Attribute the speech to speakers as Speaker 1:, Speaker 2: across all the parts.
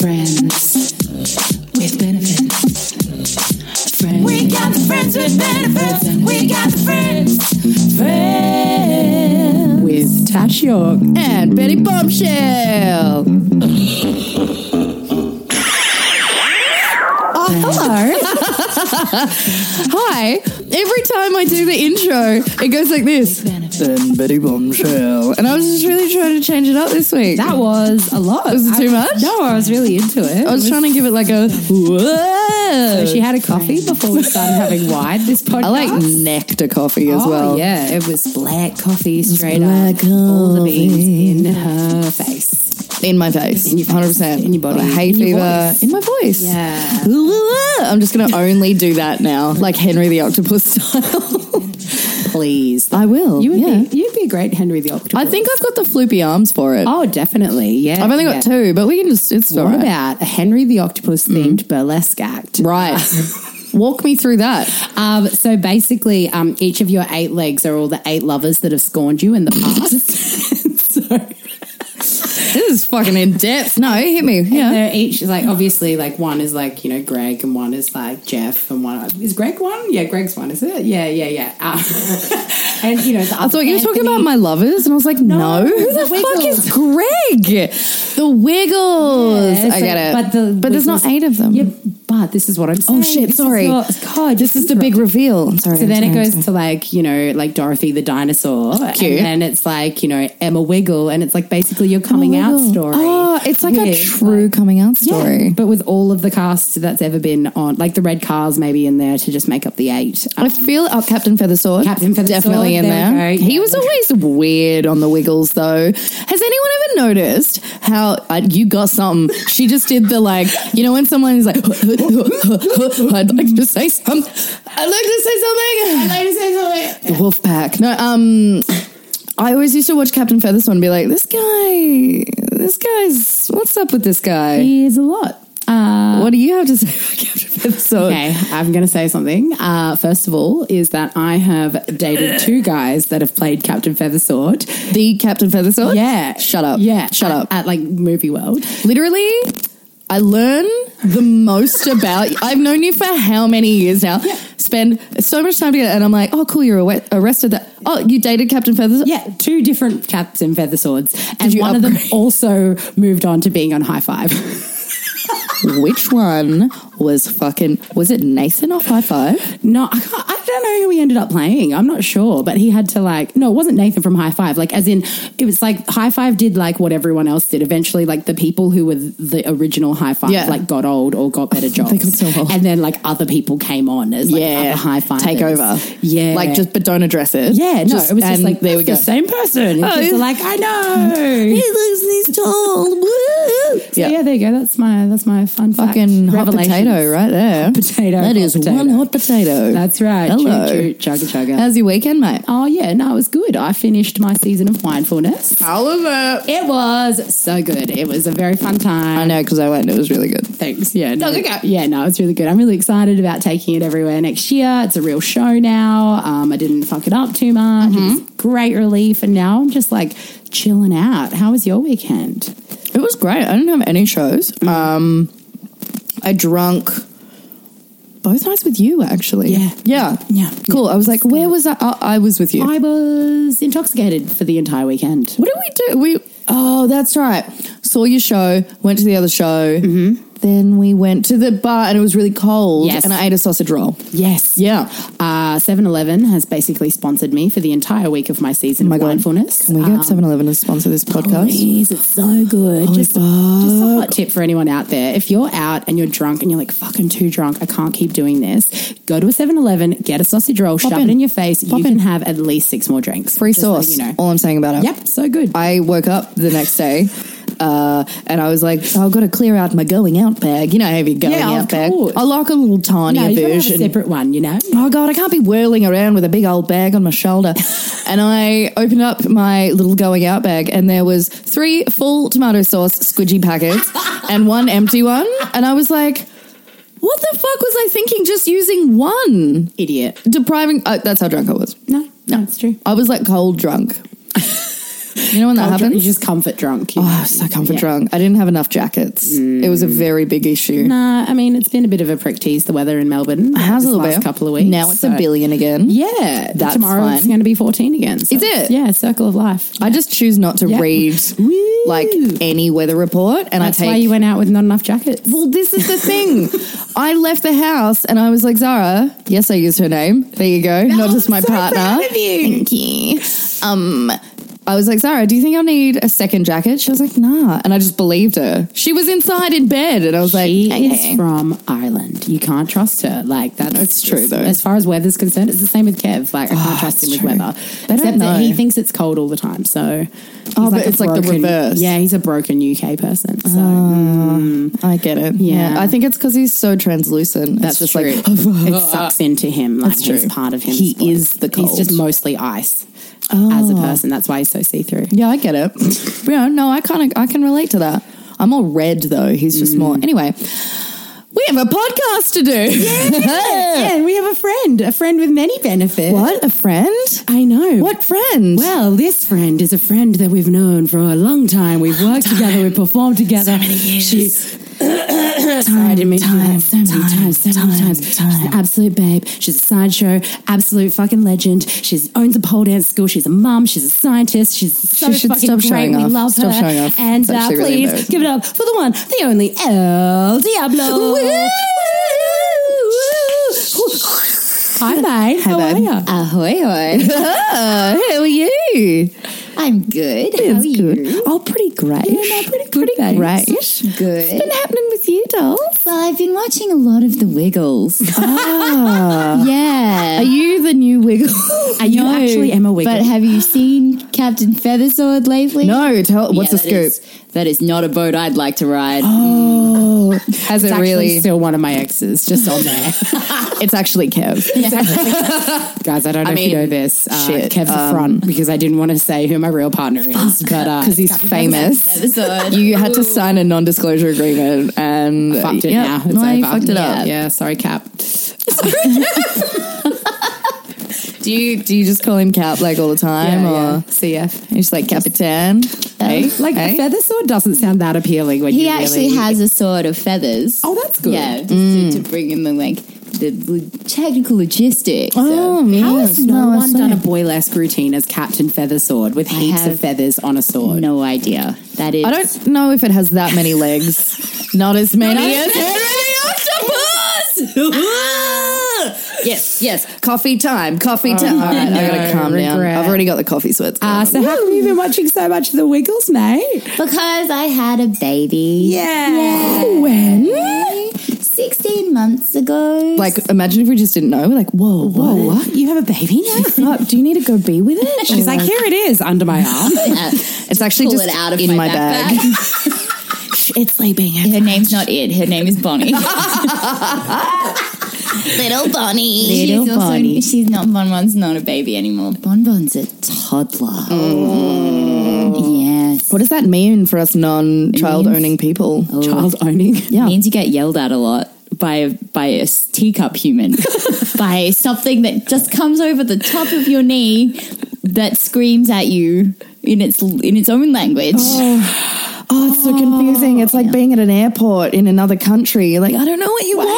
Speaker 1: Friends with benefits. Friends. We got the friends with benefits. We got the friends. Friends with Tash York and Betty Bombshell. Oh, hello. Hi. Every time I do the intro, it goes like this.
Speaker 2: Then Betty Bombshell.
Speaker 1: And I was just really trying to change it up this week.
Speaker 3: That was a lot.
Speaker 1: Was it too
Speaker 3: I-
Speaker 1: much?
Speaker 3: No, I was really into it.
Speaker 1: I was trying to give it like a whoa.
Speaker 3: So she had a coffee before we started having wine. This podcast.
Speaker 1: I like nectar coffee as
Speaker 3: Oh,
Speaker 1: well.
Speaker 3: Yeah, it was black coffee straight
Speaker 1: black
Speaker 3: up. All the
Speaker 1: coffee.
Speaker 3: beans in her face.
Speaker 1: In my face.
Speaker 3: In your face.
Speaker 1: 100%.
Speaker 3: In your body.
Speaker 1: Got a hay
Speaker 3: In your
Speaker 1: fever.
Speaker 3: voice.
Speaker 1: In my voice.
Speaker 3: Yeah.
Speaker 1: Whoa. I'm just going to only do that now, like Henry the Octopus style.
Speaker 3: Please,
Speaker 1: I will.
Speaker 3: you would
Speaker 1: yeah.
Speaker 3: be you'd be a great Henry the Octopus.
Speaker 1: I think I've got the floopy arms for it.
Speaker 3: Oh, definitely. Yeah,
Speaker 1: I've only got
Speaker 3: yeah.
Speaker 1: two, but we can just, it's all
Speaker 3: What
Speaker 1: right.
Speaker 3: about a Henry the Octopus themed burlesque act?
Speaker 1: Right. Walk me through that.
Speaker 3: Um, so basically, um, each of your eight legs are all the eight lovers that have scorned you in the past. so
Speaker 1: This is fucking in depth. No, hit me.
Speaker 3: And
Speaker 1: Yeah.
Speaker 3: they're each like obviously like one is like you know Greg and one is like Jeff and one is Greg one yeah Greg's one is it yeah yeah yeah um, and you know the
Speaker 1: I thought you were talking about my lovers, and I was like, no, who the
Speaker 3: the
Speaker 1: fuck
Speaker 3: Wiggles.
Speaker 1: is Greg? The Wiggles.
Speaker 3: Yeah,
Speaker 1: I
Speaker 3: so-
Speaker 1: get it.
Speaker 3: but the
Speaker 1: but there's not
Speaker 3: Wiggles-
Speaker 1: eight of them.
Speaker 3: yeah but this is what I'm saying
Speaker 1: Oh shit!
Speaker 3: This is
Speaker 1: Sorry.
Speaker 3: your- God
Speaker 1: this is the big reveal. I'm sorry.
Speaker 3: so
Speaker 1: I'm
Speaker 3: then it
Speaker 1: sorry, I'm
Speaker 3: goes to like you know like Dorothy the dinosaur
Speaker 1: Cute.
Speaker 3: and then it's like you know Emma Wiggle and it's like basically your
Speaker 1: sorry.
Speaker 3: coming out
Speaker 1: Wiggle.
Speaker 3: story
Speaker 1: Oh, it's like a
Speaker 3: With,
Speaker 1: true coming out story.
Speaker 3: Yeah, but with all of the cast that's ever been on, like the red cars maybe in there to just make up the eight. Um,
Speaker 1: I feel oh, Captain Feathersword.
Speaker 3: Captain Feathersword,
Speaker 1: definitely in
Speaker 3: there
Speaker 1: there.
Speaker 3: we go.
Speaker 1: He
Speaker 3: Yeah.
Speaker 1: was always weird on the Wiggles, though. Has anyone ever noticed how uh, you got something? She just did the like, you know, when someone's like, I'd like to say something. I'd like to say something. I'd like to say something. The Wolf Pack. No, um. I always used to watch Captain Featherswan and be like, this guy, this guy's, what's up with this guy?
Speaker 3: He is a lot. Uh,
Speaker 1: What do you have to say about Captain Featherswan?
Speaker 3: Okay, I'm going to say something. Uh, first of all, is that I have dated two guys that have played Captain Feathersword.
Speaker 1: The Captain Feathersword?
Speaker 3: Yeah.
Speaker 1: Shut up.
Speaker 3: Yeah.
Speaker 1: Shut up.
Speaker 3: At, like Movie World.
Speaker 1: Literally, I learn the most about I've known you for how many years now? Spend so much time together and I'm like, oh cool, you're arre- arrested that oh, you dated Captain Feathers?
Speaker 3: Yeah, two different Captain Featherswords. And
Speaker 1: you
Speaker 3: one of
Speaker 1: upgrade?
Speaker 3: them also moved on to being on High Five.
Speaker 1: Which one was fucking was it Nathan or High Five?
Speaker 3: No, I, can't, I don't know who he ended up playing. I'm not sure, but he had to like. No, it wasn't Nathan from High Five. Like, as in, it was like High Five did like what everyone else did. Eventually, like the people who were the original High Five,
Speaker 1: Yeah.
Speaker 3: like got old or got better jobs.
Speaker 1: got so old.
Speaker 3: and then like other people came on as like,
Speaker 1: yeah.
Speaker 3: other High Five
Speaker 1: Take over.
Speaker 3: Yeah,
Speaker 1: Like just but don't address it.
Speaker 3: yeah. No, it was just
Speaker 1: and
Speaker 3: like
Speaker 1: there we
Speaker 3: it's
Speaker 1: go.
Speaker 3: The same person.
Speaker 1: Oh,
Speaker 3: Oh,
Speaker 1: yeah.
Speaker 3: just like I know.
Speaker 1: loses tall.
Speaker 3: So, yeah.
Speaker 1: Yeah.
Speaker 3: there you go. That's my that's my fun fact.
Speaker 1: Fucking hot
Speaker 3: Revelations.
Speaker 1: potato right there.
Speaker 3: potato,
Speaker 1: That
Speaker 3: hot
Speaker 1: is
Speaker 3: potato.
Speaker 1: one hot potato.
Speaker 3: That's right.
Speaker 1: Hello.
Speaker 3: Choo, choo, chugga chugga.
Speaker 1: How's your weekend, mate?
Speaker 3: Oh yeah, no, it was good. I finished my season of mindfulness.
Speaker 1: Oliver.
Speaker 3: It was so good. It was a very fun time.
Speaker 1: I know because I went. Oh, It was really good.
Speaker 3: Thanks. Yeah. No,
Speaker 1: That's okay.
Speaker 3: Yeah, no, it's really good. I'm really excited about taking it everywhere next year. It's a real show now. Um, I didn't fuck it up too much.
Speaker 1: Mm-hmm.
Speaker 3: It was great relief. And now I'm just like chilling out. How was your weekend?
Speaker 1: It was great. I didn't have any shows.
Speaker 3: Mm.
Speaker 1: Um, I drunk both nights with you, actually.
Speaker 3: Yeah.
Speaker 1: yeah,
Speaker 3: Yeah.
Speaker 1: Cool. I was like, where was I? I, I was with you.
Speaker 3: I was intoxicated for the entire weekend.
Speaker 1: what did we do? We oh, that's right. Saw your show. Went to the other show. Then we went to the bar, and it was really cold.
Speaker 3: Mm-hmm. Yes.
Speaker 1: and I ate a sausage roll.
Speaker 3: Yes.
Speaker 1: Yeah.
Speaker 3: Uh, 7-Eleven has basically sponsored me for the entire week of my season
Speaker 1: Oh my
Speaker 3: of
Speaker 1: God.
Speaker 3: mindfulness.
Speaker 1: Can we get Seven Eleven to sponsor this podcast?
Speaker 3: Please, it's so good. just, just a hot tip for anyone out there. If you're out and you're drunk and you're like, fucking too drunk, I can't keep doing this, go to a 7 Eleven, get a sausage roll, shove
Speaker 1: in.
Speaker 3: it in your face.
Speaker 1: Pop
Speaker 3: you
Speaker 1: in.
Speaker 3: can have at least six more drinks.
Speaker 1: Free
Speaker 3: Just letting
Speaker 1: sauce.
Speaker 3: You know.
Speaker 1: All I'm saying about it.
Speaker 3: Yep, so good.
Speaker 1: I woke up the next day Uh, and I was like, oh, I've got to clear out my going out bag. You know, I have your going
Speaker 3: Yeah, of
Speaker 1: out bag.
Speaker 3: course.
Speaker 1: I like a little tinier
Speaker 3: No, you gotta have a
Speaker 1: version.
Speaker 3: separate one, you know.
Speaker 1: Oh God, I can't be whirling around with a big old bag on my shoulder. and I opened up my little going out bag and there was three full tomato sauce squidgy packets and one empty one. And I was like, what the fuck was I thinking just using one?
Speaker 3: Idiot.
Speaker 1: Depriving, uh, that's how drunk I was.
Speaker 3: No, no, it's true.
Speaker 1: I was like cold drunk. you know when that
Speaker 3: Cold drunk-
Speaker 1: happens?
Speaker 3: You're just comfort drunk. you
Speaker 1: Oh, I
Speaker 3: know.
Speaker 1: was so comfort drunk. I didn't have enough jackets. It
Speaker 3: Mm.
Speaker 1: was a very big issue.
Speaker 3: Nah, I mean, it's been a bit of a prick tease, the weather in Melbourne.
Speaker 1: How's
Speaker 3: this
Speaker 1: a little
Speaker 3: last
Speaker 1: bit?
Speaker 3: couple of weeks.
Speaker 1: Now it's
Speaker 3: so-
Speaker 1: a billion again.
Speaker 3: Yeah,
Speaker 1: That's
Speaker 3: tomorrow it's
Speaker 1: fine.
Speaker 3: going to be 14 again. so-
Speaker 1: Is it?
Speaker 3: Yeah, circle of life.
Speaker 1: I just choose not to
Speaker 3: Yeah.
Speaker 1: read
Speaker 3: Woo.
Speaker 1: like any weather report, and
Speaker 3: That's
Speaker 1: I take.
Speaker 3: why you went out with not enough jackets.
Speaker 1: well, this is the thing. I left the house and I was like, Zara, yes, I used her name. There you go. not just
Speaker 3: I'm
Speaker 1: my
Speaker 3: so
Speaker 1: partner.
Speaker 3: proud of you.
Speaker 1: Thank you. Um, I was like, Zara, do you think I'll need a second jacket? She was like, nah. And I just believed her. She was inside in bed, and I was like,
Speaker 3: She
Speaker 1: okay.
Speaker 3: is from Ireland. You can't trust her. Like that's
Speaker 1: That's true, though.
Speaker 3: As far as weather's concerned, it's the same with Kev. Like I can't trust him
Speaker 1: it's
Speaker 3: with
Speaker 1: true.
Speaker 3: weather.
Speaker 1: They don't
Speaker 3: Except that he
Speaker 1: know.
Speaker 3: thinks it's cold all the time. So
Speaker 1: Oh,
Speaker 3: he's
Speaker 1: but
Speaker 3: a
Speaker 1: it's like the reverse. Ah,
Speaker 3: Yeah, he's a broken UK person. So mm.
Speaker 1: I get it.
Speaker 3: Yeah.
Speaker 1: I think it's because he's so translucent.
Speaker 3: that's
Speaker 1: That's it's just
Speaker 3: true.
Speaker 1: like,
Speaker 3: it sucks into him. Like
Speaker 1: That's
Speaker 3: he's
Speaker 1: true.
Speaker 3: part of him.
Speaker 1: He is the
Speaker 3: He's just
Speaker 1: cold. Ah.
Speaker 3: mostly ice as a person. That's why he's so see through.
Speaker 1: Yeah, I get it. yeah, no, I kind of I can relate to that. I'm all red though. He's just
Speaker 3: Mm.
Speaker 1: more. Anyway, we have a podcast to do.
Speaker 3: yeah, and we have a friend, a friend with many benefits.
Speaker 1: What a friend!
Speaker 3: I know.
Speaker 1: What friend?
Speaker 3: Well, this friend is a friend that we've known for a long time. We've worked together, we've performed together. So many years. She, time, to me. Time, so many times, so many times. She's an absolute babe. She's a sideshow, absolute fucking legend. She owns a pole dance school. She's a mum. She's a scientist. She's so
Speaker 1: She should
Speaker 3: fucking
Speaker 1: stop
Speaker 3: great.
Speaker 1: showing
Speaker 3: we
Speaker 1: off.
Speaker 3: love
Speaker 1: Stop
Speaker 3: her.
Speaker 1: showing off.
Speaker 3: And
Speaker 1: It's
Speaker 3: uh,
Speaker 1: actually really
Speaker 3: please
Speaker 1: embarrassing.
Speaker 3: give it up for the one, the only El Diablo. Hi, babe. How
Speaker 1: Hello.
Speaker 3: are you?
Speaker 1: Ahoy, ahoy. Ah, How are you? I'm good. How are you? Oh, pretty great.
Speaker 4: Yeah, no, pretty good,
Speaker 1: Pretty
Speaker 4: thanks.
Speaker 1: great.
Speaker 4: Good.
Speaker 1: What's been happening with you, dolls?
Speaker 4: Well, I've been watching a lot of The Wiggles. yeah.
Speaker 1: Ah. Are you the new Wiggle?
Speaker 3: Are you
Speaker 4: No,
Speaker 3: actually Emma Wiggle?
Speaker 4: But have you seen Captain Feathersword lately?
Speaker 1: no, tell what's the
Speaker 4: Yeah, that
Speaker 1: scoop? Oh.
Speaker 4: is- that is not a boat I'd like to
Speaker 1: Has
Speaker 4: ride.
Speaker 1: it
Speaker 3: Oh, It's actually
Speaker 1: really?
Speaker 3: still one of my exes, just on there.
Speaker 1: it's actually Kev.
Speaker 3: Guys, I don't know if
Speaker 1: mean,
Speaker 3: you know this. Uh,
Speaker 1: shit,
Speaker 3: Kev's a
Speaker 1: um,
Speaker 3: front because I didn't want to say who my real partner is. But uh,
Speaker 1: because he's famous.
Speaker 4: Feathersword.
Speaker 1: You had to sign a non-disclosure agreement, and
Speaker 3: fucked it
Speaker 1: Yeah,
Speaker 3: now. It's
Speaker 1: no,
Speaker 3: over.
Speaker 1: you fucked it
Speaker 3: Yeah.
Speaker 1: up.
Speaker 3: Yeah, sorry, Cap.
Speaker 1: Do you do you just call him Cap like all the time,
Speaker 3: Yeah,
Speaker 1: or
Speaker 3: yeah. CF.
Speaker 1: you just like Capitan? hey,
Speaker 3: Like
Speaker 1: hey?
Speaker 3: feather sword doesn't sound that appealing when
Speaker 4: He
Speaker 3: you
Speaker 4: actually
Speaker 3: really-
Speaker 4: has a sword of feathers.
Speaker 3: Oh, that's good.
Speaker 4: Yeah, just to,
Speaker 1: Mm.
Speaker 4: to bring him in, like, the lo- technical logistics. of-
Speaker 1: Oh,
Speaker 3: How
Speaker 1: yeah.
Speaker 3: has no
Speaker 1: I
Speaker 3: one
Speaker 1: saw
Speaker 3: done a
Speaker 1: it.
Speaker 3: boylesque routine as Captain Feather Sword with heaps
Speaker 4: have
Speaker 3: of feathers on a sword?
Speaker 4: no idea. That is.
Speaker 1: I don't know if it has that many legs. Not as many as octopus. yes, yes. Coffee time. Coffee time. All right, I gotta
Speaker 3: Oh, no,
Speaker 1: calm
Speaker 3: regret.
Speaker 1: down. I've already got the coffee sweats.
Speaker 3: Uh,
Speaker 1: going
Speaker 3: so how come you've been watching so much of The Wiggles, mate?
Speaker 4: Because I had a baby.
Speaker 3: Yeah. When?
Speaker 4: 16 months ago.
Speaker 1: on. like, imagine if we just didn't know. We're like, whoa,
Speaker 3: Oh,
Speaker 1: whoa,
Speaker 3: what? You have a baby now?
Speaker 1: what? do you need to go be with it?
Speaker 3: She's like, here it is under my arm.
Speaker 1: It's actually
Speaker 4: Uh, pull
Speaker 1: just
Speaker 4: it out of
Speaker 1: in my,
Speaker 4: my
Speaker 1: bag.
Speaker 3: it's sleeping.
Speaker 4: Her name's not it. Her name is Bonnie. Little Bonnie.
Speaker 3: Little
Speaker 4: she's also-
Speaker 3: Bonnie.
Speaker 4: she's not Bon Bon's not a baby anymore. Bon Bon's a toddler. Oh. Yes.
Speaker 1: What does that mean for us non-child owning people?
Speaker 3: Child owning.
Speaker 1: Yeah.
Speaker 4: Means you get yelled at a lot by a, by a s- teacup human, by something that just comes over the top of your knee that screams at you in its in its own language.
Speaker 1: Oh, it's so confusing. It's like being at an airport in another country. You're like, I don't know what you want.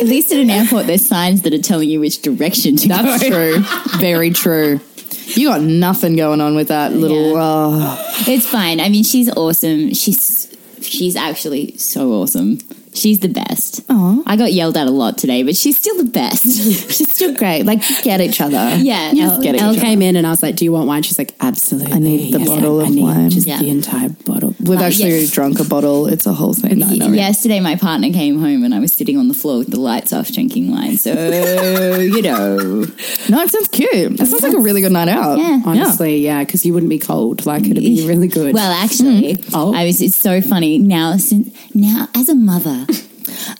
Speaker 4: At least at an airport, there's signs that are telling you which direction to go.
Speaker 1: That's true. Very true. You got nothing going on with that little.
Speaker 4: Yeah.
Speaker 1: Uh,
Speaker 4: It's fine. I mean, she's awesome. She's she's actually so awesome. She's the best.
Speaker 1: Aw.
Speaker 4: I got yelled at a lot today, but she's still the best. she's still
Speaker 1: great. Like, you get each other.
Speaker 4: yeah.
Speaker 3: Yeah,
Speaker 4: I'll-
Speaker 3: Elle
Speaker 4: I'll-
Speaker 3: came in and I was like, "Do you want wine?" She's like, "Absolutely."
Speaker 1: I need the
Speaker 3: Yes,
Speaker 1: bottle
Speaker 3: I
Speaker 1: of
Speaker 3: need
Speaker 1: wine.
Speaker 3: just
Speaker 4: Yeah.
Speaker 3: the entire bottle.
Speaker 1: We've
Speaker 4: Like,
Speaker 1: actually
Speaker 4: yes.
Speaker 1: drunk a bottle. It's a whole thing.
Speaker 4: Y- Yesterday, my partner came home and I was sitting on the floor with the lights off, drinking wine. So you know,
Speaker 1: No, it sounds cute. That sounds like a really good night out.
Speaker 4: yeah.
Speaker 5: Honestly, yeah, because you wouldn't be cold. Like, it'd be really good.
Speaker 4: Well, actually,
Speaker 5: Oh.
Speaker 4: I was. It's so funny now. Since now, as a mother,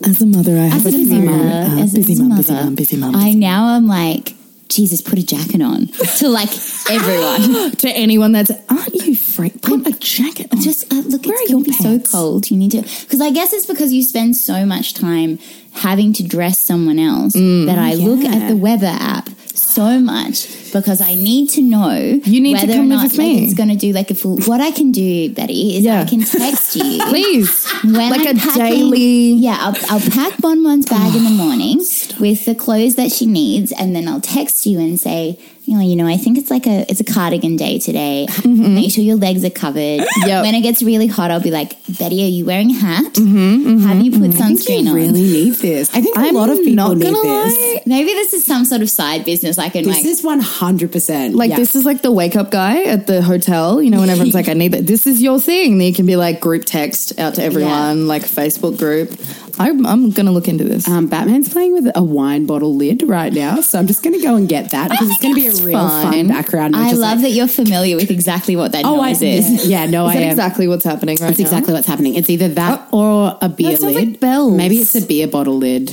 Speaker 1: As a mother, I
Speaker 4: as
Speaker 1: have
Speaker 4: a
Speaker 1: a busy
Speaker 4: mother,
Speaker 1: mom. Uh,
Speaker 4: as,
Speaker 1: busy
Speaker 4: as a
Speaker 1: mom,
Speaker 4: mother,
Speaker 1: busy mom, busy mom.
Speaker 4: I now am like. Jesus, put a jacket on to like everyone.
Speaker 1: to anyone that's aren't you freak? Put a jacket on.
Speaker 4: Just uh, look,
Speaker 1: Where
Speaker 4: it's
Speaker 1: are
Speaker 4: going to be
Speaker 1: your
Speaker 4: so
Speaker 1: pants?
Speaker 4: cold. You need to because I guess it's because you spend so much time having to dress someone else
Speaker 1: Mm.
Speaker 4: that
Speaker 1: Oh,
Speaker 4: I look at the weather app so much because I need to know
Speaker 1: You need to
Speaker 4: whether or
Speaker 1: come live
Speaker 4: not
Speaker 1: with
Speaker 4: like,
Speaker 1: me.
Speaker 4: it's going to do like a full. What I can do, Betty, is I
Speaker 1: Yeah.
Speaker 4: can text you.
Speaker 1: please.
Speaker 4: when
Speaker 1: Like
Speaker 4: I'm
Speaker 1: a
Speaker 4: packing-
Speaker 1: daily-
Speaker 4: Yeah, I'll, I'll pack Bon Bon's bag in the
Speaker 5: Ah,
Speaker 4: morning with the clothes that she needs, and then I'll text you and say, you know, you know, I think it's like a it's a cardigan day today.
Speaker 5: Mm-hmm.
Speaker 4: Make sure your legs are covered.
Speaker 1: Yep.
Speaker 4: When it gets really hot, I'll be like, Betty, are you wearing a hat?
Speaker 5: Mm-hmm,
Speaker 4: Have you put sunscreen on?
Speaker 5: really need this. I think a
Speaker 1: I'm
Speaker 5: lot of people
Speaker 1: not
Speaker 5: need
Speaker 1: gonna
Speaker 5: this.
Speaker 1: lie.
Speaker 4: Maybe this is some sort of side business I can
Speaker 5: This
Speaker 4: like.
Speaker 5: is one hundred percent.
Speaker 1: Like this is like the wake up guy at the hotel, you know, when everyone's like, I need that. This is your thing. Then you can be like group text out to everyone, like Facebook group. I'm, I'm going to look into this.
Speaker 5: Um, Batman's playing with a wine bottle lid right now, so I'm just going to go and get that because it's going to be a real
Speaker 1: fine.
Speaker 5: fun background.
Speaker 4: I
Speaker 5: which is
Speaker 4: love
Speaker 5: like,
Speaker 4: that you're familiar with exactly what that
Speaker 5: Oh, I
Speaker 4: noise is.
Speaker 5: this. Yeah, no,
Speaker 1: Is
Speaker 5: I
Speaker 1: that
Speaker 5: am.
Speaker 1: exactly what's happening right
Speaker 5: That's
Speaker 1: now?
Speaker 5: exactly what's happening. It's either that or a beer
Speaker 1: Oh. sounds
Speaker 5: lid.
Speaker 1: like bells.
Speaker 5: Maybe it's a beer bottle lid.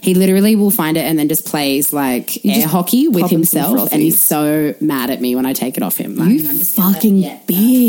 Speaker 5: He literally will find it and then just plays like air hockey with
Speaker 1: pop in some
Speaker 5: himself, and
Speaker 1: frothies.
Speaker 5: he's so mad at me when I take it off him. Like, I'm just-
Speaker 1: Fucking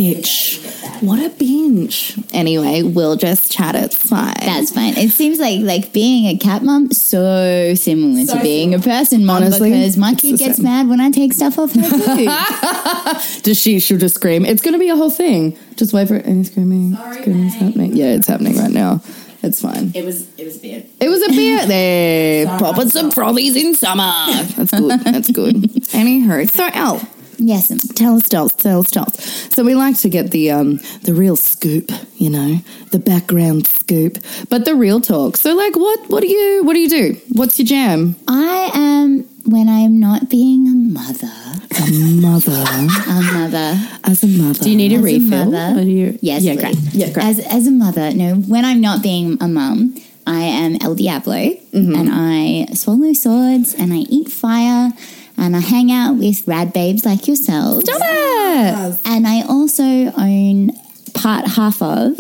Speaker 1: bitch. What a binge. Anyway, we'll just chat. It's fine.
Speaker 4: That's fine. It seems like like being a cat mom so similar to being a person mom
Speaker 1: Honestly,
Speaker 4: because my
Speaker 1: it's
Speaker 4: kid
Speaker 1: the
Speaker 4: gets
Speaker 1: same.
Speaker 4: mad when I take stuff off her too.
Speaker 1: Does she? She'll just scream. It's going to be a whole thing. Just wait for it. And screaming. Screaming's happening. Yeah, it's happening right now. It's fine.
Speaker 5: it was it was beer.
Speaker 1: It was a beer. They popping some frothies in summer. That's good. That's good. Anywho, so Al,
Speaker 4: yes.
Speaker 1: tell us, tell us, tell us, tell us. So we like to get the um the real scoop, you know, the background scoop, but the real talk. So like, what what do you what do you do? What's your jam,
Speaker 4: I am when I'm not being a mother.
Speaker 1: mother?
Speaker 4: A mother.
Speaker 1: As a mother,
Speaker 5: Do you need a
Speaker 4: As a
Speaker 5: refill?
Speaker 4: mother.
Speaker 5: Or do you-
Speaker 4: Yes.
Speaker 5: Yeah,
Speaker 4: please.
Speaker 5: great.
Speaker 1: Yeah, great.
Speaker 4: As as a mother, no, when I'm not being a mum, I am El Diablo
Speaker 1: Mm-hmm.
Speaker 4: and I swallow swords and I eat fire and I hang out with rad babes like yourselves. Stop
Speaker 1: it!
Speaker 4: And I also own part half of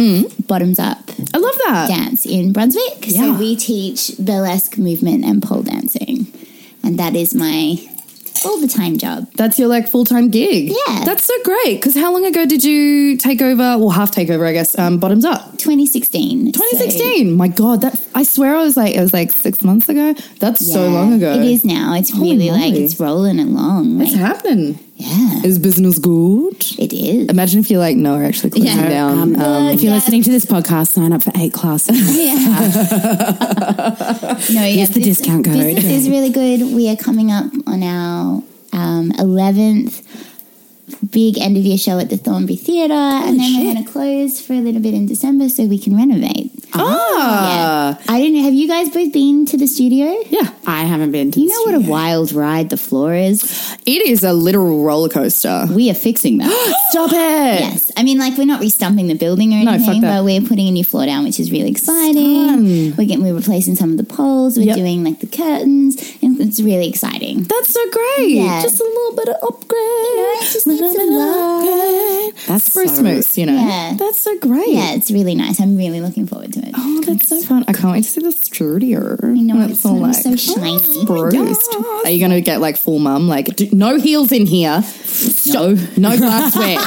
Speaker 4: Bottoms Up
Speaker 1: Mm. I love that.
Speaker 4: Dance in Brunswick. So
Speaker 1: Yeah.
Speaker 4: we teach burlesque movement and pole dancing. And that is my all the time job.
Speaker 1: That's your like full time gig.
Speaker 4: Yeah.
Speaker 1: that's so great. Because how long ago did you take over? Well, half takeover, I guess. Um, bottoms up.
Speaker 4: 2016.
Speaker 1: 2016. My God, that I swear I was like it was like six months ago. That's so
Speaker 4: Yeah,
Speaker 1: long ago.
Speaker 4: It is now. It's
Speaker 1: Holy
Speaker 4: really like
Speaker 1: moly.
Speaker 4: it's rolling along.
Speaker 1: What's
Speaker 4: Like,
Speaker 1: happening?
Speaker 4: yeah,
Speaker 1: Is Um, business good?
Speaker 4: it is.
Speaker 1: Imagine if you're like, no, we're actually closing
Speaker 4: Yeah.
Speaker 1: down.
Speaker 5: Um,
Speaker 4: Um,
Speaker 5: if you're
Speaker 4: yeah.
Speaker 5: listening to this podcast, sign up for eight classes.
Speaker 4: Yeah. no, yeah,
Speaker 5: the
Speaker 4: this-
Speaker 5: discount code.
Speaker 4: Business is really good. We are coming up on our um, 11th big end of year show at the Thornbury Theatre, and then we're going to close for a little bit in December so we can renovate.
Speaker 1: ah,
Speaker 4: yeah. I don't know. Have you guys both been to the studio?
Speaker 1: yeah.
Speaker 5: I haven't been. To
Speaker 4: You
Speaker 5: the
Speaker 4: know what a wild ride the floor is?
Speaker 1: It is a literal roller coaster.
Speaker 4: We are fixing that.
Speaker 1: Stop it.
Speaker 4: Yes, I mean, like we're not restumping the building or
Speaker 1: No, fuck
Speaker 4: anything,
Speaker 1: that.
Speaker 4: but we're putting a new floor down, which is really exciting. We're getting we're replacing some of the poles. We're
Speaker 1: Yep.
Speaker 4: doing like the curtains, and it's really exciting.
Speaker 1: That's so great.
Speaker 4: Yeah.
Speaker 1: Just a little bit of upgrade.
Speaker 4: just needs some
Speaker 1: upgrade. That's Spruce
Speaker 5: so-
Speaker 1: Moose, you know.
Speaker 4: Yeah.
Speaker 1: That's so great.
Speaker 4: Yeah, it's really nice. I'm really looking forward to it.
Speaker 1: Oh, that's so fun. I can't wait to see the studio. I
Speaker 4: know, it's gonna be so shiny. Oh
Speaker 1: Bruised. Are you going to get like full mum? Like, do, no heels in here. So, no glassware.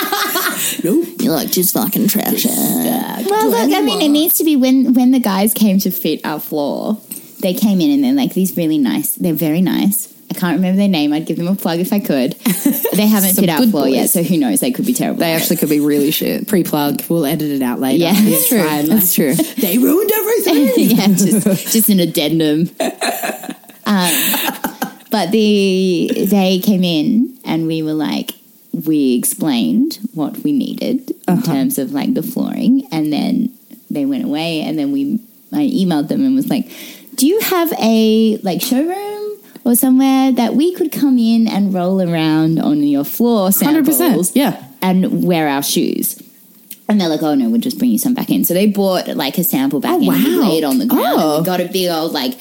Speaker 1: You're like, just fucking trash it.
Speaker 4: Well, look, I mean, it needs to be when when the guys came to fit our floor, they came in and they're like these really nice. They're very nice. I can't remember their name. I'd give them a plug if I could. They haven't
Speaker 1: Some
Speaker 4: fit our
Speaker 1: good
Speaker 4: floor yet,
Speaker 1: boys.
Speaker 4: so who knows? They could be terrible.
Speaker 1: They actually could be really shit.
Speaker 5: pre-plug. We'll edit it out later.
Speaker 4: Yeah, that's true.
Speaker 5: fine.
Speaker 1: That's true.
Speaker 5: They ruined everything.
Speaker 4: yeah, just just an addendum. Um, but the they came in and we were like, we explained what we needed in terms of like the flooring, and then they went away, and then we I emailed them and was like, do you have a like showroom? Or somewhere that we could come in and roll around on your floor samples
Speaker 1: 100%. Yeah.
Speaker 4: and wear our shoes. And they're like, oh no, we'll just bring you some back in. So they bought like a sample back in and we
Speaker 1: wow.
Speaker 4: laid on the ground.
Speaker 1: Oh.
Speaker 4: And we got a big old like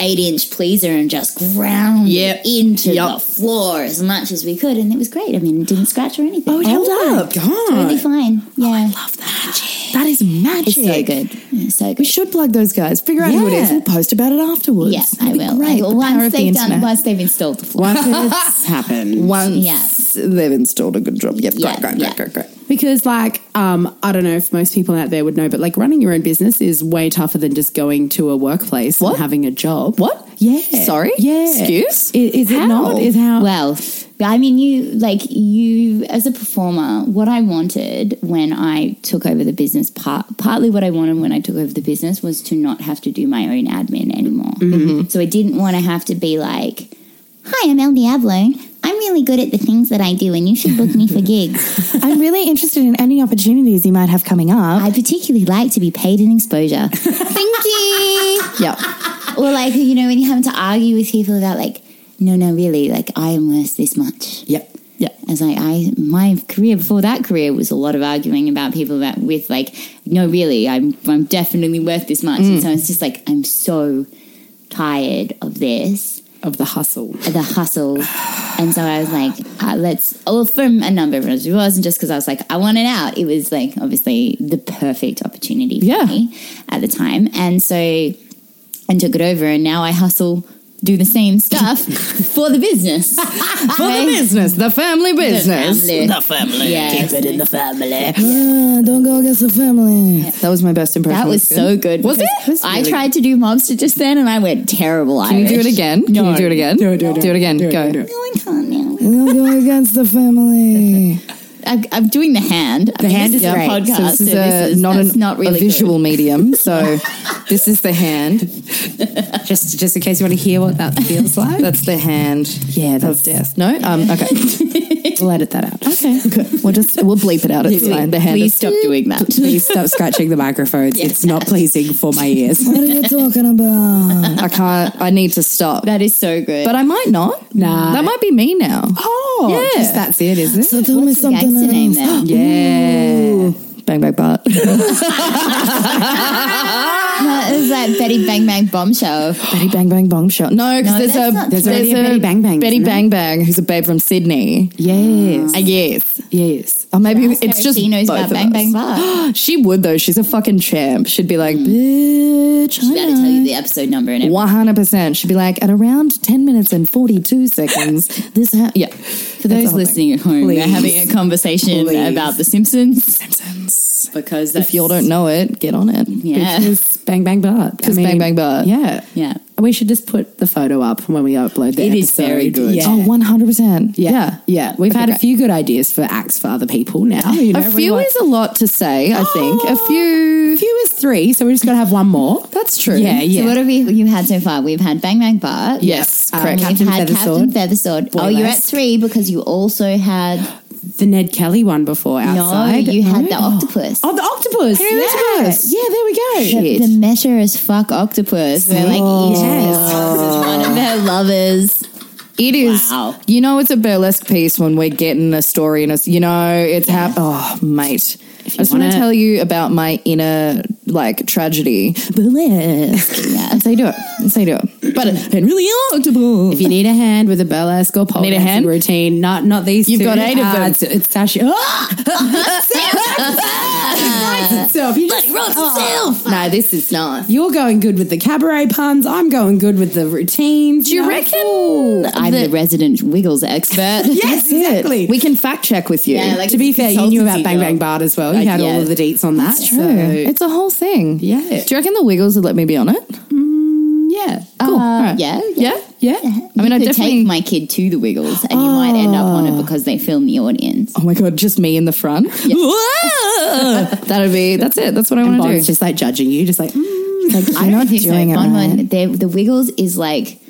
Speaker 4: eight inch pleaser and just ground
Speaker 1: Yep.
Speaker 4: it into
Speaker 1: Yep.
Speaker 4: the floor as much as we could. And it was great. I mean, it didn't scratch or anything.
Speaker 1: Oh, held up.
Speaker 4: Really
Speaker 1: God. Oh,
Speaker 4: fine. Yeah.
Speaker 1: Love that. That is magic.
Speaker 4: it's so good. It's so
Speaker 1: We
Speaker 4: good.
Speaker 1: should plug those guys. Figure out who it is.
Speaker 4: Yeah.
Speaker 1: We'll post about it afterwards.
Speaker 4: Yeah, I
Speaker 1: That'd be
Speaker 4: will.
Speaker 1: Great.
Speaker 4: I will.
Speaker 1: The power
Speaker 4: Once
Speaker 1: of the
Speaker 4: they've done,
Speaker 1: internet.
Speaker 4: once they've installed the floor.
Speaker 5: Once it's happened.
Speaker 1: Once
Speaker 4: Yeah.
Speaker 1: they've installed a good job. Yep,
Speaker 4: Yeah,
Speaker 1: great, great,
Speaker 4: yeah.
Speaker 1: great, great, great.
Speaker 5: Because, like, um, I don't know if most people out there would know, but like running your own business is way tougher than just going to a workplace
Speaker 1: What?
Speaker 5: and having a job.
Speaker 1: What?
Speaker 5: Yeah.
Speaker 1: Sorry?
Speaker 5: Yeah.
Speaker 1: Excuse?
Speaker 5: I- Is,
Speaker 1: How?
Speaker 5: it not? Is how?
Speaker 4: Well, I mean, you like you as a performer. What I wanted when I took over the business, part, partly what I wanted when I took over the business was to not have to do my own admin anymore.
Speaker 5: Mm-hmm.
Speaker 4: So I didn't want to have to be like, "Hi, I'm El Diablo. I'm really good at the things that I do, and you should book me for gigs.
Speaker 6: I'm really interested in any opportunities you might have coming up.
Speaker 4: I particularly like to be paid in exposure. Thank you."
Speaker 1: Yep.
Speaker 4: Or like you know when you're having to argue with people about like, "No, no, really, like I am worth this much."
Speaker 1: Yep. Yep.
Speaker 4: as I, I my career before that career was a lot of arguing about people that with like no really I'm I'm definitely worth this much and so it's just like I'm so tired of this
Speaker 5: of the hustle.
Speaker 4: the hustle and so I was like uh, let's well from a number of reasons it wasn't just because I was like I want it out it was like obviously the perfect opportunity for
Speaker 1: Yeah.
Speaker 4: me at the time and so and took it over and now I hustle do the same stuff for the business
Speaker 1: For the business, the family business.
Speaker 4: the family. Yes.
Speaker 1: Ah, don't go against the family. That was my best impression.
Speaker 4: That was so good.
Speaker 1: Was it?
Speaker 4: because
Speaker 1: Was
Speaker 4: I
Speaker 1: really
Speaker 4: tried to do mobster just then and I went terrible.
Speaker 1: Can you do it again? Can you do it again? Do it, do it, do it again. go.
Speaker 4: No, I can't now.
Speaker 1: Don't go against the family.
Speaker 4: I, I'm doing the hand. The
Speaker 1: hand is
Speaker 4: great. Podcast,
Speaker 1: So this is, a, not,
Speaker 4: that's
Speaker 1: an,
Speaker 4: not really
Speaker 1: a visual medium. So this is the hand.
Speaker 5: Just, just in case you want to hear what that feels like.
Speaker 1: That's the hand.
Speaker 5: yeah, that's
Speaker 1: Yes. No. Um. Okay.
Speaker 5: We'll edit that out.
Speaker 1: Okay. We'll just we'll bleep it out. It's fine. The hand.
Speaker 4: Please
Speaker 1: Is,
Speaker 4: stop doing that.
Speaker 5: Please stop scratching the microphones. It's not pleasing for my ears.
Speaker 1: what are you talking about? I can't. I need to stop.
Speaker 4: That is so good.
Speaker 1: But I might not.
Speaker 5: Nah.
Speaker 1: That might be me now.
Speaker 5: Oh,
Speaker 1: Yeah.
Speaker 5: just that's it, is it?
Speaker 1: So tell me
Speaker 4: What's the gangster name then?
Speaker 1: Yeah. Bang bang butt.
Speaker 4: That is that Betty Bang Bang Bombshell.
Speaker 1: Betty Bang Bang Bong Show. No, because
Speaker 4: No,
Speaker 1: there's
Speaker 4: that's
Speaker 1: a
Speaker 4: not
Speaker 1: there's,
Speaker 4: true.
Speaker 5: There's already a Betty Bang Bang,
Speaker 1: Betty
Speaker 5: isn't there?
Speaker 1: Bang Bang, who's a babe from Sydney.
Speaker 5: Yes,
Speaker 1: Uh, yes.
Speaker 5: yes.
Speaker 1: Or maybe it's just
Speaker 4: Tarantino's
Speaker 1: both
Speaker 4: about
Speaker 1: of
Speaker 4: Bang
Speaker 1: us.
Speaker 4: Bang Bar.
Speaker 1: She would though. She's a fucking champ. She'd be like, bitch.
Speaker 4: She better tell you the episode number and everything.
Speaker 1: One hundred percent. She'd be like, at around ten minutes and forty-two seconds, this ha- yeah.
Speaker 4: For those listening at home, we're having a conversation about The Simpsons
Speaker 1: Simpsons.
Speaker 4: because that's,
Speaker 1: If y'all don't know it, get on it.
Speaker 4: yeah,
Speaker 5: Because bang bang butt.
Speaker 1: Because Bang Bang Butt.
Speaker 5: Yeah,
Speaker 4: yeah.
Speaker 5: We should just put the photo up when we upload. The
Speaker 4: It is
Speaker 5: episode.
Speaker 4: very good.
Speaker 5: Yeah.
Speaker 1: Oh, one hundred percent.
Speaker 5: yeah,
Speaker 1: Yeah.
Speaker 5: yeah. We've
Speaker 1: Okay,
Speaker 5: had a
Speaker 1: great.
Speaker 5: few good ideas for acts for other people now. You know,
Speaker 1: A few
Speaker 5: we're like-
Speaker 1: is a lot to say. I think a few.
Speaker 5: a few is three, so we just got to have one more.
Speaker 1: That's true.
Speaker 5: Yeah, yeah.
Speaker 4: So what have we you had so far? We've had Bang Bang Bar.
Speaker 1: Yes,
Speaker 4: Um,
Speaker 1: correct.
Speaker 4: We've
Speaker 5: Captain
Speaker 4: had Captain Feathersword. Oh, you're at
Speaker 5: Boylesque.
Speaker 4: three because you also had
Speaker 5: the Ned Kelly one before outside.
Speaker 4: no, you had the
Speaker 5: No?
Speaker 4: octopus.
Speaker 5: Oh, the octopus. yeah.
Speaker 1: octopus.
Speaker 5: Yeah, there we go.
Speaker 4: The, the measure as fuck octopus. They're like, yes. one of their lovers.
Speaker 1: It is.
Speaker 4: Wow.
Speaker 1: You know, it's a burlesque piece when we're getting a story and it's, you know, it's hap- Oh, mate. I just want to
Speaker 5: wanna-
Speaker 1: tell you about my inner, like, tragedy. Burlesque.
Speaker 4: Yeah.
Speaker 1: That's how you do it. That's how you do it. But it it really octopus.
Speaker 5: If you need a hand with a burlesque or pole
Speaker 1: Need a
Speaker 5: dancing
Speaker 1: hand?
Speaker 5: routine, not not these.
Speaker 1: You've
Speaker 5: two.
Speaker 1: got eight of them.
Speaker 5: It's, it's Sasha. Ah! itself. You just, oh.
Speaker 1: No, this is not.
Speaker 5: You're going good with the cabaret puns. I'm going good with the routines.
Speaker 1: Do you
Speaker 5: know?
Speaker 1: reckon?
Speaker 4: I'm the, resident Wiggles expert.
Speaker 5: Yes, exactly.
Speaker 1: We can fact check with you.
Speaker 4: Yeah, like-
Speaker 5: to be fair, you knew about
Speaker 4: consultancy
Speaker 5: Bang
Speaker 4: job.
Speaker 5: Bang Bard as well. You
Speaker 4: Like,
Speaker 5: had
Speaker 4: yeah.
Speaker 5: all of the deets on that.
Speaker 1: True. it's a whole thing.
Speaker 5: Yeah.
Speaker 1: Do you reckon the Wiggles would let me be on it?
Speaker 5: mm, yeah.
Speaker 1: Cool. All right.
Speaker 4: yeah,
Speaker 1: Yeah.
Speaker 5: Yeah.
Speaker 1: I mean, I
Speaker 4: could
Speaker 1: definitely. Ah.
Speaker 4: take my kid to the Wiggles, and you might end up on it because they film the audience.
Speaker 1: oh my god, just me in the front. That'd be. That's it. That's what I
Speaker 5: And
Speaker 1: want to do.
Speaker 5: Bond's just like judging you, just like, mm.
Speaker 1: Like,
Speaker 4: I
Speaker 1: Oh, you're
Speaker 4: don't
Speaker 1: not
Speaker 4: think so.
Speaker 1: doing it
Speaker 4: Bon
Speaker 1: right.
Speaker 4: Bon, they're- the Wiggles is like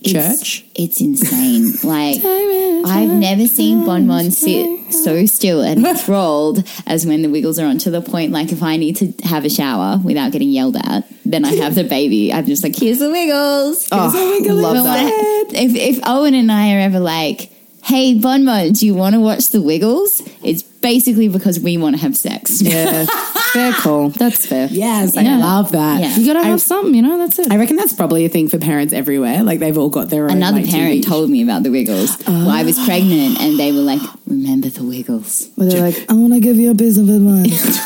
Speaker 4: it's-
Speaker 5: Church?
Speaker 4: It's insane. Like I've never seen Bon Bon sit so still and enthralled as when the Wiggles are on. To the point, like if I need to have a shower without getting yelled at, then I have the baby. I'm just like, here's the Wiggles. Here's
Speaker 1: Oh,
Speaker 4: the Wiggles.
Speaker 1: love
Speaker 4: Well,
Speaker 1: that.
Speaker 4: If if Owen and I are ever like. Hey Bon Bon, do you want to watch The Wiggles? It's basically because we want to have sex.
Speaker 1: Yeah, Ah, fair call. That's fair.
Speaker 3: Yes, I
Speaker 4: Yeah.
Speaker 3: love that.
Speaker 4: Yeah.
Speaker 1: You gotta have something, you know. That's it.
Speaker 3: I reckon that's probably a thing for parents everywhere. Like they've all got their own.
Speaker 4: Another
Speaker 3: like,
Speaker 4: parent
Speaker 3: TV.
Speaker 4: told me about the Wiggles while I
Speaker 1: Ah.
Speaker 4: was pregnant, and they were like, "Remember the Wiggles."
Speaker 1: Where they're like, I want to give you a piece of advice.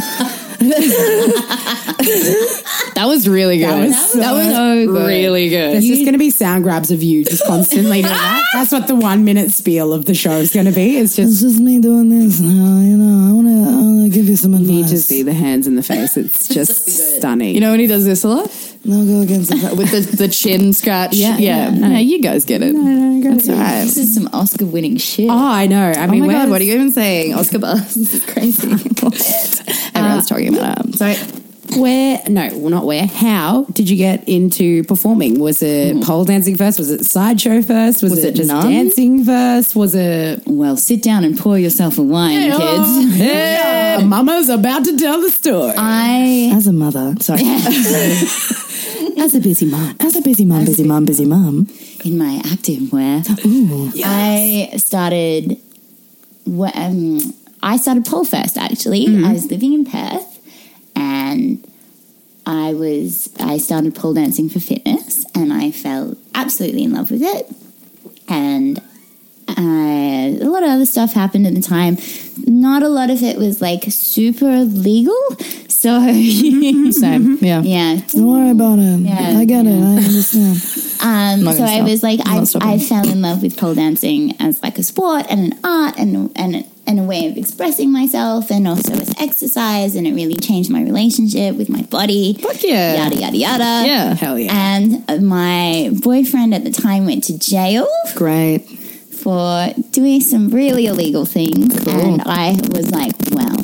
Speaker 1: that was really good.
Speaker 3: That was
Speaker 4: That was so good.
Speaker 1: really good.
Speaker 3: There's just going to be sound grabs of you just constantly doing that. That's what the one minute spiel of the show is going to be. It's just
Speaker 2: It's just me doing this now, you know. I wanna, I wanna give you some
Speaker 3: you
Speaker 2: advice.
Speaker 3: just see the hands and the face. It's just stunning.
Speaker 1: You know when he does this a lot
Speaker 2: No go against the
Speaker 1: with the, the chin scratch. Yeah, yeah. No, you guys get it. That's all right.
Speaker 4: This is some Oscar-winning shit.
Speaker 3: oh, I know. I
Speaker 1: Oh my
Speaker 3: mean,
Speaker 1: god,
Speaker 3: where's-
Speaker 1: what are you even saying? Oscar buzz. This is crazy. Uh, Everyone's talking about um, it. Sorry.
Speaker 3: Where? No, well, not where. How did you get into performing? Was it pole dancing first? Was it sideshow first? Hmm. Was,
Speaker 1: Was
Speaker 3: it,
Speaker 1: it
Speaker 3: just
Speaker 1: none?
Speaker 3: dancing first? Was it?
Speaker 4: Well, sit down and pour yourself a wine, kids.
Speaker 3: Yeah, Mama's about to tell the story.
Speaker 4: I
Speaker 6: As a mother, sorry. as a busy mom. As a busy mom, busy mom, busy mom.
Speaker 4: in my acting wear. I started. wh- Um, I started pole first. Actually, I was living in Perth, and I was I started pole dancing for fitness, and I fell absolutely in love with it. And I, Uh, a lot of other stuff happened at the time. Not a lot of it was like super legal, so
Speaker 1: Mm-hmm. Same. Yeah.
Speaker 4: yeah,
Speaker 2: Don't worry about it.
Speaker 4: Yeah,
Speaker 2: I get it. I understand.
Speaker 4: Um,
Speaker 1: not
Speaker 4: so
Speaker 1: gonna
Speaker 4: I
Speaker 1: stop.
Speaker 4: was like, I,
Speaker 1: not stopping.
Speaker 4: I fell in love with pole dancing as like a sport and an art and and and a way of expressing myself and also as exercise, and it really changed my relationship with my body.
Speaker 1: Fuck yeah.
Speaker 4: Yada yada yada.
Speaker 1: Yeah.
Speaker 3: Hell yeah.
Speaker 4: And my boyfriend at the time went to jail
Speaker 1: Great.
Speaker 4: for doing some really illegal things.
Speaker 1: Oh.
Speaker 4: And I was like, well,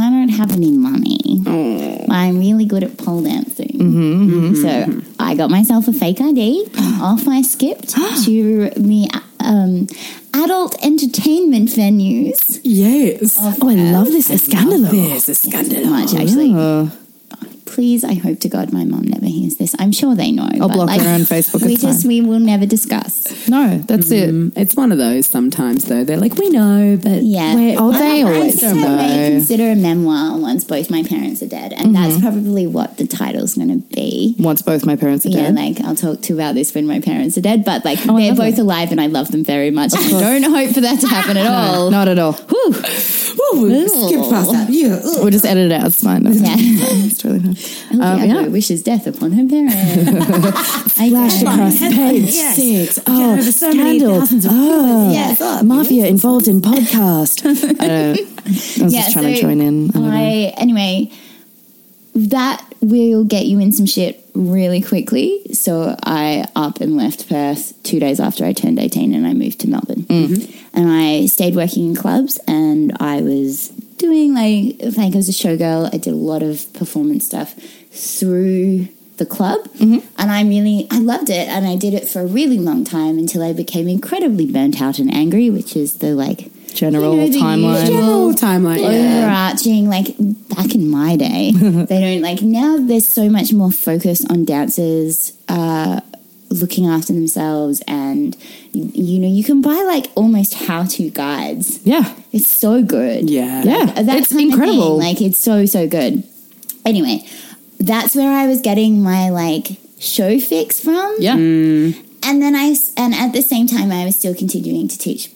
Speaker 4: I don't have any money.
Speaker 1: Oh.
Speaker 4: I'm really good at pole dancing.
Speaker 1: Mm-hmm,
Speaker 4: So I got myself a fake ID. and off I skipped to me um, adult entertainment venues.
Speaker 3: yes.
Speaker 6: Oh, I love this. It's scandalous.
Speaker 3: There's a scandal.
Speaker 4: Much actually. Please, I hope to God my mom never hears this. I'm sure they know. I'll
Speaker 1: block her on Facebook,
Speaker 4: We
Speaker 1: it's
Speaker 4: just we will never discuss.
Speaker 1: No, that's it.
Speaker 3: It's one of those sometimes, though. They're like, we know, but
Speaker 4: Yeah.
Speaker 1: Wait, oh, they
Speaker 4: I
Speaker 1: always
Speaker 4: think I may
Speaker 1: know.
Speaker 4: consider a memoir once both my parents are dead, and that's probably what the title's going to be.
Speaker 1: Once both my parents are
Speaker 4: Yeah,
Speaker 1: dead.
Speaker 4: like I'll talk to about this when my parents are dead, but like they're both alive and I love them very much. and I don't hope for that to happen at all.
Speaker 1: Not at all.
Speaker 3: Ooh, skip past that. Yeah. ugh.
Speaker 1: We'll just edit it out. It's fine. That's
Speaker 4: Yeah.
Speaker 1: It's really fine.
Speaker 4: Oh,
Speaker 1: Um,
Speaker 4: Diablo
Speaker 1: yeah.
Speaker 4: wishes death upon her parents. I
Speaker 6: Flash
Speaker 4: don't-
Speaker 6: across page six. Oh, scandal. Oh,
Speaker 4: Yes.
Speaker 6: mafia involved in podcast.
Speaker 1: I was
Speaker 4: Yeah,
Speaker 1: just trying to
Speaker 4: so
Speaker 1: join in. I don't know.
Speaker 4: I, anyway, that will get you in some shit really quickly. So I up and left Perth two days after I turned 18 and I moved to Melbourne.
Speaker 1: Mm-hmm.
Speaker 4: And I stayed working in clubs and I was doing like, like I was a showgirl. I did a lot of performance stuff through the club
Speaker 1: Mm-hmm.
Speaker 4: and I really I loved it and I did it for a really long time until I became incredibly burnt out and angry which is the like
Speaker 1: General
Speaker 4: you know, the
Speaker 1: timeline.
Speaker 3: General timeline.
Speaker 4: overarching like back in my day they don't like now there's so much more focus on dancers uh looking after themselves and you, you know you can buy like almost how-to guides
Speaker 1: Yeah.
Speaker 4: it's so good
Speaker 3: Yeah.
Speaker 1: Yeah.
Speaker 4: that
Speaker 1: it's
Speaker 4: kind of
Speaker 1: incredible.
Speaker 4: thing. Like it's so so good. Anyway, that's where I was getting my like show fix from.
Speaker 1: yeah.
Speaker 4: And then I s- and at the same time I was still continuing to teach.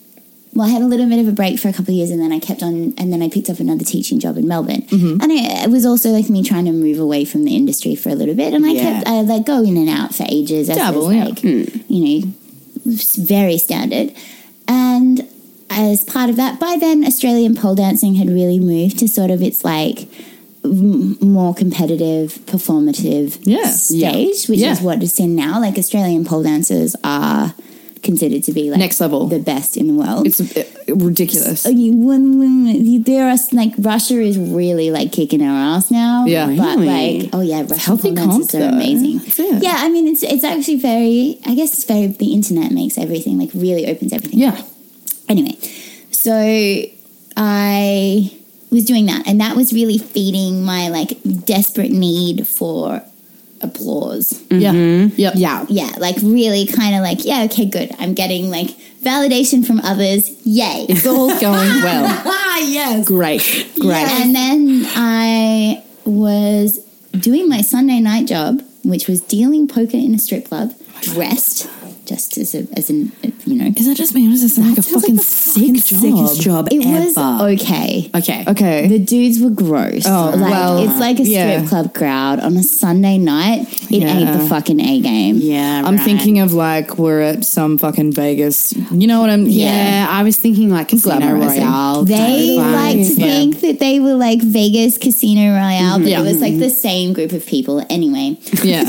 Speaker 4: Well, I had a little bit of a break for a couple of years, and then I kept on, and then I picked up another teaching job in Melbourne.
Speaker 1: Mm-hmm.
Speaker 4: And it, it was also like me trying to move away from the industry for a little bit, and I
Speaker 3: Yeah.
Speaker 4: kept I like go in and out for ages. as
Speaker 1: Dabble,
Speaker 4: was,
Speaker 1: yeah. Hmm.
Speaker 4: like you know, s- very standard. And as part of that, by then Australian pole dancing had really moved to sort of its like m- more competitive, performative
Speaker 1: Yeah.
Speaker 4: stage, which
Speaker 1: Yeah.
Speaker 4: is what it's in now. Like Australian pole dancers are considered to be like
Speaker 1: Next level.
Speaker 4: the best in the world.
Speaker 1: It's uh, ridiculous.
Speaker 4: Oh, you when, when you- there are like Russia is really like kicking our ass now.
Speaker 1: Yeah.
Speaker 4: but
Speaker 3: Really?
Speaker 4: like oh yeah, Russian
Speaker 1: healthy
Speaker 4: pole dancers
Speaker 1: comp,
Speaker 4: are
Speaker 1: though.
Speaker 4: amazing.
Speaker 1: That's it.
Speaker 4: Yeah, I mean it's it's actually very. I guess it's very. The internet makes everything like really opens everything.
Speaker 1: Yeah.
Speaker 4: Anyway, so I was doing that, and that was really feeding my like desperate need for applause.
Speaker 1: Yeah. Yep.
Speaker 3: Yeah.
Speaker 4: Yeah, like really kind of like, yeah, okay, good. I'm getting like validation from others. Yay.
Speaker 3: It's all going well.
Speaker 4: ah, yes.
Speaker 3: Great. Great.
Speaker 4: And then I was doing my Sunday night job, which was dealing poker in a strip club, dressed just as a, as an, you know,
Speaker 6: Is that just me? Or does it sound like a fucking sick job? Sickest job
Speaker 4: it
Speaker 6: ever.
Speaker 4: was okay.
Speaker 3: Okay.
Speaker 1: Okay.
Speaker 4: The dudes were gross.
Speaker 1: Oh,
Speaker 4: like,
Speaker 1: well,
Speaker 4: it's like a strip
Speaker 1: yeah.
Speaker 4: club crowd on a Sunday night. It ain't the
Speaker 1: Yeah.
Speaker 4: fucking A game.
Speaker 3: Yeah.
Speaker 1: I'm
Speaker 3: right.
Speaker 1: thinking of like we're at some fucking Vegas. You know what I'm?
Speaker 3: Yeah, I was thinking like Casino
Speaker 1: Glamorizing.
Speaker 3: Royale.
Speaker 4: They
Speaker 3: type
Speaker 4: like
Speaker 3: vibes.
Speaker 4: to think that they were like Vegas Casino Royale, but it was like the same group of people anyway.
Speaker 1: Yeah.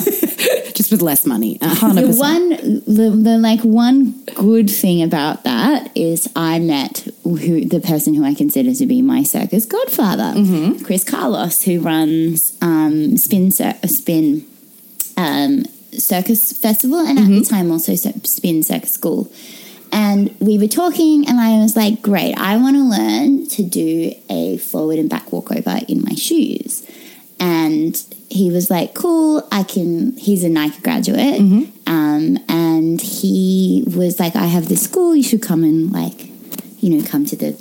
Speaker 3: just with less money.
Speaker 4: The one, the, the like one good thing about that is I met who the person who I consider to be my circus godfather, Chris Carlos, who runs um, Spin Cir- uh, Spin um, Circus Festival, and at
Speaker 1: Mm-hmm.
Speaker 4: the time also Cir- Spin Circus School. And we were talking, and I was like, "Great, I want to learn to do a forward and back walkover in my shoes." and he was like, "Cool, I can." He's a Nike graduate,
Speaker 1: Mm-hmm.
Speaker 4: um, and he was like, "I have this school. You should come and like, you know, come to the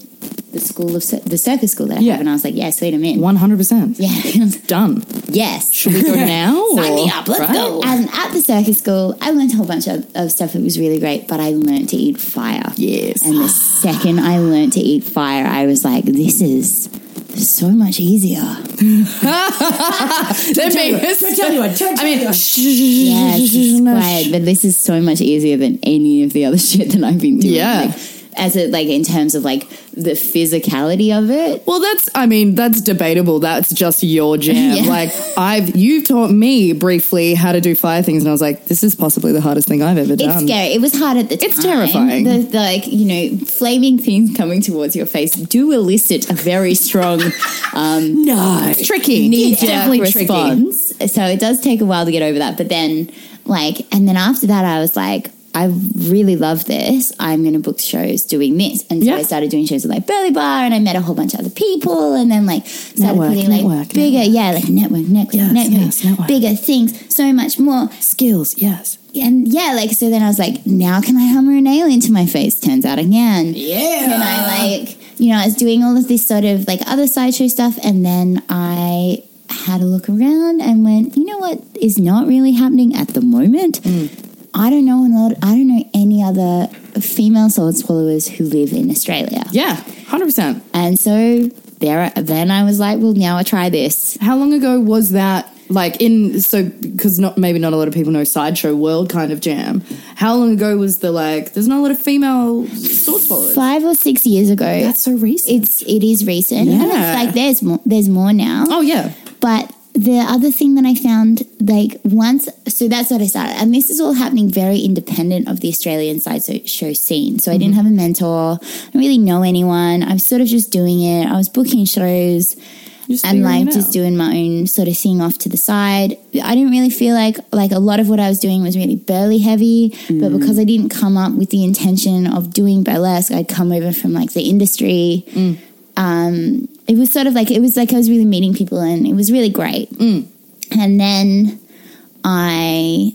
Speaker 4: the school of cir- the circus school that I
Speaker 1: Yeah.
Speaker 4: have." And I was like, "Yeah, sweet, I'm in."
Speaker 1: One hundred percent
Speaker 4: Yeah,
Speaker 1: done.
Speaker 4: yes.
Speaker 1: Should we go now?
Speaker 4: Sign me
Speaker 1: or-
Speaker 4: up. Let's
Speaker 1: right?
Speaker 4: go. And at the circus school, I learned a whole bunch of, of stuff. It was really great, but I learned to eat fire. Yes. And the second I learned to eat fire, I was like, this is so much easier.
Speaker 1: Let me- I mean,
Speaker 4: Yeah, it's just quiet, but this is so much easier than any of the other shit that I've been doing.
Speaker 1: Yeah.
Speaker 4: Like, as it like in terms of like the physicality of it.
Speaker 1: Well, that's, I mean, that's debatable. That's just your jam.
Speaker 4: Yeah.
Speaker 1: Like, I've, you've taught me briefly how to do fire things, and I was like, this is possibly the hardest thing I've ever
Speaker 4: It's
Speaker 1: done.
Speaker 4: scary. It was hard at the time.
Speaker 1: It's terrifying.
Speaker 4: The, the, like you know, flaming things coming towards your face do elicit a very strong um,
Speaker 3: no.
Speaker 1: Tricky.
Speaker 4: knee
Speaker 1: It's
Speaker 4: jerk response. So it does take a while to get over that. But then, like, and then after that, I was like, I really love this. I'm going to book shows doing this. And so
Speaker 1: Yeah.
Speaker 4: I started doing shows with like Burley Bar and I met a whole bunch of other people and then like started
Speaker 6: Network,
Speaker 4: putting like
Speaker 6: network,
Speaker 4: bigger, yeah, like network, network,
Speaker 6: Yes,
Speaker 4: network,
Speaker 6: yes, network.
Speaker 4: bigger things, so much more.
Speaker 6: Skills, yes.
Speaker 4: And yeah, like, so then I was like, now can I hammer an nail into my face? Turns out I can and I like you know I was doing all of this sort of like other sideshow stuff, and then I had a look around and went, you know what is not really happening at the moment.
Speaker 1: Mm.
Speaker 4: I don't know a lot. I don't know any other female sword swallowers who live in Australia,
Speaker 1: Yeah, 100%.
Speaker 4: and so there. Then I was like, well, now I try this.
Speaker 1: How long ago was that? Like, in, so, because not, maybe not a lot of people know Sideshow World kind of jam. How long ago was the, like, there's not a lot of female sword swallowers?
Speaker 4: Five or six years ago,
Speaker 1: That's so recent.
Speaker 4: it's it is recent, and
Speaker 1: Yeah.
Speaker 4: it's like there's more there's more now.
Speaker 1: oh, yeah.
Speaker 4: But the other thing that I found, like once, so that's what I started, and this is all happening very independent of the Australian side so- show scene. So I didn't
Speaker 1: Mm-hmm.
Speaker 4: have a mentor, I didn't really know anyone. I was sort of just doing it. I was booking shows
Speaker 1: Just
Speaker 4: and
Speaker 1: figuring
Speaker 4: like
Speaker 1: it
Speaker 4: just
Speaker 1: out.
Speaker 4: doing my own sort of thing off to the side. I didn't really feel like like a lot of what I was doing was really burly heavy,
Speaker 1: Mm.
Speaker 4: but because I didn't come up with the intention of doing burlesque, I'd come over from like the industry. Um, it was sort of like it was like I was really meeting people, and it was really great.
Speaker 1: Mm.
Speaker 4: And then I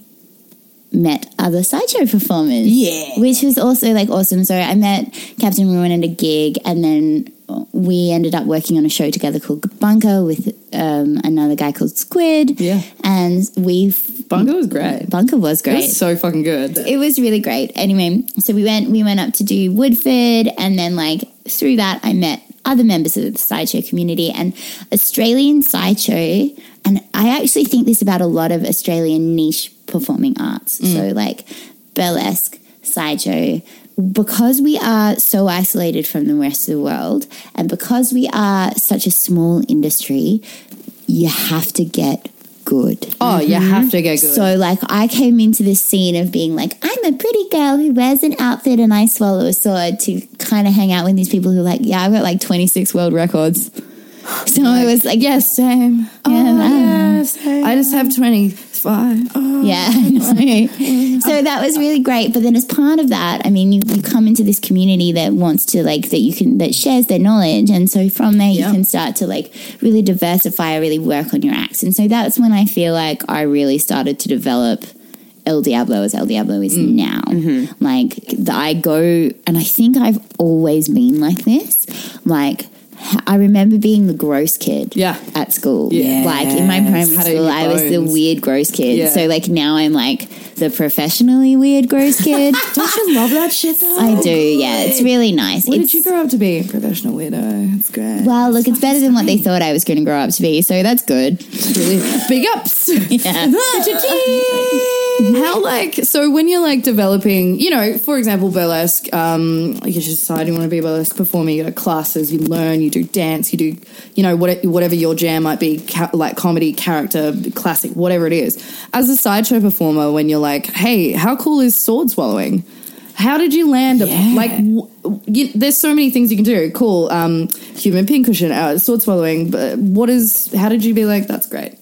Speaker 4: met other sideshow performers. Yeah. Which was also like awesome. So I met Captain Ruin at a gig and then we ended up working on a show together called Bunker with um, another guy called Squid.
Speaker 1: Yeah.
Speaker 4: And we
Speaker 1: Bungo was great.
Speaker 4: Bunker was
Speaker 1: It
Speaker 4: great.
Speaker 1: was so fucking good.
Speaker 4: it was really great. Anyway, so we went we went up to do Woodford and then like through that I met other members of the sideshow community and Australian sideshow and I actually think this about a lot of Australian niche performing arts. So like burlesque, sideshow because we are so isolated from the rest of the world and because we are such a small industry, you have to get good.
Speaker 1: Oh, you have to get good.
Speaker 4: So, like, I came into this scene of being like, I'm a pretty girl who wears an outfit and I swallow a sword to kind of hang out with these people who are like, yeah, I've got like 26 world records.
Speaker 1: Oh,
Speaker 4: So I was like, Oh, yes, same. Yeah, that-
Speaker 1: I Um, just have 20
Speaker 2: five. Oh.
Speaker 4: Yeah, I know. so that was really great. But then, as part of that, I mean, you, you come into this community that wants to like that you can that shares their knowledge, and so from there you can start to like really diversify, really work on your acts. And so that's when I feel like I really started to develop El Diablo as El Diablo is
Speaker 1: Mm.
Speaker 4: now.
Speaker 1: Mm-hmm.
Speaker 4: Like the, I go, and I think I've always been like this. Like. h- I remember being the gross kid
Speaker 1: Yeah.
Speaker 4: at school. Like in my primary
Speaker 1: Had it in
Speaker 4: school,
Speaker 1: your
Speaker 4: I was the
Speaker 1: bones.
Speaker 4: weird gross kid.
Speaker 1: Yeah.
Speaker 4: So like now I'm like the professionally weird gross kid.
Speaker 2: Don't you love that shit though?
Speaker 4: I do, yeah. It's really nice.
Speaker 2: What
Speaker 4: It's-
Speaker 2: did you grow up to be? Professional weirdo. It's great.
Speaker 4: well, look, it's better than what they thought I was going to grow up to be, so that's good.
Speaker 1: Big ups.
Speaker 4: Yeah.
Speaker 1: How like so when you're like developing, you know, for example, burlesque, um, like you should decide you want to be a burlesque performer. You go to classes, you learn, you do dance, you do, you know, what, whatever your jam might be, ca- like comedy, character, classic, whatever it is. As a sideshow performer, when you're like, hey, how cool is sword swallowing? How did you land? A, like, w- you, there's so many things you can do. Cool, um, human pincushion, uh, sword swallowing. But what is? How did you be like? That's great.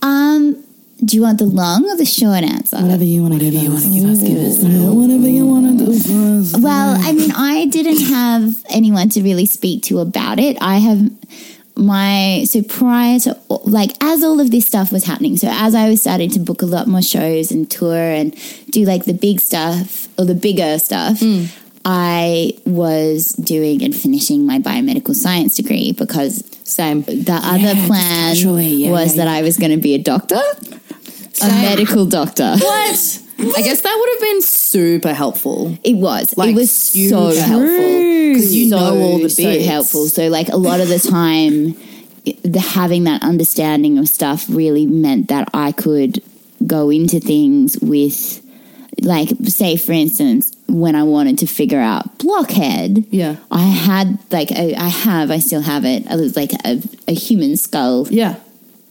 Speaker 4: Um, do you want the long or the short answer?
Speaker 6: Whatever you want to give us. Ooh. Whatever you want to do for us.
Speaker 4: Well, I mean, I didn't have anyone to really speak to about it. I have my so prior to like as all of this stuff was happening. So as I was starting to book a lot more shows and tour and do like the big stuff or the bigger stuff.
Speaker 6: Hmm.
Speaker 4: I was doing and finishing my biomedical science degree because
Speaker 1: Same.
Speaker 4: the other plan was that I was going to be a doctor, a medical doctor.
Speaker 1: What? I guess that would have been super helpful.
Speaker 4: It was.
Speaker 1: Like,
Speaker 4: it was
Speaker 1: huge
Speaker 4: so
Speaker 1: help.
Speaker 4: helpful because
Speaker 1: you know all the
Speaker 4: So
Speaker 1: bits.
Speaker 4: helpful. So like a lot of the time, it- the having that understanding of stuff really meant that I could go into things with, like, say for instance, when I wanted to figure out blockhead.
Speaker 1: Yeah.
Speaker 4: I had like I, I have I still have it. I was like a, a human skull
Speaker 1: Yeah.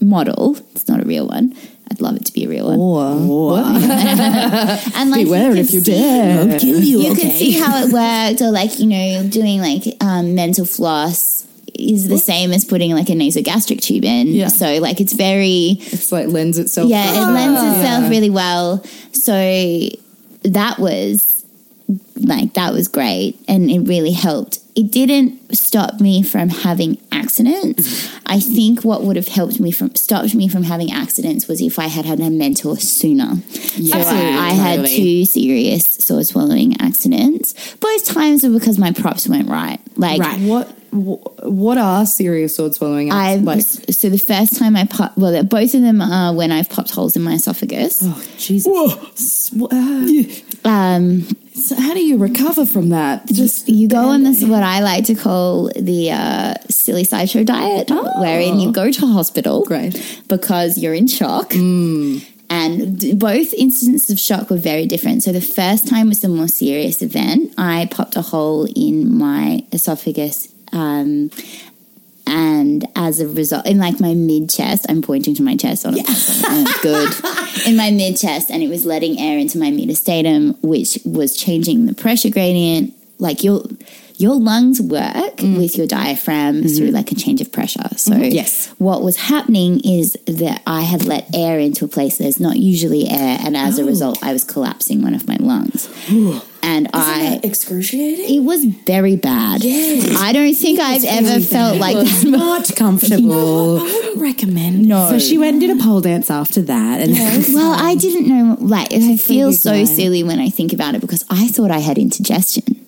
Speaker 4: model. It's not a real one. I'd love it to be a real one. and like
Speaker 1: Beware
Speaker 4: you
Speaker 1: if
Speaker 4: could
Speaker 1: you
Speaker 4: see-
Speaker 1: dare. I'll kill
Speaker 4: you can see how it worked, or like you know, doing like um, mental floss is the same as putting like a nasogastric tube in.
Speaker 1: Yeah.
Speaker 4: So like it's very
Speaker 1: It's like lends itself.
Speaker 4: yeah, it lends itself really well. So that was like that was great and it really helped. It didn't stop me from having accidents. I think what would have helped me from stopped me from having accidents was if I had had a mentor sooner. so I, I had two serious sword swallowing accidents. Both times were because my props weren't right. Like
Speaker 1: What wh- what are serious sword swallowing
Speaker 4: I
Speaker 1: acts like?
Speaker 4: was so the first time I pop well they're- both of them are when I've popped holes in my esophagus.
Speaker 1: Mm-hmm. Oh, Jesus. uh,
Speaker 4: Um
Speaker 1: So how do you recover from that? Just
Speaker 4: you go on this what I like to call the uh, silly sideshow diet, wherein you go to hospital,
Speaker 1: Oh. Great. Mm.
Speaker 4: because you're in shock. And d- both instances of shock were very different. So the first time was the more serious event. I popped a hole in my esophagus. Um, and as a result, in like my mid chest, I'm pointing to my chest on it. Good. In my mid chest, and it was letting air into my metastatum, which was changing the pressure gradient. Like your your lungs work with your diaphragm through like a change of pressure. So yes, what was happening is that I had let air into a place there's not usually air, and as a result, I was collapsing one of my lungs. And I
Speaker 2: Excruciating.
Speaker 4: it was very bad. I don't think I've ever felt like that.
Speaker 3: Not comfortable.
Speaker 2: I wouldn't recommend.
Speaker 4: No.
Speaker 3: So she went and did a pole dance after that, and
Speaker 4: well, I didn't know. Like, I feel so silly when I think about it because I thought I had indigestion.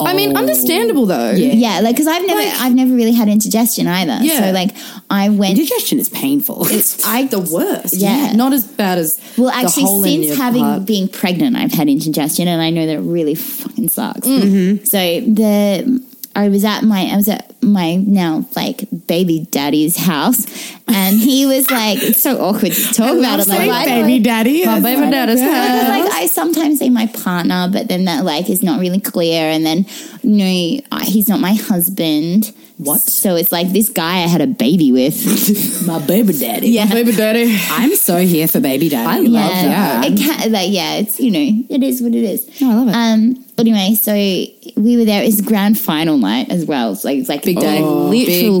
Speaker 1: I mean, understandable though. Yeah.
Speaker 4: Yeah, like because I've never, I've never really had indigestion either.
Speaker 1: Yeah.
Speaker 4: So like, I went.
Speaker 3: digestion is painful.
Speaker 1: It's I the worst.
Speaker 4: Yeah.
Speaker 1: Not as bad as
Speaker 4: well,
Speaker 1: the
Speaker 4: actually,
Speaker 1: hole in
Speaker 4: since
Speaker 1: your
Speaker 4: having
Speaker 1: heart.
Speaker 4: being pregnant, I've had indigestion, and I know that it really fucking sucks.
Speaker 1: Mm. Mm-hmm.
Speaker 4: So the I was at my I was at my now like baby daddy's house, and he was like, it's so awkward to talk about it. Like, why do I-
Speaker 3: daddy.
Speaker 1: my baby dad is
Speaker 4: Because, like I sometimes say my partner, but then that like is not really clear, and then no, I- he's not my husband. What? So it's like this guy I had a baby with.
Speaker 3: My baby daddy.
Speaker 4: yeah.
Speaker 5: Baby daddy.
Speaker 3: I'm so here for baby daddy. I
Speaker 4: yeah.
Speaker 3: that.
Speaker 4: It can, like, yeah, it's, you know, it is what it is.
Speaker 3: No, I love it.
Speaker 4: Um, anyway, so we were there. It's grand final night as well. It's like, it's like big
Speaker 5: day.
Speaker 4: literal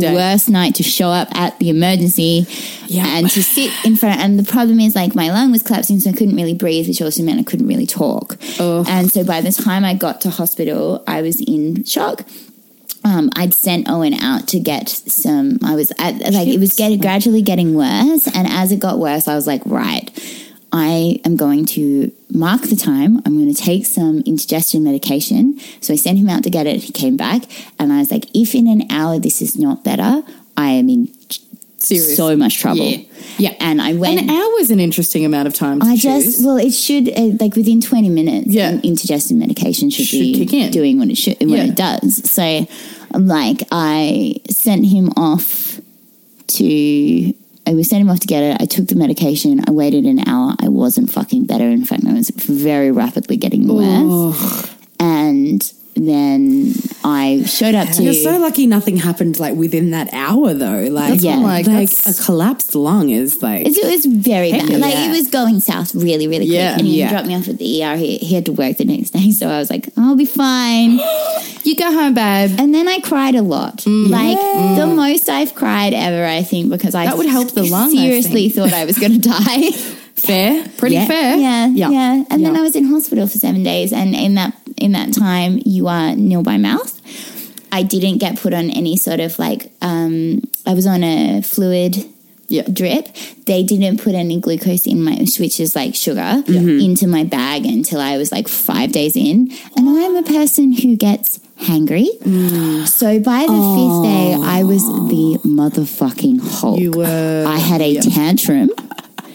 Speaker 5: Big day.
Speaker 4: worst night to show up at the emergency and to sit in front. And the problem is, like, my lung was collapsing, so I couldn't really breathe, which also meant I couldn't really talk. And so by the time I got to hospital, I was in shock um, I'd sent Owen out to get some. I was at, like, it was getting gradually getting worse, and as it got worse, I was like, right, I am going to mark the time. I'm going to take some indigestion medication. So I sent him out to get it. He came back, and I was like, if in an hour this is not better, I am in
Speaker 5: Serious.
Speaker 4: so much trouble.
Speaker 5: Yeah. Yeah.
Speaker 4: and I went.
Speaker 5: An hour is an interesting amount of time to
Speaker 4: I
Speaker 5: choose.
Speaker 4: just well, it should uh, like within twenty minutes.
Speaker 5: Yeah.
Speaker 4: in- indigestion medication should,
Speaker 5: Should
Speaker 4: be
Speaker 5: kick in.
Speaker 4: doing what it should what
Speaker 5: Yeah.
Speaker 4: it does. So, like, I sent him off to. I was sent him off to get it. I took the medication. I waited an hour. I wasn't fucking better. In fact, I was very rapidly getting worse. And then I showed up to
Speaker 3: You're so lucky nothing happened like within that hour though. Like,
Speaker 4: Yeah.
Speaker 3: like,
Speaker 5: Like,
Speaker 3: a collapsed lung is like
Speaker 4: It's, it was very bad. Like
Speaker 3: yeah.
Speaker 4: it was going south really, really quick.
Speaker 5: Yeah.
Speaker 4: and he
Speaker 3: Yeah.
Speaker 4: dropped me off at the ER. He, he had to work the next day, so I was like, I'll be fine.
Speaker 5: you go home, babe.
Speaker 4: And then I cried a lot.
Speaker 5: Mm.
Speaker 4: Like the most I've cried ever, I think, because I
Speaker 5: That would help the lung, I
Speaker 4: Seriously, thought I was going to die.
Speaker 5: Fair, pretty fair.
Speaker 4: Yeah, yeah. And then
Speaker 5: Yeah.
Speaker 4: I was in hospital for seven days, and in that in that time, you are nil by mouth. I didn't get put on any sort of like um, I was on a fluid
Speaker 5: Yeah.
Speaker 4: drip. They didn't put any glucose in my, which is like sugar,
Speaker 5: Mm-hmm.
Speaker 4: into my bag until I was like five days in. And I'm a person who gets hangry.
Speaker 5: Mm.
Speaker 4: So by the fifth day, I was the motherfucking Hulk.
Speaker 5: You were-
Speaker 4: I had a tantrum.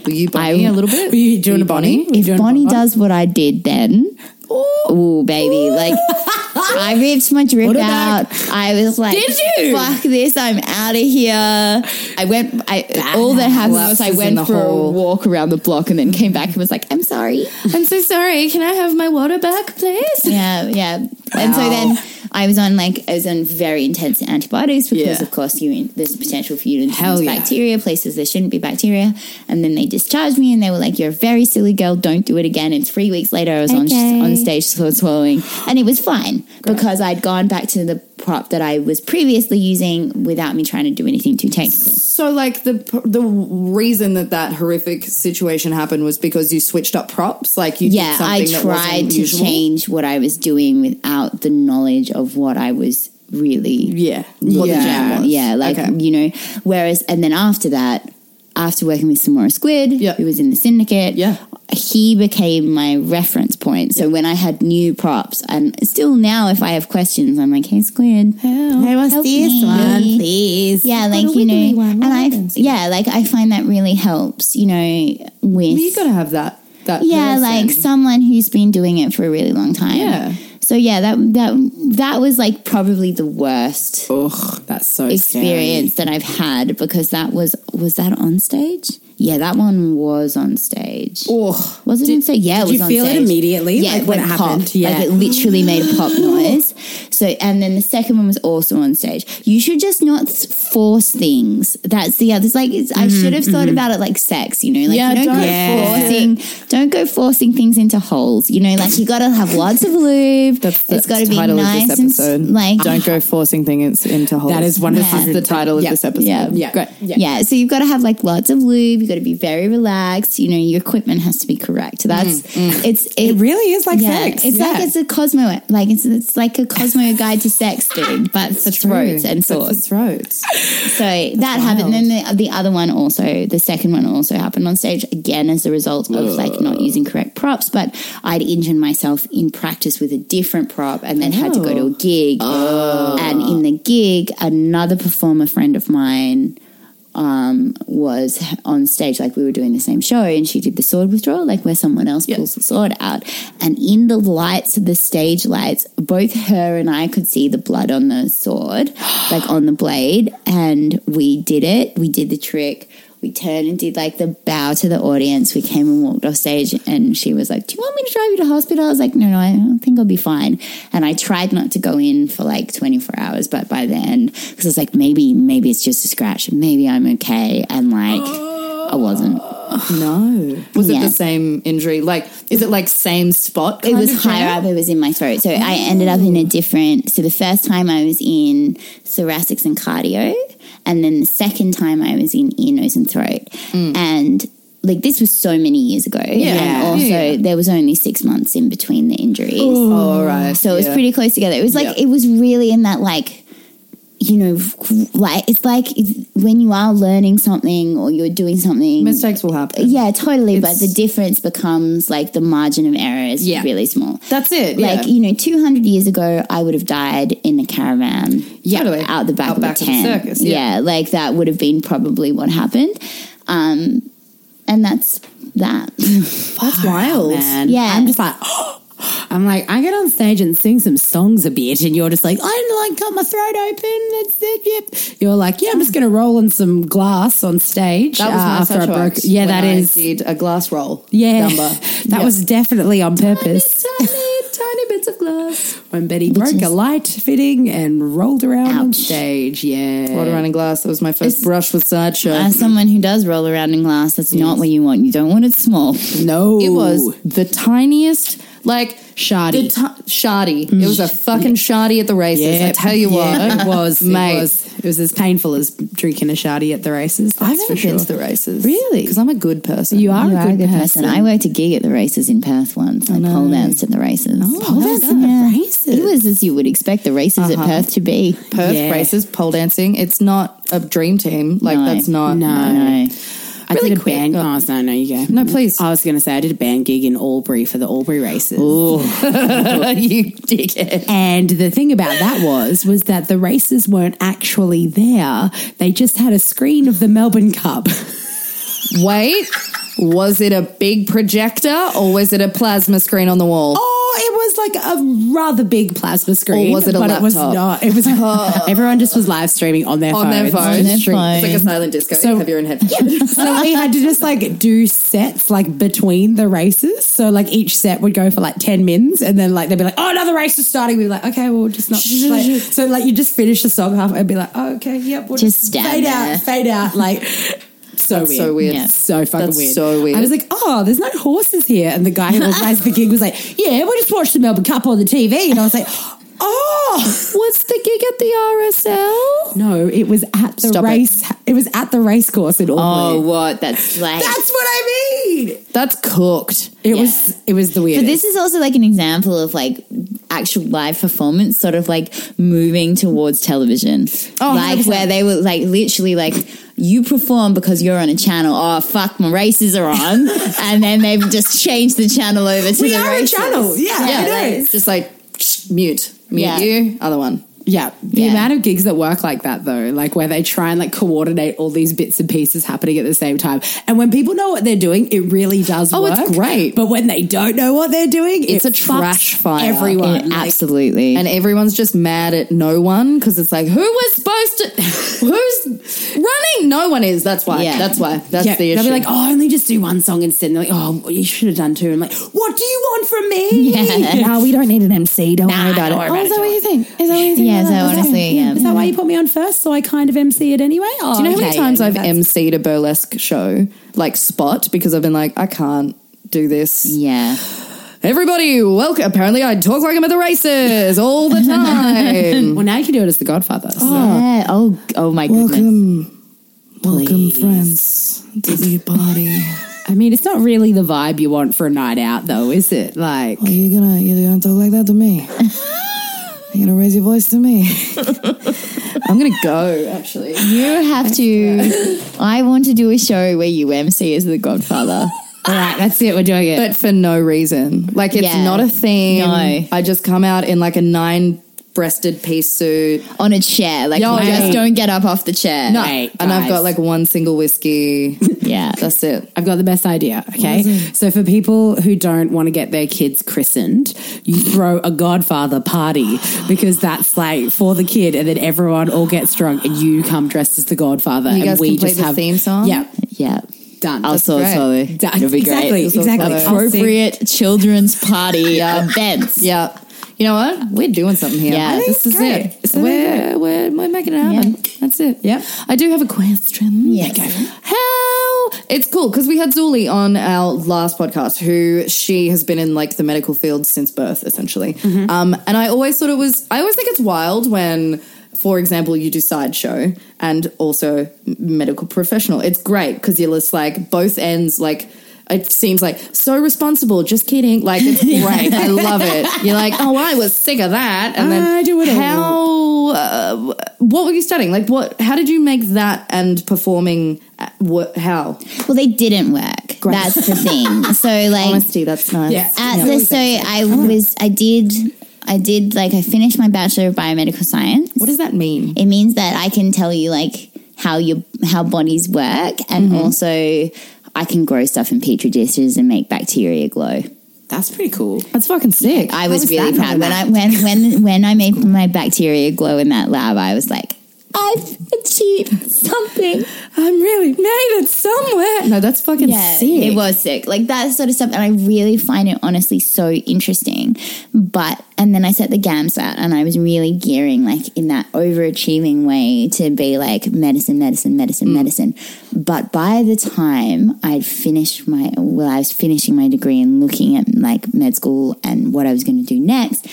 Speaker 5: Were you Bonnie
Speaker 4: I-
Speaker 5: a little bit?
Speaker 3: Were you doing a Bonnie? Were you
Speaker 4: If
Speaker 3: doing a
Speaker 4: Bonnie does what I did then, oh baby, like I ripped my drip out. I was like,
Speaker 5: Did you?
Speaker 4: Fuck this! I'm out of here. I went. I all that happened was I
Speaker 5: Collapses in the
Speaker 4: went for a
Speaker 5: hole.
Speaker 4: walk around the block and then came back and was like, I'm sorry.
Speaker 5: I'm so sorry. Can I have my water back, please?
Speaker 4: yeah, yeah. And so then I was on like I was on very intense antibiotics because
Speaker 5: Yeah.
Speaker 4: of course you in, there's potential for you to
Speaker 3: Hell
Speaker 4: introduce
Speaker 3: yeah.
Speaker 4: bacteria places there shouldn't be bacteria. And then they discharged me and they were like, "You're a very silly girl. Don't do it again." And three weeks later, I was
Speaker 6: Okay.
Speaker 4: on on stage sw- swallowing, and it was fine because I'd gone back to the prop that I was previously using without me trying to do anything too technical.
Speaker 5: So, like the the reason that that horrific situation happened was because you switched up props. Like you
Speaker 4: yeah,
Speaker 5: did
Speaker 4: I
Speaker 5: something that
Speaker 4: tried
Speaker 5: wasn't
Speaker 4: to
Speaker 5: usual.
Speaker 4: change what I was doing without the knowledge of what I was really
Speaker 5: Yeah,
Speaker 4: what
Speaker 5: yeah.
Speaker 4: the jam was. Yeah, like
Speaker 5: Okay.
Speaker 4: you know. Whereas, and then after that, after working with Samora Squid,
Speaker 5: Yeah.
Speaker 4: who was in the syndicate,
Speaker 5: Yeah.
Speaker 4: he became my reference point. So when I had new props, and still now, if I have questions, I'm like, "Hey, Squid,
Speaker 3: Hey, what's
Speaker 4: Help
Speaker 3: this
Speaker 4: me.
Speaker 3: one, please?
Speaker 4: yeah, like
Speaker 6: a
Speaker 4: you know,
Speaker 6: wiggly one. What
Speaker 4: and I,
Speaker 6: happens
Speaker 4: yeah, like I find that really helps. You know, with
Speaker 5: you gotta have that. That
Speaker 4: yeah,
Speaker 5: person.
Speaker 4: like someone who's been doing it for a really long time.
Speaker 5: Yeah.
Speaker 4: So yeah, that that that was like probably the worst
Speaker 3: Ugh, that's so
Speaker 4: experience that I've had because that was was that on stage? Yeah, that one was on stage.
Speaker 5: Oh,
Speaker 4: was it on stage? Yeah, it
Speaker 3: Did
Speaker 4: was
Speaker 3: you
Speaker 4: on
Speaker 3: feel it
Speaker 4: stage.
Speaker 3: immediately?
Speaker 4: Yeah,
Speaker 3: like
Speaker 4: it
Speaker 3: when
Speaker 4: went
Speaker 3: it
Speaker 4: pop.
Speaker 3: happened? Yeah.
Speaker 4: Like it literally made a pop noise. So, and then the second one was also on stage. You should just not s- force things. That's the other. It's like it's, I should have thought about it like sex. You know, like
Speaker 5: Yeah,
Speaker 4: you don't,
Speaker 5: don't
Speaker 4: go
Speaker 5: Yeah.
Speaker 4: forcing. Don't go forcing things into holes. You know, like you got to have lots of lube.
Speaker 6: That's the
Speaker 4: it's got to be
Speaker 6: title of this
Speaker 4: nice and s-
Speaker 6: episode.
Speaker 4: like
Speaker 6: Don't go forcing things into holes.
Speaker 3: that is wonderful.
Speaker 4: Yeah.
Speaker 6: the title of
Speaker 3: Yeah.
Speaker 6: this episode.
Speaker 4: Yeah.
Speaker 3: Yeah.
Speaker 6: Great.
Speaker 4: Yeah. So you've got to have like lots of lube. You've got to be very relaxed. You know, your equipment has to be correct. That's it's it,
Speaker 3: really is like sex,
Speaker 4: It's like
Speaker 3: yeah.
Speaker 4: it's a Cosmo like it's it's like a Cosmo guide to sex thing, but for throats and
Speaker 6: It's
Speaker 4: swords.
Speaker 6: throats.
Speaker 4: So that happened. Then the the other one also, the second one also happened on stage again as a result of like not using correct props. But I'd injured myself in practice with a different prop and then had to go to a gig. And in the gig, another performer friend of mine um, was on stage, like we were doing the same show, and she did the sword withdrawal, like where someone else pulls the sword out. And in the lights, the stage lights, both her and I could see the blood on the sword, like on the blade. And we did it, we did the trick. we turned and did like the bow to the audience. We came and walked off stage, and she was like, "Do you want me to drive you to hospital?" I was like, "No, no, I don't think I'll be fine." And I tried not to go in for like twenty four hours, but by the end, because I was like, maybe, maybe it's just a scratch. Maybe I'm okay, and like I wasn't.
Speaker 1: No. Was it
Speaker 4: Yeah.
Speaker 1: the same injury? Like, is it like same spot?
Speaker 4: It
Speaker 1: kind
Speaker 4: was
Speaker 1: of
Speaker 4: higher
Speaker 1: jam?
Speaker 4: up. It was in my throat. So I
Speaker 1: Mm.
Speaker 4: ended up in a different. So the first time I was in thoracics and cardio, and then the second time I was in ear, nose, and throat.
Speaker 1: Mm.
Speaker 4: And like this was so many years ago. And also, there was only six months in between the injuries.
Speaker 1: Oh, all right.
Speaker 4: So it was
Speaker 1: yeah.
Speaker 4: pretty close together. It was like it was really in that like you know like it's like it's, when you are learning something or you're doing something
Speaker 1: Mistakes will happen.
Speaker 4: yeah, totally. but the difference becomes like the margin of error is
Speaker 1: Yeah.
Speaker 4: really small.
Speaker 1: That's it.
Speaker 4: Like,
Speaker 1: yeah.
Speaker 4: you know, 200 years ago, I would have died in a caravan
Speaker 1: Yeah. Totally.
Speaker 4: out the back,
Speaker 1: Out
Speaker 4: of,
Speaker 1: back of
Speaker 4: a
Speaker 1: the
Speaker 4: tent.
Speaker 1: circus, yeah.
Speaker 4: like that would have been probably what happened. Um, and that's that.
Speaker 1: that's wild.
Speaker 3: Oh, man.
Speaker 4: Yeah.
Speaker 3: I'm just like, I'm like, I get on stage and sing some songs a bit, and you're just like, I like got my throat open. That's it. Yep. You're like, yeah, I'm just gonna roll in some glass on stage
Speaker 1: That was
Speaker 3: uh,
Speaker 1: my
Speaker 3: after I
Speaker 1: after
Speaker 3: broke. Yeah, that
Speaker 1: I
Speaker 3: is.
Speaker 1: Did a glass roll.
Speaker 3: Yeah,
Speaker 1: Number.
Speaker 3: that was definitely on purpose.
Speaker 1: tiny, tiny bits of glass.
Speaker 3: When Betty broke a light fitting and rolled around on
Speaker 4: Ouch.
Speaker 3: stage, yeah,
Speaker 1: Water running glass. That was my first brush with sideshow.
Speaker 4: As someone who does roll around in glass, that's not what you want. You don't want it small.
Speaker 3: no,
Speaker 1: It was the tiniest, like shardy. shardy.
Speaker 4: Mm.
Speaker 1: It was a fucking shardy at the races. I
Speaker 3: Yep.
Speaker 1: tell you what,
Speaker 3: Yeah, it was,
Speaker 1: mate.
Speaker 3: It was, it was as painful as drinking a shardy at the races.
Speaker 1: I've
Speaker 3: that's
Speaker 1: never
Speaker 3: for sure.
Speaker 1: been to the races,
Speaker 3: Really?
Speaker 1: because I'm a good person.
Speaker 3: You are
Speaker 4: You
Speaker 3: a
Speaker 4: are
Speaker 3: good, person.
Speaker 4: I worked a gig at the races in Perth once. I pole danced at the races.
Speaker 3: Pole dance at the races?
Speaker 4: It was as you would expect the races at Perth to be.
Speaker 1: Perth
Speaker 3: Yeah.
Speaker 1: races, pole dancing. It's not a dream team. Like
Speaker 4: No.
Speaker 1: that's not.
Speaker 3: No.
Speaker 4: No.
Speaker 3: I
Speaker 1: Really
Speaker 3: did a
Speaker 1: quick.
Speaker 3: band. Oh, no, no, you go.
Speaker 1: No, please.
Speaker 3: I was going to say I did a band gig in Albury for the Albury races.
Speaker 1: you dickhead.
Speaker 3: And the thing about that was, was that the races weren't actually there. They just had a screen of the Melbourne Cup.
Speaker 1: Wait, was it a big projector or was it a plasma screen on the wall?
Speaker 3: Oh, it was like a rather big plasma screen.
Speaker 1: Or was it a
Speaker 3: but It was
Speaker 1: laptop?
Speaker 3: not. It was. everyone just was live streaming on their
Speaker 1: Oh, on their
Speaker 3: phones.
Speaker 1: phone.
Speaker 4: their It's phone.
Speaker 1: It's like a silent disco.
Speaker 3: So-
Speaker 1: you have your own headphones.
Speaker 3: so we had to just like do sets like between the races. So like each set would go for like ten mins, and then like they'd be like, "Oh, another race is starting." We'd be like, "Okay, well, just not." just like, so like you just finish the song half and be like, oh, "Okay, yep, we'll
Speaker 4: Just
Speaker 3: just,
Speaker 4: stand
Speaker 3: fade
Speaker 4: there.
Speaker 3: out, fade out." Like so weird,
Speaker 1: so weird. Yeah.
Speaker 3: so fucking
Speaker 1: That's
Speaker 3: weird,
Speaker 1: so weird.
Speaker 3: I was like, "Oh, there's no horses here," and the guy who organised the gig was like, "Yeah, we'll just watch the Melbourne Cup on the TV," and I was like. Oh,
Speaker 1: What's the gig at the RSL?
Speaker 3: no! It was at the
Speaker 1: Stop it.
Speaker 3: race. It. was at the race course in
Speaker 4: Oh,
Speaker 3: Auckland.
Speaker 4: what? That's like.
Speaker 3: That's what I mean.
Speaker 1: That's cooked.
Speaker 3: It
Speaker 4: Yeah.
Speaker 3: was it was the
Speaker 4: but
Speaker 3: weirdest.
Speaker 4: this is also like an example of like actual live performance, sort of like moving towards television.
Speaker 1: Oh,
Speaker 4: like
Speaker 1: 100%.
Speaker 4: where they were like literally like you perform because you're on a channel. Oh fuck, my races are on, and then they've just changed the channel over to
Speaker 3: we
Speaker 4: the
Speaker 3: are
Speaker 4: races.
Speaker 3: a channel. Yeah,
Speaker 4: Yeah,
Speaker 3: I know.
Speaker 1: It's just like psh, mute, mute
Speaker 4: Yeah.
Speaker 1: you, other one.
Speaker 3: yeah. The
Speaker 4: Yeah.
Speaker 3: amount of gigs that work like that though, like where they try and like coordinate all these bits and pieces happening at the same time. And when people know what they're doing, it really does
Speaker 1: Oh,
Speaker 3: work.
Speaker 1: it's great.
Speaker 3: But when they don't know what they're doing,
Speaker 1: It's
Speaker 3: it
Speaker 1: a trash
Speaker 3: fucks
Speaker 1: fire.
Speaker 3: Everyone.
Speaker 4: It-
Speaker 3: Like,
Speaker 4: Oh, absolutely.
Speaker 1: And everyone's just mad at no one because it's like, who was supposed to, who's running? No one is. That's why.
Speaker 4: Yeah.
Speaker 1: That's why. That's
Speaker 3: yeah,
Speaker 1: the issue.
Speaker 3: they'll be like, "Oh, only just do one song instead." And they're like, "Oh, well, you should have done two. I'm like, "What do you want from me?"
Speaker 4: Yeah.
Speaker 6: No, we don't need an MC. Don't worry about
Speaker 4: don't
Speaker 6: it.
Speaker 4: worry
Speaker 6: Oh,
Speaker 4: about
Speaker 6: is
Speaker 4: it,
Speaker 6: that what you think? Is that what you think?
Speaker 4: Yeah,
Speaker 6: about
Speaker 4: so
Speaker 6: that? Is that-
Speaker 4: honestly, yeah.
Speaker 3: Is that why you put me on first? So I kind of MC it anyway. Oh,
Speaker 1: Do you know how many
Speaker 3: okay.
Speaker 1: times I've
Speaker 3: That's-
Speaker 1: emceed a burlesque show, like spot, because I've been like, I can't do this.
Speaker 4: yeah.
Speaker 1: Everybody, welcome. Apparently, I talk like I'm at the races all the time.
Speaker 3: Well, now you can do it as the Godfather. so-
Speaker 4: Yeah. Oh, oh my goodness.
Speaker 6: Welcome. Welcome, friends, to the party.
Speaker 3: I mean, it's not really the vibe you want for a night out, though, is it? Like,
Speaker 6: Are you gonna you gonna talk like that to me? You gonna raise your voice to me?
Speaker 1: I'm gonna go. Actually,
Speaker 4: You have to. I want to do a show where you MC is the Godfather.
Speaker 3: all right, that's it. We're doing it.
Speaker 1: but for no reason. Like it's
Speaker 4: Yeah.
Speaker 1: not a theme.
Speaker 4: No.
Speaker 1: I just come out in like a nine-breasted pea suit.
Speaker 4: on a chair. Like,
Speaker 1: Yo,
Speaker 4: you
Speaker 1: yeah.
Speaker 4: just don't get up off the chair.
Speaker 1: No,
Speaker 3: Right,
Speaker 1: and I've got like
Speaker 3: guys.
Speaker 1: one single whiskey.
Speaker 4: Yeah.
Speaker 1: That's it.
Speaker 3: I've got the best idea. Okay, so for people who don't want to get their kids christened, you throw a Godfather party because that's like for the kid, and then everyone all gets drunk, and you come dressed as the Godfather,
Speaker 1: You
Speaker 3: and
Speaker 1: guys
Speaker 3: we
Speaker 1: can play
Speaker 3: just
Speaker 1: the
Speaker 3: have
Speaker 1: theme song?
Speaker 3: Yeah,
Speaker 4: Yeah.
Speaker 3: Done.
Speaker 4: I'll so sorry.
Speaker 3: Da-
Speaker 4: Oh, It'll be
Speaker 3: exactly,
Speaker 4: great.
Speaker 3: exactly.
Speaker 4: Appropriate children's party events.
Speaker 1: Yeah. You know what? We're doing something here.
Speaker 4: Yeah. I think
Speaker 1: this
Speaker 4: it's
Speaker 1: is
Speaker 4: great.
Speaker 1: it. we're, we're, we're making it happen. That's it.
Speaker 3: Yep.
Speaker 1: I do have a question.
Speaker 4: Yes.
Speaker 1: Okay. How? It's cool because we had Zuli on our last podcast, who she has been in like the medical field since birth, essentially.
Speaker 3: Mm-hmm.
Speaker 1: Um, and I always thought it was, I always think it's wild when, for example, you do sideshow and also m- medical professional. It's great because you're just like both ends, like, it seems like so responsible. Just kidding. Like it's great. I love it. You're like, oh, I was sick of that. And then
Speaker 3: I do it
Speaker 1: How?
Speaker 3: all.
Speaker 1: Uh, what were you studying? Like, what? How did you make that and performing? At, what? How?
Speaker 4: Well, they didn't work. That's the thing. So like
Speaker 1: Honesty. That's nice.
Speaker 4: at the, so I was I did I did like I finished my bachelor of biomedical science.
Speaker 1: What does that mean?
Speaker 4: It means that I can tell you like how your how bodies work, and also I can grow stuff in petri dishes and make bacteria glow.
Speaker 3: That's pretty cool.
Speaker 1: That's fucking sick.
Speaker 4: I was, really proud when I when when when I made my bacteria glow in that lab. I was like, I've achieved something.
Speaker 1: I'm really made it somewhere. No, that's fucking sick.
Speaker 4: It was sick. Like that sort of stuff. And I really find it honestly so interesting. But, and then I set the GAMS out and I was really gearing like in that overachieving way to be like medicine, medicine, medicine, medicine. But by the time I'd finished my, well, I was finishing my degree and looking at like med school and what I was going to do next,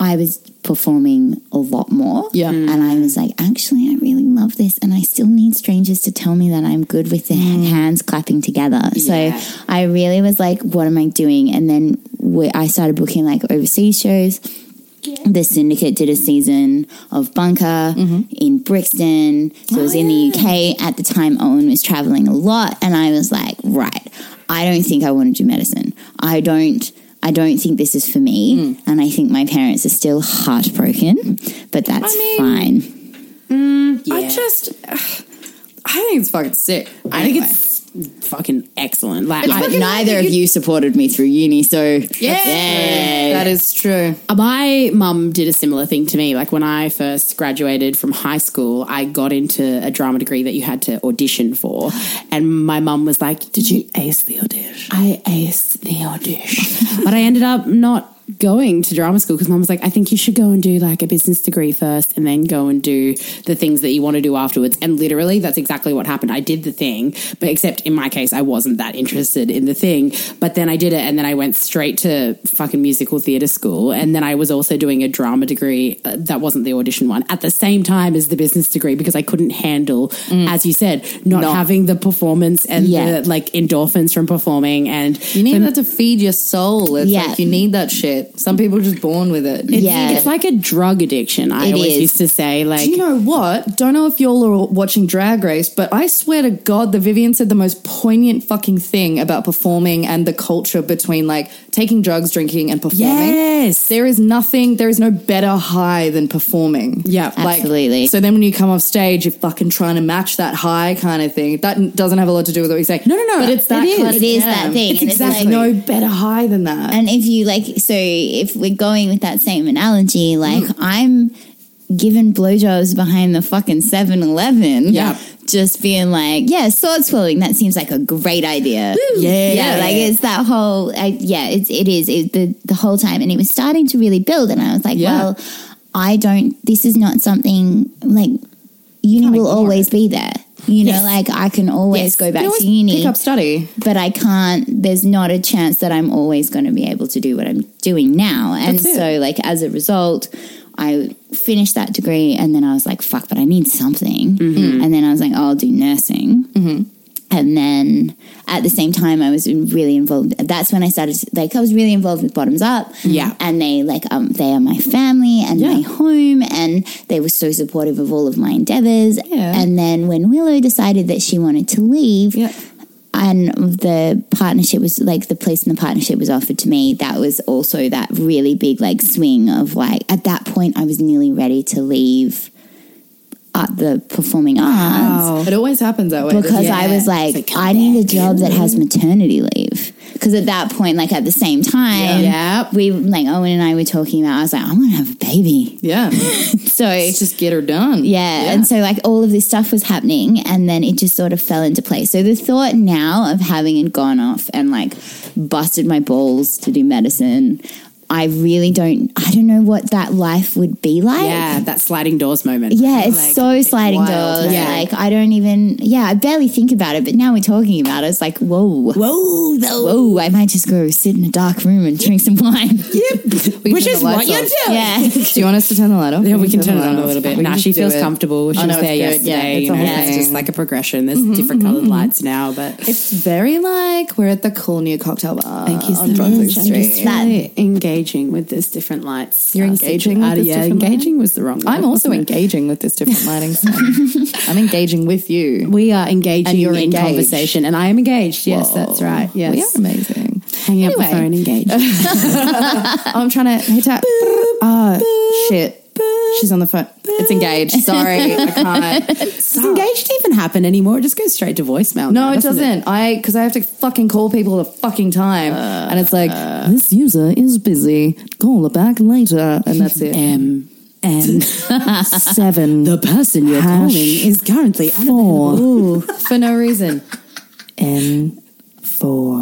Speaker 4: I was performing a lot more.
Speaker 1: Yeah.
Speaker 4: And I was like, actually, I really love this. And I still need strangers to tell me that I'm good with the hands clapping together. So I really was like, what am I doing? And then we, I started booking like overseas shows. The syndicate did a season of Bunker
Speaker 3: Mm-hmm.
Speaker 4: in Brixton. So it was in
Speaker 3: Oh,
Speaker 4: the UK. At the time, Owen was traveling a lot. And I was like, right, I don't think I want to do medicine. I don't. I don't think this is for me,
Speaker 3: Mm.
Speaker 4: and I think my parents are still heartbroken, but that's fine.
Speaker 1: I just. I think it's fucking sick.
Speaker 3: I think it's fucking excellent. Like, I,
Speaker 4: But neither of you supported me through uni, so yeah.
Speaker 1: That is true.
Speaker 3: Uh, my mum did a similar thing to me. Like when I first graduated from high school, I got into a drama degree that you had to audition for, and my mum was like, "Did you ace the audition?" I aced the audition, but I ended up not going to drama school because mum was like, "I think you should go and do like a business degree first, and then go and do the things that you want to do afterwards." And literally, that's exactly what happened. I did the thing, but except in my case, I wasn't that interested in the thing. But then I did it, and then I went straight to fucking musical theatre school. And then I was also doing a drama degree uh, that wasn't the audition one at the same time as the business degree because I couldn't handle,
Speaker 1: Mm.
Speaker 3: as you said, not having the performance and
Speaker 4: Yeah.
Speaker 3: the like endorphins from performing. And
Speaker 1: You need that to feed your soul. It's
Speaker 4: Yeah.
Speaker 1: like you need that shit. Some people are just born with it.
Speaker 3: it's,
Speaker 4: Yeah.
Speaker 3: it's like a drug addiction. I
Speaker 4: It
Speaker 3: always
Speaker 4: is.
Speaker 3: used to say, like,
Speaker 1: Do you know what? Don't know if y'all are watching Drag Race, but I swear to God, the Vivian said the most poignant fucking thing about performing and the culture between like taking drugs, drinking, and performing.
Speaker 3: Yes.
Speaker 1: There is nothing, there is no better high than performing.
Speaker 3: Yeah.
Speaker 4: Absolutely.
Speaker 1: So then when you come off stage, you're fucking trying to match that high kind of thing. That doesn't have a lot to do with what we say. No, no, no. But it's that
Speaker 4: is.
Speaker 1: kind of-
Speaker 4: It is
Speaker 1: yeah.
Speaker 4: that thing,
Speaker 1: It's
Speaker 4: and it's
Speaker 1: exactly
Speaker 4: like-
Speaker 1: no better high than that.
Speaker 4: And if you like, so if we're going with that same analogy, like
Speaker 1: Mm.
Speaker 4: I'm giving blowjobs behind the fucking 7 Eleven.
Speaker 1: Yeah.
Speaker 4: Just being like, yeah, sword swallowing, that seems like a great idea.
Speaker 1: Yeah.
Speaker 4: Yeah, like it's that whole, I, yeah, it's, it is it, the, the whole time. And it was starting to really build. And I was like,
Speaker 1: Yeah.
Speaker 4: well, I don't, this is not something like uni will always be there. You know, like I can always go back
Speaker 1: You always
Speaker 4: to uni
Speaker 1: Pick up study.
Speaker 4: but I can't. There's not a chance that I'm always going to be able to do what I'm doing now. And so, like as a result, I finished that degree, and then I was like, "Fuck!" But I need something. And then I was like, oh, "I'll do nursing." And then at the same time, I was really involved. That's when I started. to- Like I was really involved with Bottoms Up.
Speaker 3: Yeah.
Speaker 4: and they like um they are my family and my home, and they were so supportive of all of my endeavors. And then when Willow decided that she wanted to leave, and the partnership was like the place in the partnership was offered to me that was also that really big like swing of like at that point i was nearly ready to leave art, the performing arts
Speaker 1: Oh, It always happens that way. doesn't
Speaker 4: because
Speaker 1: it? Mm-hmm.
Speaker 4: i was like i need a job that has maternity leave because at that point, like at the same time,
Speaker 1: Yeah.
Speaker 4: we like Owen and I were talking about. I was like, I want to have a baby.
Speaker 1: Yeah.
Speaker 4: So
Speaker 1: Let's just get her done.
Speaker 4: yeah. And so, like, all of this stuff was happening, and then it just sort of fell into place. So, the thought now of having it gone off and like busted my balls to do medicine, I really don't, I don't know what that life would be like.
Speaker 3: Yeah, that sliding doors moment.
Speaker 4: Yeah, it's so sliding
Speaker 3: wild,
Speaker 4: doors.
Speaker 3: yeah.
Speaker 4: Like I don't even. Yeah, I barely think about it. But now we're talking about it. It's like whoa, whoa, whoa. I might just go sit in a dark room and drink some wine.
Speaker 3: Which is what you
Speaker 1: you're
Speaker 3: do.
Speaker 4: yeah,
Speaker 1: Do you want us to turn the light off?
Speaker 3: Yeah, we can turn it
Speaker 1: the
Speaker 3: on
Speaker 1: light
Speaker 3: a
Speaker 1: off.
Speaker 3: little bit.
Speaker 1: We
Speaker 3: Nah,
Speaker 1: can
Speaker 3: she
Speaker 1: just do
Speaker 3: feels
Speaker 1: it.
Speaker 3: comfortable. She
Speaker 1: Oh, no,
Speaker 3: was there
Speaker 1: it's good.
Speaker 3: yesterday.
Speaker 1: Yeah, it's
Speaker 3: you
Speaker 1: a
Speaker 3: know,
Speaker 1: whole
Speaker 3: it's just
Speaker 1: thing.
Speaker 3: like a progression. There's different colored lights now, but
Speaker 1: It's very like we're at the cool new cocktail bar. Thank you so on Brunswick
Speaker 3: much. I'm
Speaker 1: Street.
Speaker 4: just that-
Speaker 3: really engaging with this different lights.
Speaker 1: You're
Speaker 3: uh,
Speaker 1: engaging
Speaker 3: situ-
Speaker 1: with
Speaker 3: uh,
Speaker 1: this
Speaker 3: yeah,
Speaker 1: different light?
Speaker 3: engaging was the wrong. word,
Speaker 1: I'm also
Speaker 3: wasn't it?
Speaker 1: engaging with this different lighting. so I'm engaging with you.
Speaker 3: We are engaging
Speaker 1: And you're
Speaker 3: in
Speaker 1: engaged.
Speaker 3: conversation, and I am engaged. Yes, that's right. Yes,
Speaker 1: We are amazing.
Speaker 3: hanging up the
Speaker 1: Anyway.
Speaker 3: phone, engaged. Oh,
Speaker 1: I'm trying to hit tap.
Speaker 3: Ah,
Speaker 1: Oh shit! She's on the phone. It's engaged. Sorry, I can't.
Speaker 3: Does engaged even happen anymore? It just goes straight to
Speaker 1: No,
Speaker 3: voicemail. now,
Speaker 1: it doesn't. I because I have to fucking call people all the fucking time, and it's like this user is busy. Call her back later, and that's it.
Speaker 3: M and
Speaker 1: Seven
Speaker 3: the person you're
Speaker 1: Hash
Speaker 3: calling is currently
Speaker 1: four
Speaker 3: unavailable.
Speaker 1: for no reason.
Speaker 6: N four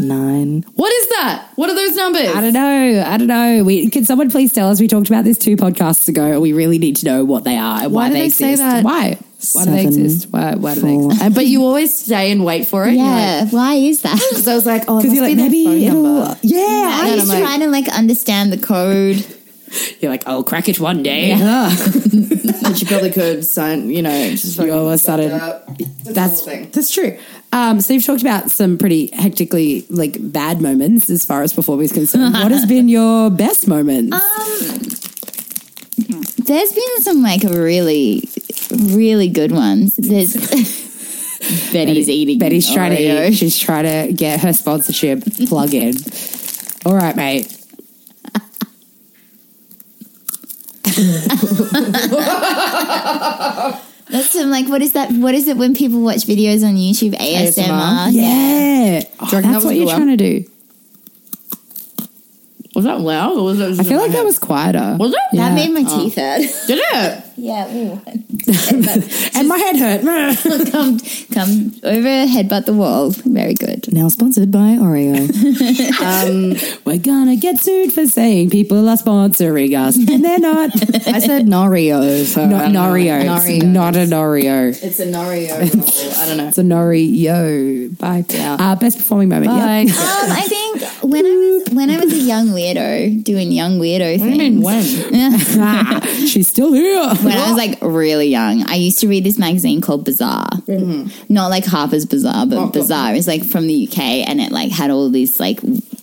Speaker 6: nine.
Speaker 1: What is that? What are those numbers?
Speaker 3: I don't know. I don't know. We, can someone please tell us? We talked about this two podcasts ago. We really need to know what they are and
Speaker 1: Why
Speaker 3: why,
Speaker 1: do
Speaker 3: they,
Speaker 1: they
Speaker 3: exist.
Speaker 1: say that?
Speaker 3: Why? Why do they
Speaker 6: Seven,
Speaker 3: exist? Why, why do they
Speaker 6: four.
Speaker 3: exist?
Speaker 1: Uh, but you always stay and wait for it.
Speaker 4: yeah. Why is that?
Speaker 1: Because I was like, oh, it must
Speaker 3: you're
Speaker 1: be
Speaker 3: like,
Speaker 1: their
Speaker 3: maybe
Speaker 1: phone
Speaker 3: it'll-
Speaker 1: number.
Speaker 3: Yeah.
Speaker 4: I'm
Speaker 1: no,
Speaker 4: just
Speaker 1: mate.
Speaker 4: trying to like understand the code.
Speaker 3: You're like, I'll crack it one day.
Speaker 1: But you probably could sign. You know, just
Speaker 3: You all of a sudden.
Speaker 1: that's
Speaker 3: That's true. Um, so you've talked about some pretty hectically like bad moments as far as performing is concerned. what has been your best moment?
Speaker 4: Um, There's been some like really, really good ones. There's Betty's eating.
Speaker 3: Betty's trying to
Speaker 4: Oreo.
Speaker 3: eat. She's trying to get her sponsorship plug in. All right, mate.
Speaker 4: That's some like what is that? What is it when people watch videos on YouTube? ASMR.
Speaker 3: Yeah. Oh,
Speaker 1: reckon that
Speaker 3: that's
Speaker 1: was
Speaker 3: what
Speaker 1: a good
Speaker 3: you're
Speaker 1: one?
Speaker 3: trying to do.
Speaker 1: Was that loud? Or was that?
Speaker 3: I feel like that was quieter.
Speaker 1: Was it?
Speaker 4: That made
Speaker 3: Oh.
Speaker 4: my teeth hurt.
Speaker 1: Did it?
Speaker 4: yeah. ooh.
Speaker 3: and my head hurt.
Speaker 4: come, come over, headbutt the wall. Very good.
Speaker 6: Now sponsored by Oreo.
Speaker 3: We're gonna get sued for saying people are sponsoring us. And they're not.
Speaker 6: I said Norio. So
Speaker 3: not Norio. It's not an Oreo.
Speaker 1: It's a Norio. I don't know.
Speaker 3: It's a Norio. Bye. Uh, best performing moment. Bye.
Speaker 4: Um, I think when I was when I was a young weirdo doing young weirdo
Speaker 3: Mm,
Speaker 4: things.
Speaker 1: when?
Speaker 3: She's still here.
Speaker 4: When I was like really young, I used to read this magazine called Bazaar. Not like Harper's Bazaar, but Bazaar. It's like from the UK and it like had all these like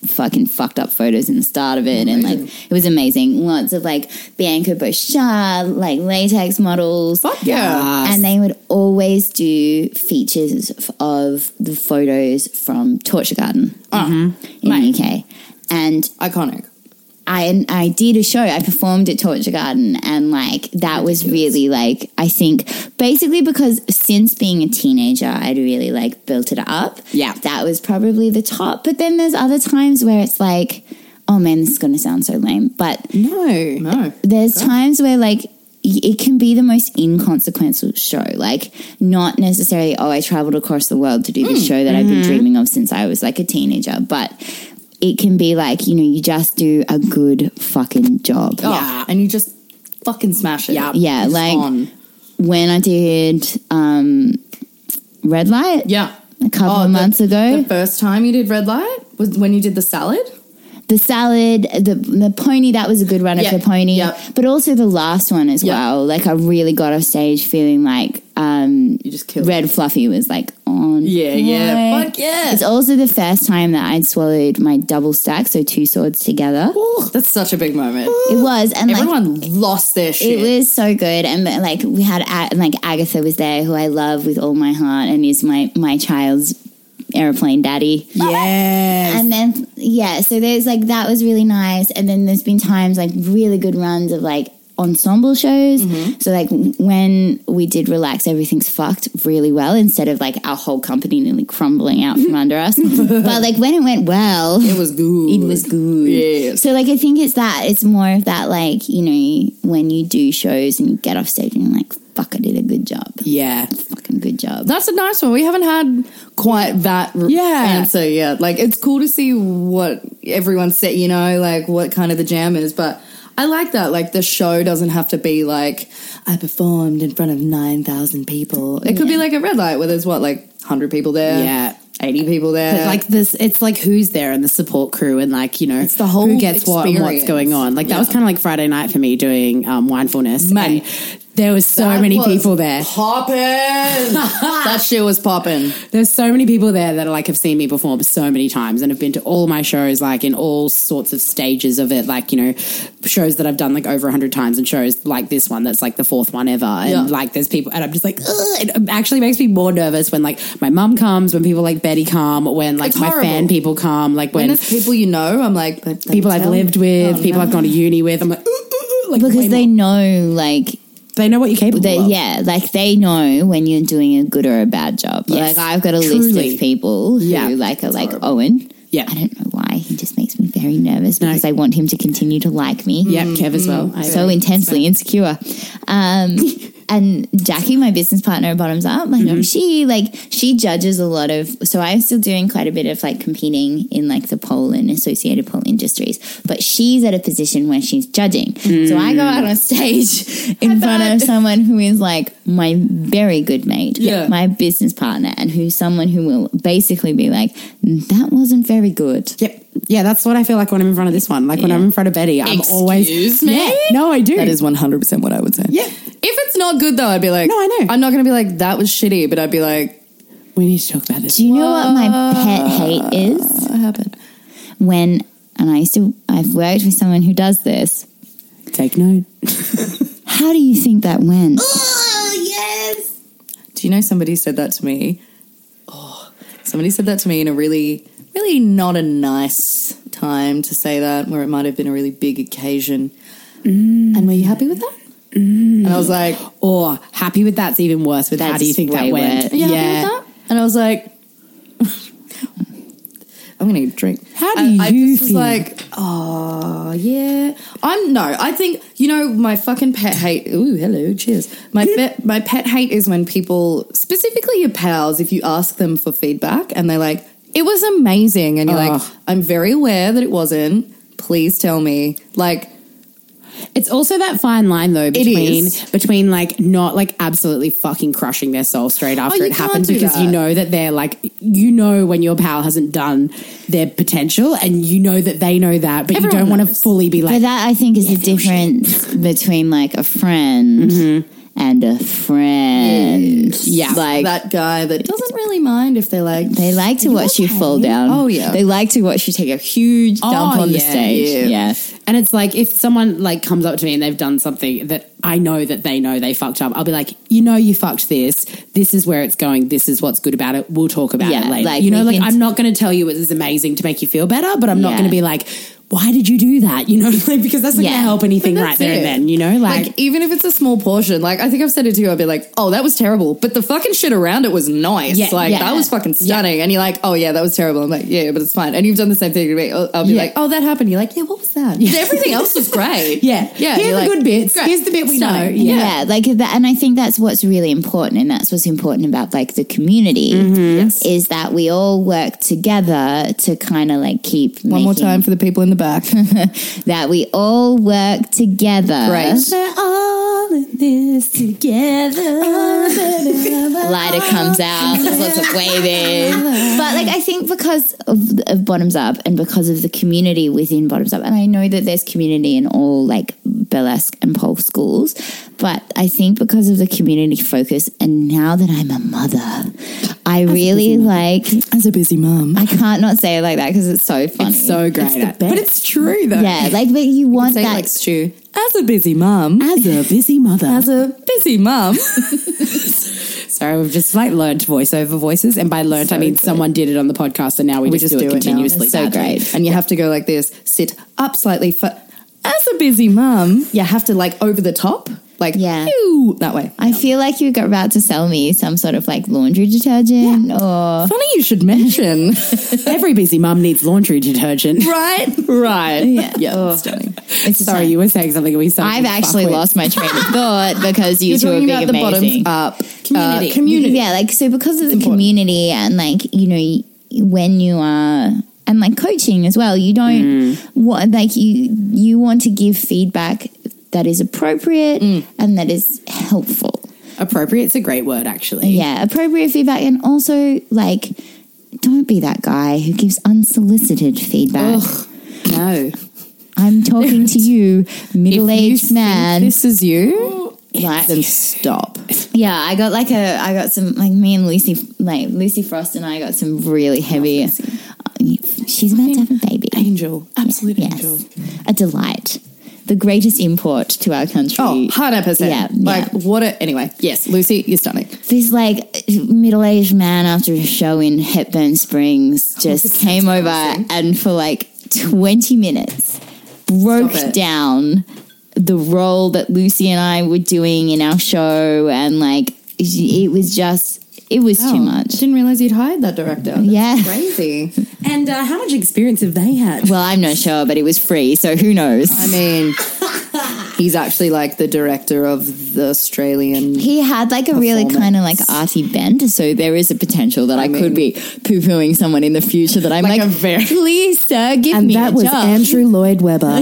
Speaker 4: fucking fucked up photos in the start of it and like it was amazing. Lots of like Bianca Bouchard, like latex models. Fuck
Speaker 1: yeah.
Speaker 4: And they would always do features f- of the photos from Torture Garden in the UK. And
Speaker 1: Iconic.
Speaker 4: I I did a show. I performed at Torture Garden, and like that was really like I think basically because since being a teenager, I'd really like built it up.
Speaker 3: Yeah.
Speaker 4: that was probably the top. But then there's other times where it's like, oh man, this is gonna sound so lame. But
Speaker 3: No.
Speaker 1: No.
Speaker 4: there's times where like y- it can be the most inconsequential show like not necessarily oh i traveled across the world to do
Speaker 1: Hmm.
Speaker 4: this show that i've
Speaker 1: Mm-hmm.
Speaker 4: been dreaming of since i was like a teenager but it can be like you know you just do a good fucking job
Speaker 1: Yeah. Ah, And you just fucking smash it.
Speaker 3: Yeah.
Speaker 4: Yeah,
Speaker 1: It's
Speaker 4: like-
Speaker 1: on.
Speaker 4: when i did um red light
Speaker 1: yeah.
Speaker 4: a couple
Speaker 1: Oh,
Speaker 4: of
Speaker 1: the-
Speaker 4: months ago
Speaker 1: The first time you did red light was when you did the salad.
Speaker 4: the salad, the the pony that was a good run
Speaker 1: Yeah,
Speaker 4: of the pony,
Speaker 1: yeah.
Speaker 4: but also the last one as
Speaker 1: Yeah.
Speaker 4: well. Like I really got off stage feeling like um,
Speaker 1: You just killed
Speaker 4: Red Fluffy was like on.
Speaker 1: Yeah, yeah.
Speaker 4: point.
Speaker 1: Fuck yeah.
Speaker 4: It's also the first time that I'd swallowed my double stack, so two swords together.
Speaker 1: That's such a big moment.
Speaker 4: It was, and like
Speaker 1: Everyone lost their shit.
Speaker 4: it was so good, and but, like we had, A- like Agatha was there, who I love with all my heart, and is my my child's airplane daddy.
Speaker 3: Yes.
Speaker 4: And then yeah, so there's like that was really nice. And then there's been times like really good runs of like ensemble shows. So like when we did relax, everything's fucked really well instead of like our whole company nearly crumbling out from under us. But like when it went well,
Speaker 5: It was good.
Speaker 4: it was good.
Speaker 5: Yes.
Speaker 4: So like I think it's that it's more of that like you know when you do shows and you get off stage and you're like fuck I did a good job
Speaker 5: Yeah.
Speaker 4: fucking good job
Speaker 1: That's a nice one. We haven't had quite that r-
Speaker 5: Yeah.
Speaker 1: answer yet. Like, it's cool to see what everyone's set, you know, like what kind of the jam is. But I like that. Like, the show doesn't have to be like, I performed in front of 9,000 people. It could be like a red light where there's what, like 100 people there?
Speaker 3: Yeah.
Speaker 1: 80 people there.
Speaker 3: But like this, it's like who's there and the support crew and like you know it's
Speaker 1: the whole
Speaker 3: who gets what and what's
Speaker 1: experience.
Speaker 3: going on. Like that was kind of like Friday night for me doing um, mindfulness.
Speaker 1: Mate.
Speaker 3: and there was so many people there.
Speaker 1: Poppin'! that shit was popping.
Speaker 3: There's so many people there that like have seen me perform so many times and have been to all my shows, like in all sorts of stages of it, like you know, shows that I've done like over hundred times and shows like this one that's like the fourth one ever, and
Speaker 1: Yeah.
Speaker 3: like there's people, and I'm just like, "Ugh," it actually makes me more nervous when like my mum comes, when people like Betty come, when like
Speaker 1: It's
Speaker 3: my fan
Speaker 1: horrible.
Speaker 3: people come, like
Speaker 1: When
Speaker 3: when
Speaker 1: it's people you know, I'm like, but they
Speaker 3: people I've
Speaker 1: tell me.
Speaker 3: lived with, people I've gone to uni with. I'm like, ooh, ooh, ooh, like way
Speaker 4: because they
Speaker 3: more-
Speaker 4: know like
Speaker 3: they know what you're capable
Speaker 4: they
Speaker 3: of.
Speaker 4: yeah like they know when you're doing a good or a bad job
Speaker 3: Yes,
Speaker 4: like I've got a list
Speaker 3: truly.
Speaker 4: of people who
Speaker 3: Yeah.
Speaker 4: like are like Owen
Speaker 3: Yeah.
Speaker 4: I don't know why he just makes me very nervous because I want him to continue to like me Mm.
Speaker 3: Yeah, Kev as well. I-
Speaker 4: so intensely insecure. Um, and Jackie, my business partner at Bottoms Up, like she like she judges a lot of. So I'm still doing quite a bit of like competing in like the poll and associated poll industries, but she's at a position where she's judging. So I go out on stage in front of someone who is like my very good mate,
Speaker 1: Yeah.
Speaker 4: my business partner, and who's someone who will basically be like, "Mm, "That wasn't very good."
Speaker 3: Yep. Yeah, that's what I feel like when I'm in front of this one. Like when I'm in front of Betty, I'm always me. Yeah, no, I do.
Speaker 1: That is 100% what I would say.
Speaker 3: Yeah.
Speaker 1: If it's not good, though, I'd be like,
Speaker 3: No, I know.
Speaker 1: I'm not going to be like, that was shitty, but I'd be like,
Speaker 3: We need to talk about this.
Speaker 4: Do you know what my pet hate is?
Speaker 1: what happened?
Speaker 4: when and I used to I've worked with someone who does this.
Speaker 3: Take note.
Speaker 4: How do you think that went?
Speaker 1: Do you know somebody said that to me? Oh, somebody said that to me in a really, really not a nice time to say that, where it might have been a really big occasion. And were you happy with that? And I was like,
Speaker 3: Mm. Or happy with that's even worse with how
Speaker 4: That's
Speaker 3: do you think that
Speaker 4: way
Speaker 3: went?
Speaker 4: worse.
Speaker 1: Are you happy with that? And I was like, I'm gonna get a drink.
Speaker 3: How do
Speaker 1: And I
Speaker 3: you
Speaker 1: just was
Speaker 3: feel?
Speaker 1: like, oh yeah. I'm no. I think you know my fucking pet hate. Ooh, hello, cheers. My pet, my pet hate is when people, specifically your pals, if you ask them for feedback and they're like, it was amazing, and you're like,
Speaker 3: Ugh.
Speaker 1: I'm very aware that it wasn't. Please tell me, like.
Speaker 3: It's also that fine line though between
Speaker 1: is.
Speaker 3: between like not like absolutely fucking crushing their soul straight after
Speaker 1: Oh, you
Speaker 3: it
Speaker 1: can't
Speaker 3: happens
Speaker 1: do
Speaker 3: because
Speaker 1: that.
Speaker 3: you know that they're like you know when your pal hasn't done their potential and you know that they know that but you
Speaker 1: Everyone
Speaker 3: don't want to
Speaker 1: knows.
Speaker 3: fully be
Speaker 4: But
Speaker 3: like
Speaker 4: that I think is the difference between like a friend
Speaker 1: Mm-hmm.
Speaker 4: and a friend.
Speaker 3: yeah
Speaker 4: Like
Speaker 1: that guy that doesn't really mind if they're like
Speaker 4: they like to watch you fall down.
Speaker 1: Oh, yeah.
Speaker 4: They like to watch you take a huge dump
Speaker 3: Oh,
Speaker 4: on the
Speaker 3: yeah,
Speaker 4: stage.
Speaker 1: yeah.
Speaker 4: Yeah.
Speaker 3: and it's like if someone like comes up to me and they've done something that I know that they know they fucked up I'll be like you know you fucked this this is where it's going this is what's good about it we'll talk about
Speaker 4: Yeah,
Speaker 3: it later
Speaker 4: like,
Speaker 3: you know
Speaker 4: we
Speaker 3: like
Speaker 4: can-
Speaker 3: I'm not going to tell you it was amazing to make you feel better but I'm not
Speaker 4: Yeah.
Speaker 3: going to be like why did you do that? You know, like, because that's not going
Speaker 4: Yeah.
Speaker 3: to help anything
Speaker 1: But
Speaker 3: right
Speaker 1: that's
Speaker 3: there
Speaker 1: it.
Speaker 3: and then. You know, like,
Speaker 1: like, even if it's a small portion like i think i've said it to you i'd be like oh that was terrible but the fucking shit around it was nice
Speaker 3: Yeah,
Speaker 1: like
Speaker 4: yeah.
Speaker 1: that was fucking stunning and you're like oh yeah that was terrible i'm like yeah but it's fine and you've done the same thing to me i'll, I'll be
Speaker 3: Yeah.
Speaker 1: like oh that happened you're like yeah what was that everything else was great
Speaker 3: yeah,
Speaker 1: yeah
Speaker 3: Here's
Speaker 1: you're
Speaker 3: the
Speaker 1: like,
Speaker 3: good bits.
Speaker 1: great.
Speaker 3: Here's the bit we know.
Speaker 4: No,
Speaker 3: Yeah.
Speaker 4: yeah. like that and i think that's what's really important and that's what's important about like the community
Speaker 1: Mm-hmm.
Speaker 4: is that we all work together to kind of like keep
Speaker 1: one more time for the people in the back
Speaker 4: that we all work together
Speaker 1: Great.
Speaker 4: we're all in this together lighter comes out there's lots of waving but like i think because of, of bottoms up and because of the community within bottoms up and i know that there's community in all like burlesque and pole schools but i think because of the community focus and now that i'm a mother i really like
Speaker 6: As a busy mum,
Speaker 4: i can't not say it like that because it's so funny
Speaker 3: So great. at- but it's true though.
Speaker 4: yeah like but you want
Speaker 1: Say it
Speaker 4: that
Speaker 1: like Stu. as a busy mum
Speaker 3: As a busy mother.
Speaker 1: as a busy mum
Speaker 3: Sorry, we've just like learned voiceover voices, and by learned I mean someone did it on the podcast, and now we, just, do, it
Speaker 1: now.
Speaker 3: continuously.
Speaker 4: It's so
Speaker 3: badly.
Speaker 4: great.
Speaker 1: and you have to go like this sit up slightly for as a a busy mum, you have to like over the top, like
Speaker 4: Yeah.
Speaker 1: "Ew," that way.
Speaker 4: I feel like you got about to sell me some sort of like laundry detergent or
Speaker 1: Funny you should mention.
Speaker 5: Every busy mum needs laundry detergent.
Speaker 1: right, right. Yeah, yeah.
Speaker 4: Oh.
Speaker 1: It's stunning.
Speaker 4: it's just
Speaker 5: Sorry,
Speaker 4: like-
Speaker 5: you were saying something we saw.
Speaker 4: I've actually lost my train of thought because you
Speaker 1: You're
Speaker 4: two are
Speaker 1: talking
Speaker 4: being
Speaker 1: about the
Speaker 4: amazing.
Speaker 1: bottoms up
Speaker 4: community.
Speaker 1: uh, community.
Speaker 4: Yeah, like so because of the community and like you know y- when you are and like coaching as well, you don't
Speaker 1: Mm.
Speaker 4: what like you you want to give feedback that is appropriate
Speaker 1: Mm.
Speaker 4: and that is helpful.
Speaker 5: Appropriate's a great word, actually.
Speaker 1: Mm.
Speaker 4: Yeah, appropriate feedback and also like don't be that guy who gives unsolicited feedback.
Speaker 1: No,
Speaker 4: I'm talking to you, middle-aged man.
Speaker 1: This is you.
Speaker 4: like-
Speaker 1: Then stop.
Speaker 4: Yeah, I got like a, I got some like me and Lucy, like Lucy Frost and I got some really heavy. uh, she's about to have a baby.
Speaker 1: Angel, absolute
Speaker 4: Yes. a delight, the greatest import to our country.
Speaker 1: Oh, 100%.
Speaker 4: Yeah,
Speaker 1: like,
Speaker 4: yeah.
Speaker 1: what a. Anyway, yes, Lucy, you're stunning.
Speaker 4: this like middle-aged man after a show in Hepburn Springs
Speaker 1: Oh,
Speaker 4: just came over and for like twenty minutes broke
Speaker 1: Stop it.
Speaker 4: down the role that Lucy and I were doing in our show, and like it was just, it was
Speaker 1: Oh,
Speaker 4: too much.
Speaker 1: Didn't realize you'd hired that director. That's
Speaker 4: Yeah.
Speaker 1: Crazy.
Speaker 5: And uh, how much experience have they had?
Speaker 4: Well, I'm not sure, but it was free, so who knows?
Speaker 1: I mean, he's actually like the director of the Australian.
Speaker 4: He had like a really
Speaker 1: Performance.
Speaker 4: kind of like arty bend, so there is a potential that I, could be poo pooing someone in the future that I'm like,
Speaker 1: Like a very-
Speaker 4: please, sir, give
Speaker 6: And
Speaker 4: me
Speaker 6: that
Speaker 4: a
Speaker 6: was
Speaker 4: job.
Speaker 6: Andrew Lloyd Webber.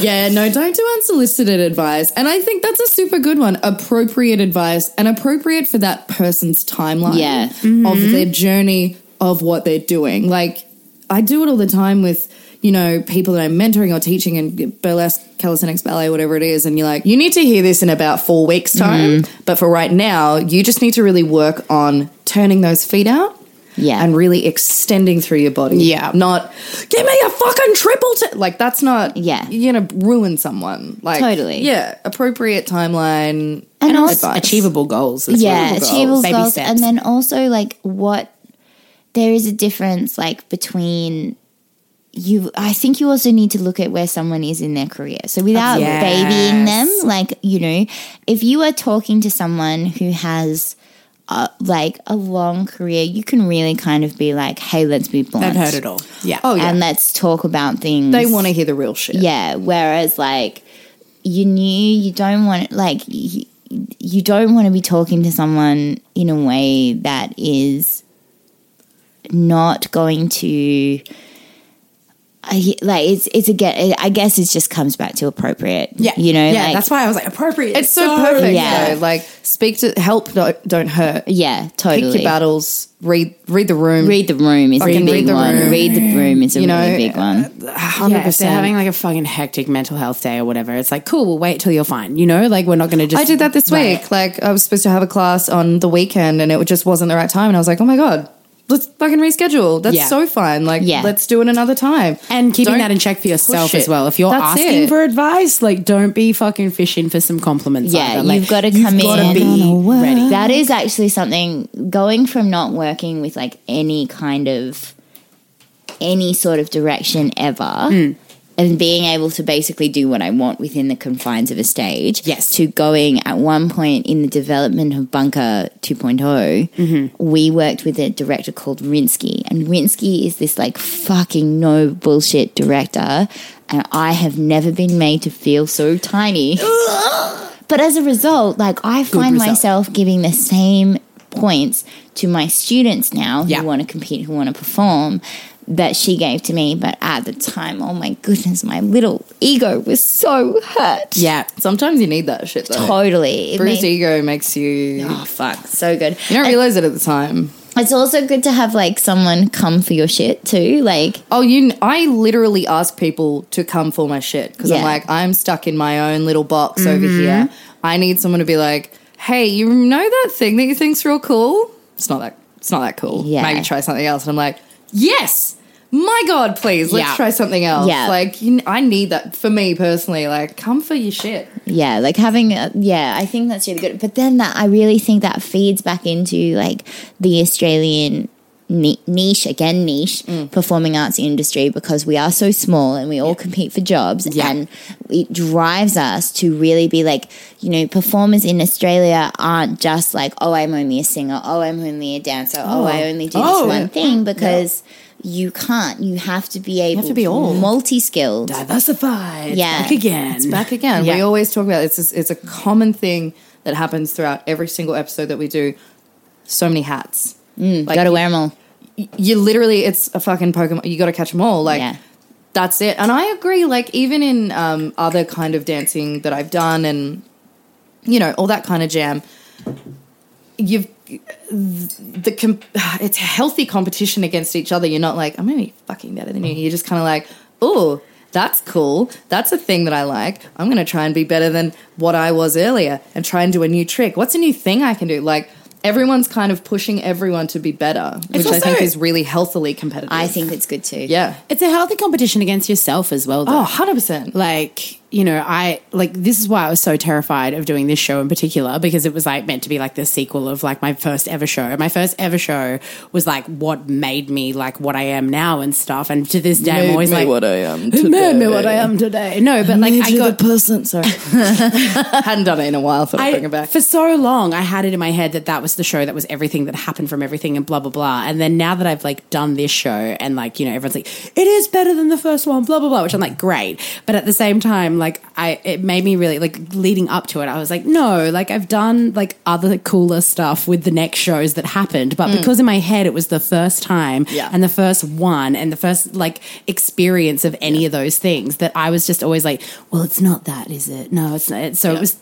Speaker 1: Yeah, no, don't do unsolicited advice. And I think that's a super good one. Appropriate advice and appropriate for that person's timeline
Speaker 4: Yeah.
Speaker 1: of their journey of what they're doing. Like, I do it all the time with, you know, people that I'm mentoring or teaching in burlesque, calisthenics, ballet, whatever it is. And you're like, you need to hear this in about four weeks' time. But for right now, you just need to really work on turning those feet out.
Speaker 4: Yeah.
Speaker 1: And really extending through your body. Yeah. Not, give me a fucking triple. T-. Like, that's not.
Speaker 4: Yeah.
Speaker 1: You're going to ruin someone. Like,
Speaker 4: Totally.
Speaker 1: Yeah. Appropriate timeline.
Speaker 4: And also-
Speaker 3: Achievable goals. as well.
Speaker 4: yeah, achievable
Speaker 3: Baby
Speaker 4: goals,
Speaker 3: steps.
Speaker 4: and then also like what there is a difference like between you. I think you also need to look at where someone is in their career. So without
Speaker 3: Yes.
Speaker 4: babying them, like you know, if you are talking to someone who has. Uh, like a long career, you can really kind of be like, "Hey, let's be blunt
Speaker 3: I've heard it all. Yeah.
Speaker 1: Oh, yeah.
Speaker 4: and let's talk about things."
Speaker 1: they want to hear the real shit.
Speaker 4: Yeah. Whereas, like, you knew you don't want like you, you don't want to be talking to someone in a way that is not going to. I, like it's it's again. I guess it just comes back to appropriate.
Speaker 3: Yeah.
Speaker 4: you know.
Speaker 3: Yeah.
Speaker 4: like,
Speaker 3: that's why I was like appropriate.
Speaker 1: It's so, perfect,
Speaker 4: Yeah.
Speaker 1: though. Like, speak to help, don't, don't hurt.
Speaker 4: Yeah, totally.
Speaker 1: Pick your battles, read read the room.
Speaker 4: Read the room is a
Speaker 1: Fucking
Speaker 4: big
Speaker 1: read the
Speaker 4: one.
Speaker 1: room.
Speaker 4: Read the room is a
Speaker 1: You know,
Speaker 4: really big one.
Speaker 3: Yeah, if they're having like a fucking hectic mental health day or whatever, it's like cool. We'll wait till you're fine. You know, like we're not going to just.
Speaker 1: I did that this
Speaker 3: Right.
Speaker 1: week. Like, I was supposed to have a class on the weekend and it just wasn't the right time. And I was like, oh my God, let's fucking reschedule. That's
Speaker 3: Yeah.
Speaker 1: so fine. Like,
Speaker 4: Yeah.
Speaker 1: let's do it another time.
Speaker 3: And keeping
Speaker 1: Don't
Speaker 3: that in check for yourself
Speaker 1: push
Speaker 3: as
Speaker 1: it.
Speaker 3: well. If you're
Speaker 1: That's
Speaker 3: asking
Speaker 1: it.
Speaker 3: for advice, like don't be fucking fishing for some compliments.
Speaker 4: Yeah,
Speaker 3: either. Like,
Speaker 4: you've got to come in.
Speaker 3: gotta be ready.
Speaker 4: That is actually something going from not working with like any kind of any sort of direction ever
Speaker 3: Hmm.
Speaker 4: and being able to basically do what I want within the confines of a stage.
Speaker 3: Yes.
Speaker 4: To going at one point in the development of Bunker 2.0,
Speaker 3: Mm-hmm.
Speaker 4: we worked with a director called Rinsky. And Rinsky is this like fucking no bullshit director. And I have never been made to feel so tiny. But as a result, like I find
Speaker 3: result.
Speaker 4: myself giving the same points to my students now who
Speaker 3: Yeah.
Speaker 4: want to compete, who want to perform that she gave to me. But at the time, oh my goodness, my little ego was so hurt.
Speaker 3: Yeah,
Speaker 1: Sometimes you need that shit, though.
Speaker 4: Totally. It
Speaker 1: Bruised
Speaker 4: made-
Speaker 1: ego makes you.
Speaker 4: Oh fuck, so good.
Speaker 1: You don't realize it at the time.
Speaker 4: It's also good to have like someone come for your shit too. Like
Speaker 1: Oh, you! kn- I literally ask people to come for my shit because
Speaker 4: Yeah. Mm-hmm.
Speaker 1: I'm like, I'm stuck in my own little box over here. I need someone to be like, "Hey, you know that thing that you think's real cool? It's not that. It's not that cool.
Speaker 4: Yeah.
Speaker 1: maybe try something else." And I'm like, "Yes, my god, please, let's
Speaker 3: Yeah.
Speaker 1: try something else."
Speaker 4: Yeah.
Speaker 1: like you, kn- I need that for me personally. Like, come for your shit.
Speaker 4: yeah like having a, yeah i think that's really good but then that i really think that feeds back into like the australian ni- niche again niche performing arts industry because we are so small and we all compete for jobs and it drives us to really be like you know performers in australia aren't just like oh i'm only a singer oh i'm only a dancer oh, i only do
Speaker 7: Oh.
Speaker 4: this one thing because you can't you have to be able
Speaker 1: have to be all.
Speaker 4: multi-skilled
Speaker 7: Diversified.
Speaker 4: Yeah.
Speaker 7: Back again.
Speaker 1: back again. We
Speaker 4: Yeah.
Speaker 1: always talk about it's it's a common thing that happens throughout every single episode that we do. So many hats. Mm,
Speaker 4: gotta wear them all
Speaker 1: you literally it's a fucking pokemon you gotta catch them all like
Speaker 4: Yeah.
Speaker 1: that's it and i agree like even in um, other kind of dancing that i've done and you know all that kind of jam you've the com- it's healthy competition against each other you're not like i'm gonna be fucking better than you you're just kind of like oh that's cool that's a thing that i like i'm gonna try and be better than what i was earlier and try and do a new trick what's a new thing i can do like everyone's kind of pushing everyone to be better which i think
Speaker 7: also-
Speaker 1: is really healthily competitive
Speaker 4: i think that's good too
Speaker 1: yeah
Speaker 3: It's a healthy competition against yourself as well, though.
Speaker 1: oh 100%
Speaker 3: Like, you know, I like this is why I was so terrified of doing this show in particular because it was like meant to be like the sequel of like my first ever show. My first ever show was like what made me like what I am now and stuff. And to this day, I'm always like,
Speaker 1: i am
Speaker 3: it made me what I am today. No, but like I got
Speaker 8: person. Sorry.
Speaker 1: hadn't done it in a while thought I,
Speaker 3: I-
Speaker 1: i'd bring it back
Speaker 3: For so long, I had it in my head that that was the show that was everything that happened from everything and blah, blah, blah. And then now that I've like done this show and like, you know, everyone's like, it is better than the first one, blah, blah, blah, which I'm like, great. But at the same time, like, I, it made me really like leading up to it, I was like, no, like I've done like other cooler stuff with the next shows that happened. But because in my head it was the first time
Speaker 1: Mm. Yeah.
Speaker 3: and the first one and the first like experience of any of those things that I was just always like, well, it's not that, is it? No, it's not. So it was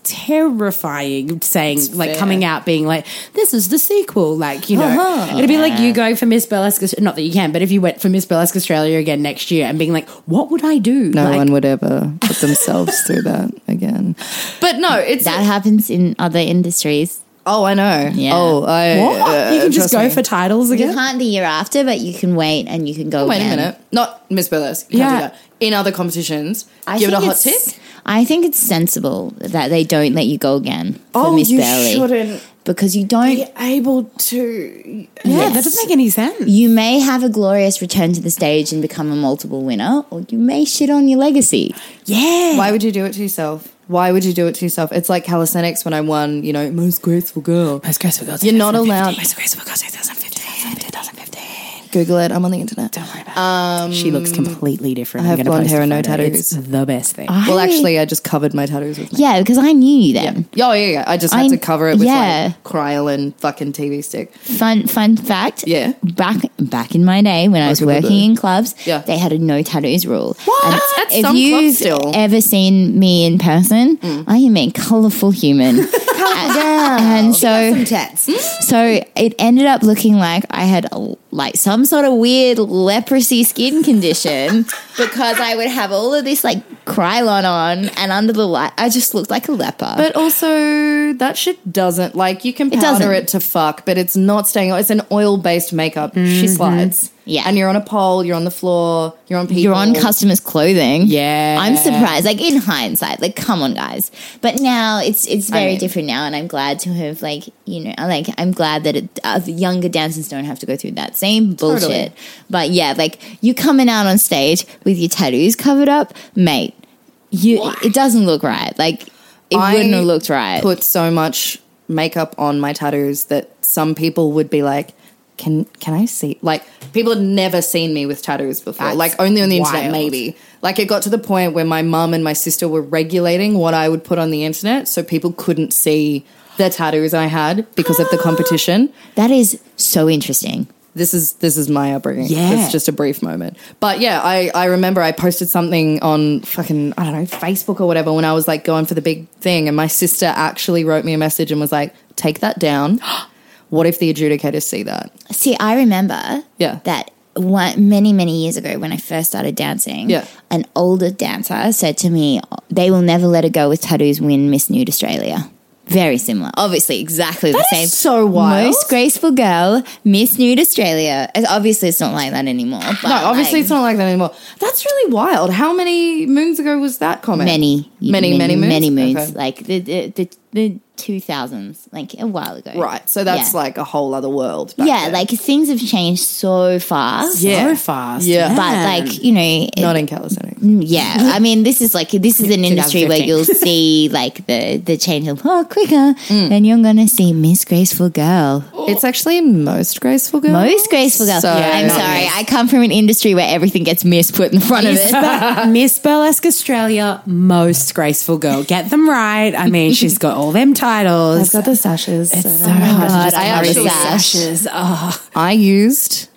Speaker 3: terrifying saying like
Speaker 1: fair.
Speaker 3: coming out being like, this is the sequel. Like, you know,
Speaker 1: Uh-huh.
Speaker 3: it'd be like you going for Miss Burlesque, Aus- not that you can, but if you went for Miss Burlesque Australia again next year and being like, what would I do?
Speaker 1: no
Speaker 3: Like,
Speaker 1: one would ever put themselves through that again but no it's
Speaker 4: that happens in other industries
Speaker 1: oh i know
Speaker 4: Yeah.
Speaker 1: oh i
Speaker 3: what?
Speaker 1: uh,
Speaker 3: you can just
Speaker 1: trust
Speaker 3: go
Speaker 1: me.
Speaker 3: for titles again.
Speaker 4: You can't the year after, but you can wait and you can go.
Speaker 1: Wait a
Speaker 4: again.
Speaker 1: minute. Not Miss Burlesque. You can't
Speaker 3: Yeah.
Speaker 1: do that. In other competitions,
Speaker 4: I
Speaker 1: give it a
Speaker 4: think
Speaker 1: hot tick.
Speaker 4: it's- I think it's sensible that they don't let you go again for
Speaker 1: Oh,
Speaker 4: Miss
Speaker 1: you
Speaker 4: Burley
Speaker 1: shouldn't.
Speaker 4: because you don't.
Speaker 1: Able to.
Speaker 3: Yeah, that doesn't make any sense.
Speaker 4: You may have a glorious return to the stage and become a multiple winner, or you may shit on your legacy.
Speaker 3: Yeah.
Speaker 1: Why would you do it to yourself? Why would you do it to yourself? It's like calisthenics when I won, you know, most graceful girl.
Speaker 3: Most Graceful Girl
Speaker 1: You're not allowed.
Speaker 3: 2015. Most Graceful Girl 2015. 2015.
Speaker 1: Google it. I'm on the internet.
Speaker 3: Don't worry about it. She looks completely different. I
Speaker 1: Um, have blonde hair and no tattoos.
Speaker 3: It's the best thing.
Speaker 1: Well, actually, I just covered my tattoos with.
Speaker 4: Yeah, because I knew you then.
Speaker 1: Yeah, oh yeah, yeah. I just had
Speaker 4: I-
Speaker 1: to cover it with
Speaker 4: yeah.
Speaker 1: like Kryolan fucking TV stick.
Speaker 4: Fun fun fact.
Speaker 1: Yeah.
Speaker 4: Back back in my day when I was
Speaker 1: in the
Speaker 4: working
Speaker 1: day.
Speaker 4: in clubs,
Speaker 1: Yeah.
Speaker 4: they had a no tattoos rule.
Speaker 1: What?
Speaker 4: And
Speaker 1: That's- that's
Speaker 4: if
Speaker 1: some clubs
Speaker 4: you've
Speaker 1: still. Mm.
Speaker 4: ever seen me in person, I am a colourful human. and, and so so it ended up looking like I had a, like some sort of weird leprosy skin condition because I would have all of this like Krylon on and under the light I just looked like a leper.
Speaker 1: But also, that shit doesn't like you can powder
Speaker 4: doesn't.
Speaker 1: it, to fuck, but it's not staying. It's an oil-based makeup. She slides.
Speaker 4: Yeah.
Speaker 1: and you're on a pole. You're on the floor. You're on people.
Speaker 4: You're on customers' clothing.
Speaker 3: Yeah.
Speaker 1: uh,
Speaker 4: I'm surprised. Like in hindsight, like come on, guys. But now it's it's very
Speaker 1: mean-
Speaker 4: different now, and I'm glad to have like you know uh, like I'm glad that it, uh, the younger dancers don't have to go through that same bullshit.
Speaker 1: Totally.
Speaker 4: But yeah, like you coming out on stage with your tattoos covered up, mate. You it doesn't look right. Like it
Speaker 1: I
Speaker 4: wouldn't have looked right.
Speaker 1: Put so much makeup on my tattoos that some people would be like, "Can can I see?" Like people had never seen me with tattoos before. like only on the internet,
Speaker 3: wild.
Speaker 1: maybe. Like it got to the point where my mum and my sister were regulating what I would put on the internet, so people couldn't see the tattoos I had because of the competition.
Speaker 4: that is so interesting.
Speaker 1: this is this is my upbringing.
Speaker 3: Yeah.
Speaker 1: It's just a brief moment. But yeah, I, I remember I posted something on fucking I don't know, Facebook or whatever when I was like going for the big thing and my sister actually wrote me a message and was like, Take that down. What if the adjudicators see that?
Speaker 4: See, I remember
Speaker 1: Yeah.
Speaker 4: that one, many, many years ago when I first started dancing,
Speaker 1: Yeah.
Speaker 4: an older dancer said to me, They will never let a girl with tattoos win Miss Nude Australia. Very similar. Obviously, exactly the same.
Speaker 1: so wild.
Speaker 4: Most graceful girl, Miss Nude Australia. And Obviously, it's not like that anymore. But
Speaker 1: No, obviously
Speaker 4: like,
Speaker 1: it's not like that anymore. That's really wild. How many moons ago was that comment?
Speaker 4: Many,
Speaker 1: Many, many moons?
Speaker 4: Many moons.
Speaker 1: Okay.
Speaker 4: Like the, the, the, the 2000s, like a while ago.
Speaker 1: Right. So that's
Speaker 4: Yeah.
Speaker 1: like a whole other world. back
Speaker 4: Yeah,
Speaker 1: then.
Speaker 4: like things have changed so fast.
Speaker 1: yeah.
Speaker 3: fast.
Speaker 1: Yeah.
Speaker 4: But like, you know, it-
Speaker 1: Not in calisthenics.
Speaker 4: yeah. I
Speaker 1: Mm-hmm.
Speaker 4: mean, this is like this is an industry where you'll see like the the change a lot quicker
Speaker 1: Mm.
Speaker 4: and you're going to see Miss Graceful Girl.
Speaker 1: It's actually most graceful girl.
Speaker 4: Most graceful girl.
Speaker 1: So-
Speaker 4: I'm
Speaker 1: Yeah,
Speaker 4: sorry. I come from an industry where everything gets misput in front of it.
Speaker 3: Miss Burlesque Australia, most graceful girl. Get them right. I mean, she's got all them titles.
Speaker 8: got the sashes. It's so
Speaker 4: God, I love
Speaker 1: actually-
Speaker 4: a sash.
Speaker 3: Oh.
Speaker 1: I used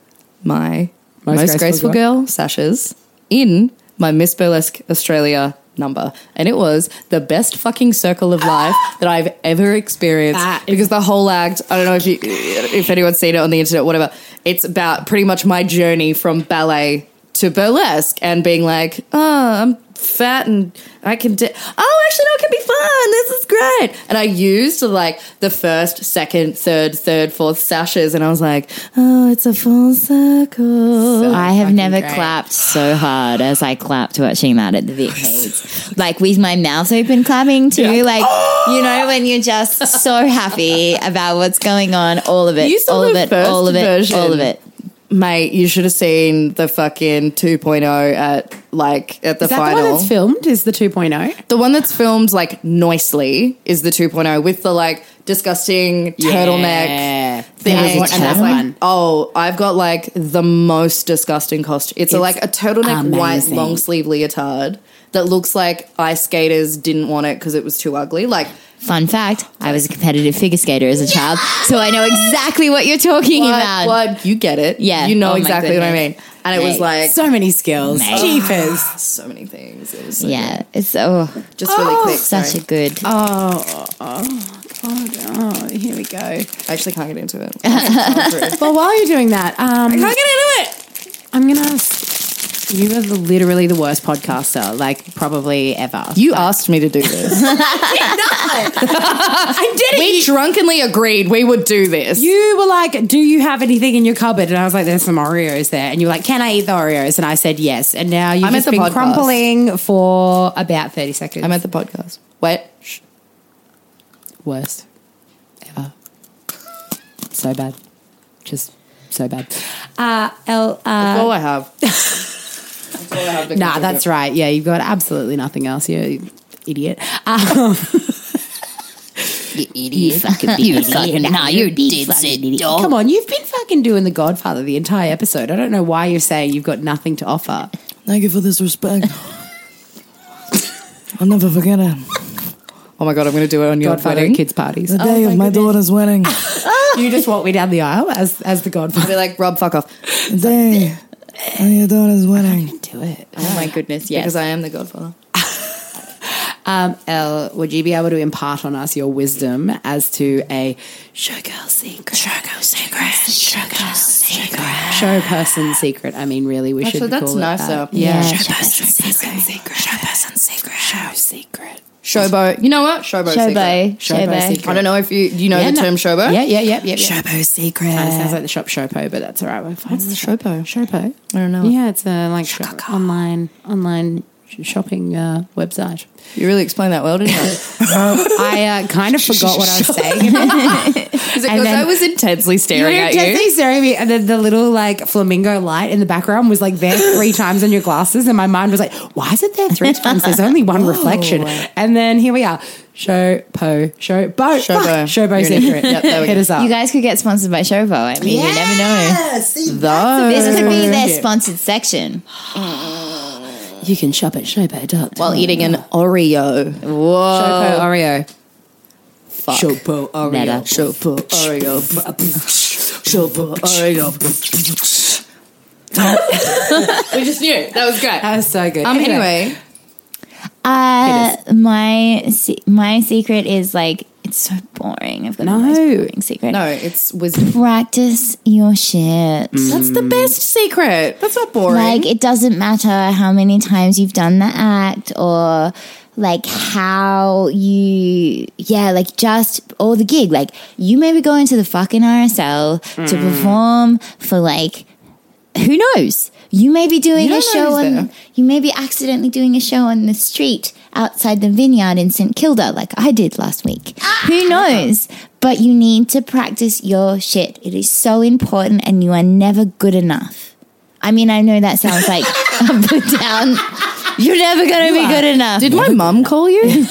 Speaker 1: my most, graceful, girl. sashes in my Miss Burlesque Australia number, and it was the best fucking circle of life that I've ever experienced. because the whole act, I don't know if you, if anyone's seen it on the internet, whatever. It's about pretty much my journey from ballet to burlesque and being like, oh, I'm fat and I can. Di- oh, actually, no, it can be fun. This is great. And I used like the first, second, third, third, fourth sashes, and I was like, oh, it's a full circle.
Speaker 4: I have never clapped so hard as I clapped watching that at the Vic Hayes. like with my mouth open clapping too. Like you know when you're just so happy about what's going on, all of it,
Speaker 1: You saw
Speaker 4: all of
Speaker 1: the
Speaker 4: it,
Speaker 1: first
Speaker 4: all of it,
Speaker 1: version.
Speaker 4: all of it.
Speaker 1: Mate, you should have seen the fucking 2.0 at like at the
Speaker 3: Is that
Speaker 1: final.
Speaker 3: the one that's filmed? Is the 2.0?
Speaker 1: The one that's filmed like nicely is the 2.0 with the like disgusting turtleneck thing.
Speaker 3: There was a
Speaker 1: And that's
Speaker 3: turtleneck.
Speaker 1: like, oh, I've got like the most disgusting costume. It's, a, like a turtleneck white
Speaker 3: amazing.
Speaker 1: long sleeve leotard that looks like ice skaters didn't want it because it was too ugly. Like,
Speaker 4: Fun fact: I was a competitive figure skater as a child, so I know exactly what you're talking
Speaker 1: blood,
Speaker 4: about.
Speaker 1: blood, you get it.
Speaker 4: Yeah.
Speaker 1: You know
Speaker 4: Oh my
Speaker 1: exactly what I mean.
Speaker 4: goodness.
Speaker 1: And it was like so,
Speaker 3: So many skills.
Speaker 4: Mate.
Speaker 3: Jeepers.
Speaker 1: many things. It was so
Speaker 4: Yeah, it's oh,
Speaker 1: Just really quick.
Speaker 4: such
Speaker 1: sorry.
Speaker 4: a good.
Speaker 3: Oh, here we go.
Speaker 1: I actually can't get into it.
Speaker 3: Well, while you're doing that, um, I can't get into it. I'm gonna. You are the, literally the worst podcaster, like probably ever.
Speaker 1: You asked me to do this.
Speaker 3: I did
Speaker 1: we drunkenly agreed we would do this.
Speaker 3: You were like, "Do you have anything in your cupboard?" And I was like, "There's some Oreos there." And you were like, "Can I eat the Oreos?" And I said, "Yes." And now you've
Speaker 1: I'm at
Speaker 3: just
Speaker 1: the
Speaker 3: been
Speaker 1: podcast.
Speaker 3: crumpling for about thirty seconds.
Speaker 1: I'm at the podcast. Wait. Shh.
Speaker 3: worst ever. So bad, just so bad. Uh, L, uh,
Speaker 1: That's all I have. That's all I have to
Speaker 3: nah,
Speaker 1: contribute.
Speaker 3: that's right. Yeah, you've got absolutely nothing else. You idiot. Um,
Speaker 4: You fucking you fucking nah, you did it,
Speaker 3: Come on, you've been fucking doing The Godfather the entire episode. I don't know why you're saying you've got nothing to offer.
Speaker 8: Thank you for this respect. I'll never forget it.
Speaker 1: Oh my god, I'm going to do it on your
Speaker 3: Godfather
Speaker 1: wedding.
Speaker 3: at kids' parties.
Speaker 8: The day of my daughter's wedding.
Speaker 3: you just walk me down the aisle as as The
Speaker 1: I'll
Speaker 3: Godfather.
Speaker 1: be like, Rob, fuck off.
Speaker 8: The day of your daughter's wedding.
Speaker 3: Do it.
Speaker 4: Oh my goodness, yes.
Speaker 1: Because I am the Godfather.
Speaker 3: Um, Elle, would you be able to impart on us your wisdom as to a showgirl secret? Showgirl secret. Showgirl secret. Show person secret. I mean, really, we
Speaker 1: Actually,
Speaker 3: should
Speaker 1: that's
Speaker 3: call it
Speaker 1: nicer.
Speaker 3: that.
Speaker 4: yeah,
Speaker 3: Person secret. Show person secret. Show secret.
Speaker 1: Showbo. You know what? Showbo.
Speaker 4: Showbo,
Speaker 1: secret. I don't know if you you know the term showbo.
Speaker 3: Yeah, yeah, yeah, yeah. yeah.
Speaker 8: Showbo secret.
Speaker 3: It sounds like the shop Shopo, but that's all right. We're fine. What's the
Speaker 1: Showbo.
Speaker 3: Shopo?
Speaker 1: I don't know.
Speaker 3: Yeah, it's a like shop- online online sh- shopping uh, website.
Speaker 1: You really explained that well, didn't you? Is
Speaker 3: I uh, kind of forgot what I was saying.
Speaker 1: it because
Speaker 3: And then-
Speaker 1: I was intensely staring
Speaker 3: You were
Speaker 1: at
Speaker 3: intensely
Speaker 1: you?
Speaker 3: staring at me, and then the little like flamingo light in the background was like there three times on your glasses, and my mind was like, "Why is it there three times? There's only one reflection." And then here we are, show po show bo
Speaker 1: Show Bo.
Speaker 3: show bo
Speaker 1: You're an
Speaker 3: secret.
Speaker 1: idiot. Yep, there we
Speaker 3: Hit
Speaker 1: go.
Speaker 3: us up.
Speaker 4: You guys could get sponsored by Shovo. I mean, you never know.
Speaker 1: Though.
Speaker 4: This could be their sponsored section.
Speaker 8: You can shop at showbo.com.
Speaker 1: While eating an Oreo.
Speaker 3: Shopo
Speaker 1: Whoa.
Speaker 3: Oreo.
Speaker 1: Fuck.
Speaker 3: Shopo
Speaker 4: Better.
Speaker 1: Showbo. Oreo. Showbo. Oreo. we just knew. That was great.
Speaker 3: That was so good.
Speaker 1: Um, anyway,
Speaker 4: Uh, my se- my secret is like it's so boring. I've got no. the most boring secret.
Speaker 1: no, it's wisdom.
Speaker 4: Practice your shit.
Speaker 1: That's the best secret. That's not boring.
Speaker 4: Like it doesn't matter how many times you've done the act or like how you yeah like just or the gig like you maybe go into the fucking RSL to perform for like who knows you may be doing
Speaker 1: You don't
Speaker 4: a
Speaker 1: know
Speaker 4: show
Speaker 1: who's
Speaker 4: on
Speaker 1: there.
Speaker 4: you may be accidentally doing a show on the street outside the vineyard in St. Kilda, like I did last week. Who knows? But you need to practice your shit. It is so important, and you are never good enough. I mean, I know that sounds like up and down. You're never going to be good enough.
Speaker 1: Did my mum call you?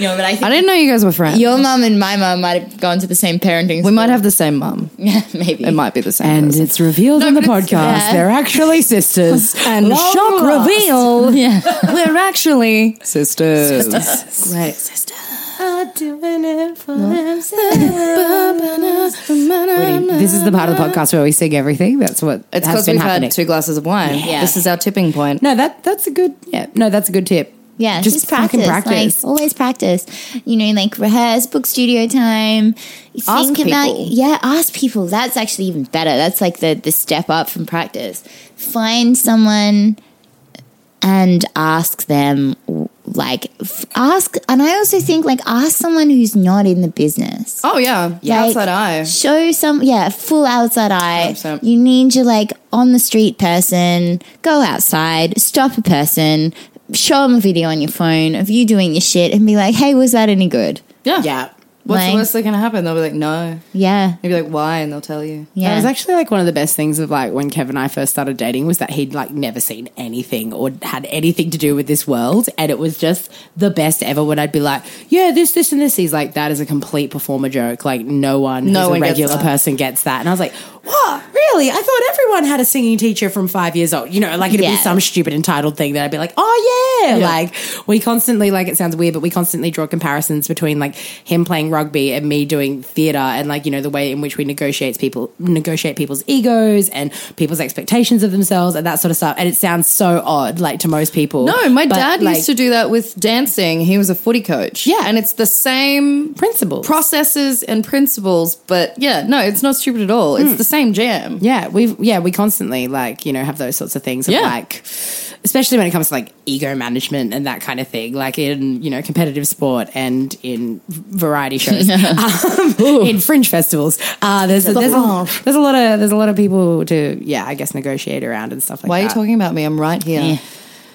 Speaker 4: no, but I
Speaker 1: I
Speaker 4: think
Speaker 1: didn't know you guys were friends.
Speaker 4: your mum and my mum might have gone to the same parenting
Speaker 1: we might have the same mum.
Speaker 4: Yeah, maybe.
Speaker 1: It might be the same.
Speaker 3: And
Speaker 1: person.
Speaker 3: it's revealed on the podcast
Speaker 4: yeah.
Speaker 3: they're actually sisters.
Speaker 1: and shock reveal.
Speaker 4: Yeah.
Speaker 1: We're actually sisters.
Speaker 3: Wait, this is the part of the podcast where we sing everything. That's what
Speaker 1: It's
Speaker 3: has
Speaker 1: because
Speaker 3: been
Speaker 1: we've
Speaker 3: happening.
Speaker 1: had two glasses of wine.
Speaker 4: Yeah.
Speaker 1: This is our tipping point.
Speaker 3: no, that that's a good yeah. No, that's a good tip.
Speaker 4: Yeah,
Speaker 3: Just
Speaker 4: just,
Speaker 3: fucking
Speaker 4: practice.
Speaker 3: practice.
Speaker 4: Like, always practice. You know, like rehearse, book studio time.
Speaker 1: Ask
Speaker 4: Think about
Speaker 1: people.
Speaker 4: yeah, ask people. That's actually even better. That's like the the step up from practice. Find someone and ask them like f- ask and I also think like ask someone who's not in the business.
Speaker 1: Oh yeah,
Speaker 4: Like,
Speaker 1: outside eye.
Speaker 4: Show some, yeah, full outside eye.
Speaker 1: 100%.
Speaker 4: You need your like on the street person. Go outside, stop a person, show them a video on your phone of you doing your shit, and be like, "Hey, was that any good?"
Speaker 1: Yeah, What's
Speaker 4: Like-
Speaker 1: the worst that can happen? They'll be like, no.
Speaker 4: Yeah,
Speaker 1: You'll be like, why? And they'll tell you.
Speaker 3: That
Speaker 4: yeah.
Speaker 3: was actually like one of the best things of like when Kev and I first started dating was that he'd like never seen anything or had anything to do with this world. And it was just the best ever when I'd be like, yeah, this, this, and this. He's like, that is a complete performer joke. Like, no one,
Speaker 1: No
Speaker 3: no
Speaker 1: one
Speaker 3: a
Speaker 1: gets
Speaker 3: regular
Speaker 1: that.
Speaker 3: person gets that. And I was like, what? Really? I thought everyone had a singing teacher from five years old. You know, like it'd be
Speaker 4: Yeah.
Speaker 3: some stupid entitled thing that I'd be like, oh yeah. Like, we constantly, like, it sounds weird, but we constantly draw comparisons between like him playing rugby and me doing theatre and like, you know, the way in which we negotiate people, negotiate people's egos and people's expectations of themselves and that sort of stuff. And it sounds so odd, like, to most people.
Speaker 1: No, my
Speaker 3: But,
Speaker 1: dad
Speaker 3: like,
Speaker 1: used to do that with dancing. He was a footy coach.
Speaker 3: Yeah.
Speaker 1: And it's the same
Speaker 3: Principles.
Speaker 1: processes and principles. But yeah, no, it's not stupid at all. It's the same jam.
Speaker 3: Yeah, we've yeah we constantly like you know have those sorts of things. Of
Speaker 1: Yeah.
Speaker 3: like especially when it comes to like ego management and that kind of thing, like in you know competitive sport and in variety shows, um, in fringe festivals. Uh, there's there's a, there's a lot of there's a lot of people to yeah I guess negotiate around and stuff like
Speaker 1: Why are
Speaker 3: that.
Speaker 1: you talking about me? I'm right here.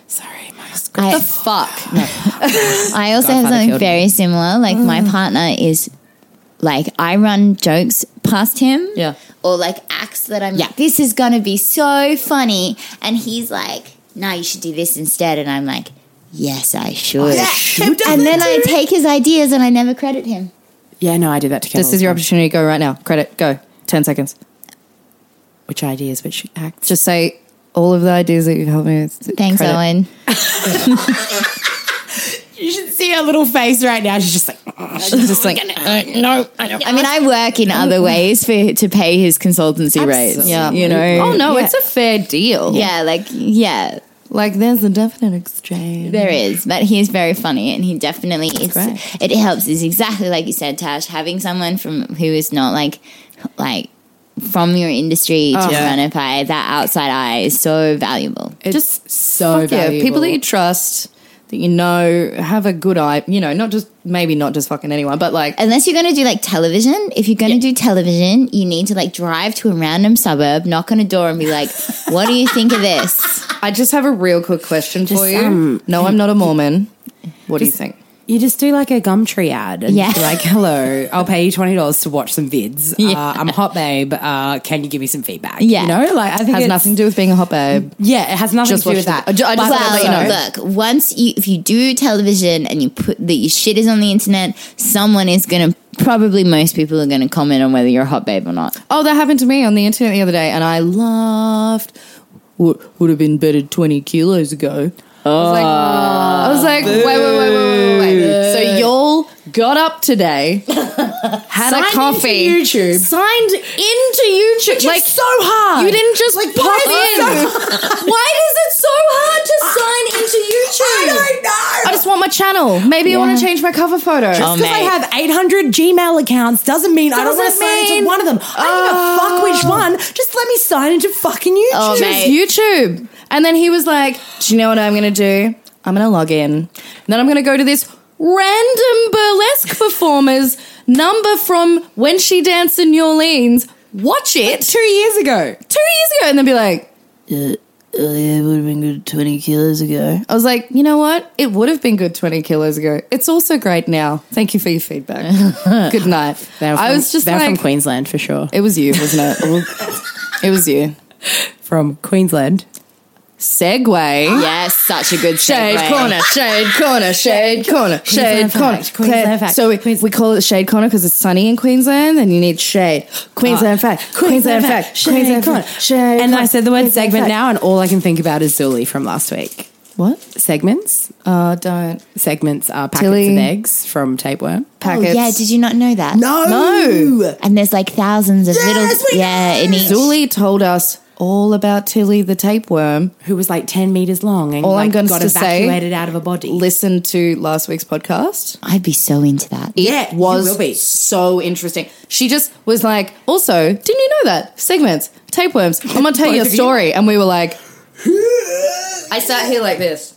Speaker 3: Sorry, my
Speaker 4: I,
Speaker 1: The fuck? No.
Speaker 4: I also have
Speaker 3: Godfather
Speaker 4: something
Speaker 3: killed me.
Speaker 4: very similar. Like my
Speaker 1: Mm.
Speaker 4: partner is like I run jokes past him.
Speaker 1: Yeah.
Speaker 4: Or like acts that I'm like, this is gonna be so funny. And he's like, No, you should do this instead. And I'm like, Yes, I should. and then I take his ideas and I never credit him.
Speaker 3: yeah no I do that to Kev all
Speaker 1: This is
Speaker 3: the
Speaker 1: your
Speaker 3: time.
Speaker 1: opportunity. Go right now. Credit. Go. 10 seconds.
Speaker 3: which ideas which acts
Speaker 1: Just say all of the ideas that you helped me with.
Speaker 4: Thanks,
Speaker 1: Credit.
Speaker 4: Owen.
Speaker 3: you should see her little face right now she's just like
Speaker 1: She's just like,
Speaker 4: I mean, I work in other ways for to pay his consultancy rates.
Speaker 1: yeah.
Speaker 4: You know.
Speaker 1: Oh, no, it's a fair deal.
Speaker 4: Yeah, like yeah.
Speaker 1: Like, there's a definite exchange.
Speaker 4: There is, but he is very funny, and he definitely it's, it helps. Is exactly like you said, Tash, having someone from who is not like like from your industry to
Speaker 1: yeah.
Speaker 4: run it by that outside eye is so valuable.
Speaker 1: just
Speaker 3: so
Speaker 1: fuck yeah,
Speaker 3: valuable.
Speaker 1: people that you trust, that you know, have a good eye. You know, not just maybe not just fucking anyone, but like
Speaker 4: Unless you're going to do like television, if you're going to do television, you need to like drive to a random suburb, knock on a door, and be like, "What do you think of this?"
Speaker 1: I just have a real quick question for you. no, I'm not a Mormon. What do you think?
Speaker 3: You just do like a Gumtree ad and
Speaker 4: Yeah.
Speaker 3: be like, hello, I'll pay you $20 to watch some vids. Uh, I'm hot, babe. Uh, can you give me some feedback?
Speaker 4: Yeah.
Speaker 3: You know, like I think
Speaker 1: Has
Speaker 3: it's-
Speaker 1: nothing to do with being a hot babe.
Speaker 3: Yeah, it has nothing
Speaker 1: Just
Speaker 3: to do
Speaker 1: watch
Speaker 3: with that.
Speaker 1: the- I ju- I just
Speaker 3: But
Speaker 1: wanna let you know.
Speaker 4: Well, look, once you if you do television and you put that your shit is on the internet, someone is going to probably most people are going to comment on whether you're a hot babe or not.
Speaker 1: Oh, that happened to me on the internet the other day, and I laughed. Would would have been better twenty kilos ago. I was like, I was like, wait, wait, wait, wait, wait, wait, wait. So y'all got up today, had a coffee,
Speaker 3: YouTube.
Speaker 1: signed into YouTube, like
Speaker 3: so hard.
Speaker 1: You didn't just like pop in. why is it so hard to sign into YouTube? I don't know. I just want my channel. Maybe I want to change my cover photo.
Speaker 8: Oh,
Speaker 3: Because I have 800 Gmail accounts doesn't mean I don't want to
Speaker 1: Doesn't
Speaker 3: sign
Speaker 1: mean-
Speaker 3: into one of them. I don't give a
Speaker 8: Oh.
Speaker 3: fuck which one. Just let me sign into fucking YouTube.
Speaker 1: Just YouTube. And then he was like, "Do you know what I'm going to do? I'm going to log in. And then I'm going to go to this random burlesque performer's number from when she danced in New Orleans. Watch it
Speaker 3: Two years ago.
Speaker 1: two years ago, and then be like,
Speaker 8: oh yeah, it would have been good 20 kilos ago.
Speaker 1: I was like, you know what? It would have been good 20 kilos ago. It's also great now. Thank you for your feedback. good night.
Speaker 3: They were
Speaker 1: I
Speaker 3: from-
Speaker 1: was just
Speaker 3: they were
Speaker 1: like,
Speaker 3: from Queensland for sure.
Speaker 1: it was you, wasn't it? it was you.
Speaker 3: From Queensland.
Speaker 1: Segway.
Speaker 4: Yes, such a good
Speaker 1: Shade
Speaker 4: segue.
Speaker 1: corner, shade corner, shade corner, shade corner. Claire- So we, we call it shade corner because it's sunny in Queensland and you need shade. Queensland
Speaker 3: Uh,
Speaker 4: Oh,
Speaker 1: fact, Queensland fact, Queensland fact, shade.
Speaker 3: And I said the word segment
Speaker 1: fact.
Speaker 3: now, and all I can think about is Zully from last week.
Speaker 1: What?
Speaker 3: Segments.
Speaker 1: Oh, don't
Speaker 3: Segments are packets
Speaker 1: Tilly.
Speaker 3: of eggs from tapeworm.
Speaker 4: Oh,
Speaker 1: packets.
Speaker 4: yeah, did you not know that?
Speaker 3: No, no.
Speaker 4: And there's like thousands of little. Yeah, in each.
Speaker 1: Zully told us all about Tilly the tapeworm.
Speaker 3: Who was like ten meters long and
Speaker 1: All I'm
Speaker 3: like
Speaker 1: gonna
Speaker 3: got
Speaker 1: to say-
Speaker 3: evacuated out of a body.
Speaker 1: Listen to last week's podcast.
Speaker 4: I'd be so into that.
Speaker 1: It
Speaker 3: Yeah, you will be.
Speaker 1: was so interesting. She just was like, also, didn't you know that? Segments, tapeworms. I'm going to tell you a story. And we were like, I sat here like this.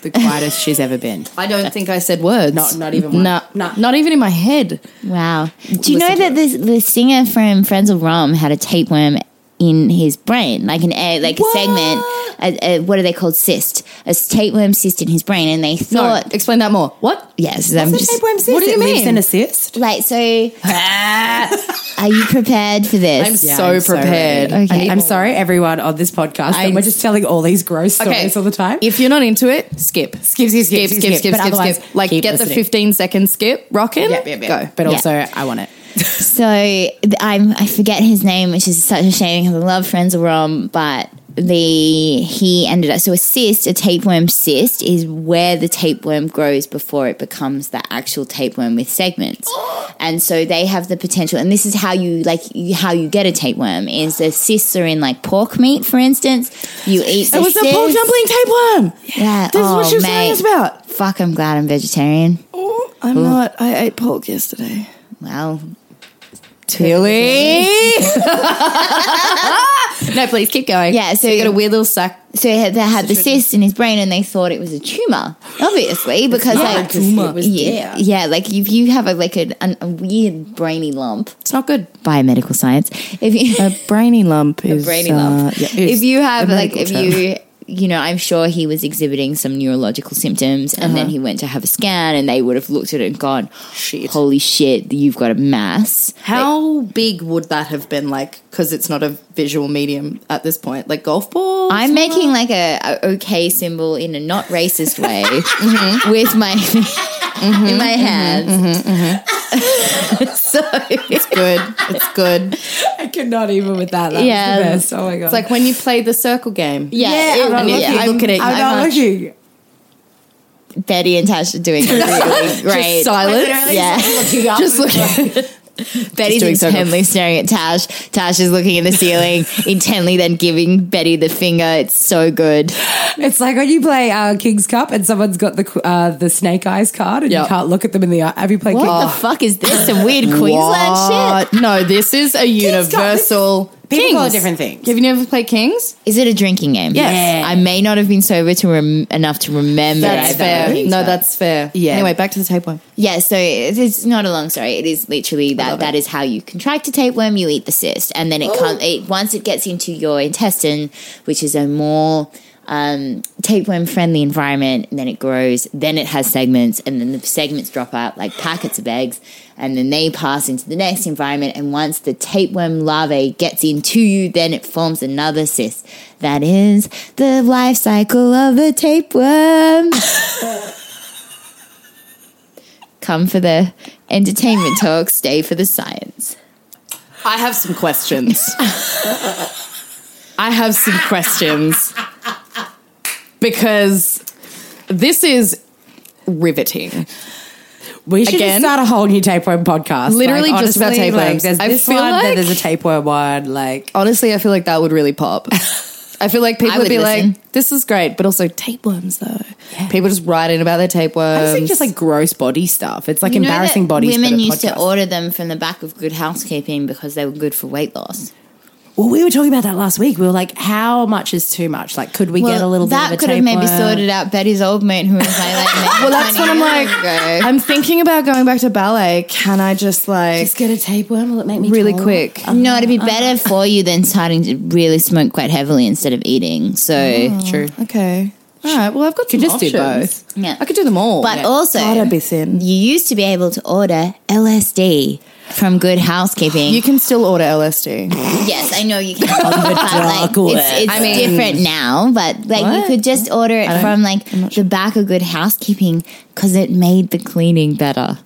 Speaker 3: The quietest she's ever been.
Speaker 1: I don't think I said words. Not,
Speaker 3: not even one.
Speaker 1: Nah, Not even in my head.
Speaker 4: Wow. Do you know that this, the singer from Friends of Rum had a tapeworm in his brain, like an air, like a segment? A, a, what are they called? Cyst. A tapeworm cyst in his brain, and they
Speaker 1: No,
Speaker 4: thought.
Speaker 1: explain that more. What?
Speaker 4: Yes, I'm just
Speaker 1: What do you mean?
Speaker 3: An assist.
Speaker 4: like so. are you prepared for
Speaker 1: I'm
Speaker 4: this?
Speaker 1: so prepared.
Speaker 4: okay,
Speaker 3: I'm sorry, everyone, on this podcast, that we're just telling all these gross stories
Speaker 1: Okay.
Speaker 3: all the time.
Speaker 1: If you're not into it, skip. Skip, skip, skip, skip, skip, skip, skip. Like,
Speaker 3: keep
Speaker 1: get the
Speaker 3: listening.
Speaker 1: 15 second skip rocking.
Speaker 3: Yep, yep, yep.
Speaker 1: Go.
Speaker 3: But
Speaker 4: Yeah.
Speaker 3: also, I want it.
Speaker 4: So th- I'm I forget his name, which is such a shame because I love Friends of Rom, but the he ended up so a cyst, a tapeworm cyst, is where the tapeworm grows before it becomes the actual tapeworm with segments. And so they have the potential and this is how you like you, how you get a tapeworm is the cysts are in like pork meat, for instance. You eat the
Speaker 1: It was a
Speaker 4: cyst.
Speaker 1: pork dumpling tapeworm.
Speaker 4: Yeah.
Speaker 1: This is what
Speaker 4: oh,
Speaker 1: she was
Speaker 4: mate.
Speaker 1: telling us about.
Speaker 4: Fuck I'm glad I'm vegetarian.
Speaker 8: I'm not. I ate pork yesterday.
Speaker 4: Well,
Speaker 1: Tilly. no, please keep going.
Speaker 4: Yeah, so-
Speaker 1: you got a weird little sack.
Speaker 4: So he had, they had the cyst in his brain, and they thought it was a tumor, obviously, because like
Speaker 1: tumor. It was
Speaker 4: yeah, yeah, like if you have a like a, an, a weird brainy lump,
Speaker 1: It's not good.
Speaker 4: biomedical science. If you
Speaker 8: A brainy lump is.
Speaker 4: brainy
Speaker 8: uh,
Speaker 4: lump,
Speaker 8: yeah,
Speaker 4: if
Speaker 8: it's
Speaker 4: you have
Speaker 8: a
Speaker 4: like if
Speaker 8: medical
Speaker 4: you you know, I'm sure he was exhibiting some neurological symptoms, and
Speaker 8: Uh-huh.
Speaker 4: then he went to have a scan, and they would have looked at it and gone,
Speaker 1: Shit.
Speaker 4: "Holy shit, you've got a mass."
Speaker 1: How big would that have been like? Because it's not a visual medium at this point. Like golf ball?
Speaker 4: I'm making like a, a okay symbol in a not racist way
Speaker 8: Mm-hmm.
Speaker 4: with my in my hands. so
Speaker 1: It's good. It's good. It's
Speaker 3: I could not even with that. That
Speaker 4: Yeah.
Speaker 3: was the best. Oh my god! It's
Speaker 1: like when you play the circle game.
Speaker 4: yeah, it-
Speaker 1: And if
Speaker 4: yeah,
Speaker 1: you look at it,
Speaker 3: I'm
Speaker 1: you-
Speaker 3: not looking.
Speaker 4: Betty and Tash are doing really great.
Speaker 1: silence.
Speaker 4: yeah, just looking. Betty's
Speaker 1: doing circles.
Speaker 4: intently staring at Tash. Tash is looking at the ceiling intently, then giving Betty the finger. It's so good.
Speaker 3: It's like when you play uh, King's Cup and someone's got the qu- uh, the snake eyes card and
Speaker 1: Yeah.
Speaker 3: you can't look at them in the eye. Have you played
Speaker 4: What the
Speaker 3: King's Cup?
Speaker 4: fuck is this? Some weird Queensland
Speaker 1: What?
Speaker 4: shit.
Speaker 1: No, this is a universal.
Speaker 3: People call it
Speaker 1: Kings.
Speaker 3: different things.
Speaker 1: Have you never played Kings?
Speaker 4: Is it a drinking game?
Speaker 1: Yes.
Speaker 4: I may not have been sober to rem- enough to remember.
Speaker 1: That's
Speaker 4: that.
Speaker 1: fair. No, that's fair. Yeah. Anyway, back to the tapeworm.
Speaker 4: Yeah, so it- it's not a long story. It is literally that that is how you contract a tapeworm. You eat the cyst, and then it comes. It, once it gets into your intestine, which is a more um, tapeworm friendly environment, and then it grows. Then it has segments, and then the segments drop out like packets of eggs, and then they pass into the next environment. And once the tapeworm larvae gets into you, then it forms another cyst. That is the life cycle of a tapeworm come for the entertainment talk, stay for the science.
Speaker 1: I have some questions. I have some questions because this is riveting.
Speaker 3: We should
Speaker 1: Again?
Speaker 3: just start a whole new tapeworm podcast.
Speaker 1: Literally
Speaker 3: Like,
Speaker 1: just about
Speaker 3: honestly,
Speaker 1: tapeworms.
Speaker 3: Like, there's
Speaker 1: I
Speaker 3: this
Speaker 1: feel
Speaker 3: one,
Speaker 1: like-
Speaker 3: then there's a tapeworm one. Like
Speaker 1: Honestly, I feel like that would really pop. I feel like people
Speaker 4: I
Speaker 1: would,
Speaker 4: would
Speaker 1: be
Speaker 4: listen.
Speaker 1: like, "This is great," but also tapeworms though. People just write in about their tapeworms.
Speaker 3: I just think just like um, gross body stuff. It's like embarrassing bodies.
Speaker 4: Women
Speaker 3: for the
Speaker 4: used
Speaker 3: podcast.
Speaker 4: to order them from the back of Good Housekeeping because they were good for weight loss.
Speaker 3: Well, we were talking about that last week. We were like, how much is too much? Like, could we get a little
Speaker 4: that
Speaker 3: bit of a
Speaker 4: could have maybe
Speaker 3: tapeworm?
Speaker 4: sorted out Betty's old mate who was like, like
Speaker 8: Well, that's what I'm like. I'm thinking about going back to ballet. Can I just like
Speaker 3: Just get a tapeworm. Will it make me
Speaker 8: really
Speaker 3: taller?
Speaker 8: quick?
Speaker 4: no, it'd be better for you than starting to really smoke quite heavily instead of eating. So true.
Speaker 8: Okay. All right. Well, I've got some
Speaker 9: Could just do
Speaker 8: options.
Speaker 9: both.
Speaker 4: Yeah.
Speaker 8: I could do them all.
Speaker 4: But also,
Speaker 8: God, I'd be thin.
Speaker 4: you used to be able to order LSD from Good Housekeeping.
Speaker 8: You can still order LSD.
Speaker 4: yes, I know you can. but like, it's it's
Speaker 8: I mean-
Speaker 4: different now. But like, you
Speaker 8: What?
Speaker 4: could just order it from like the back of Good Housekeeping because it made the cleaning better.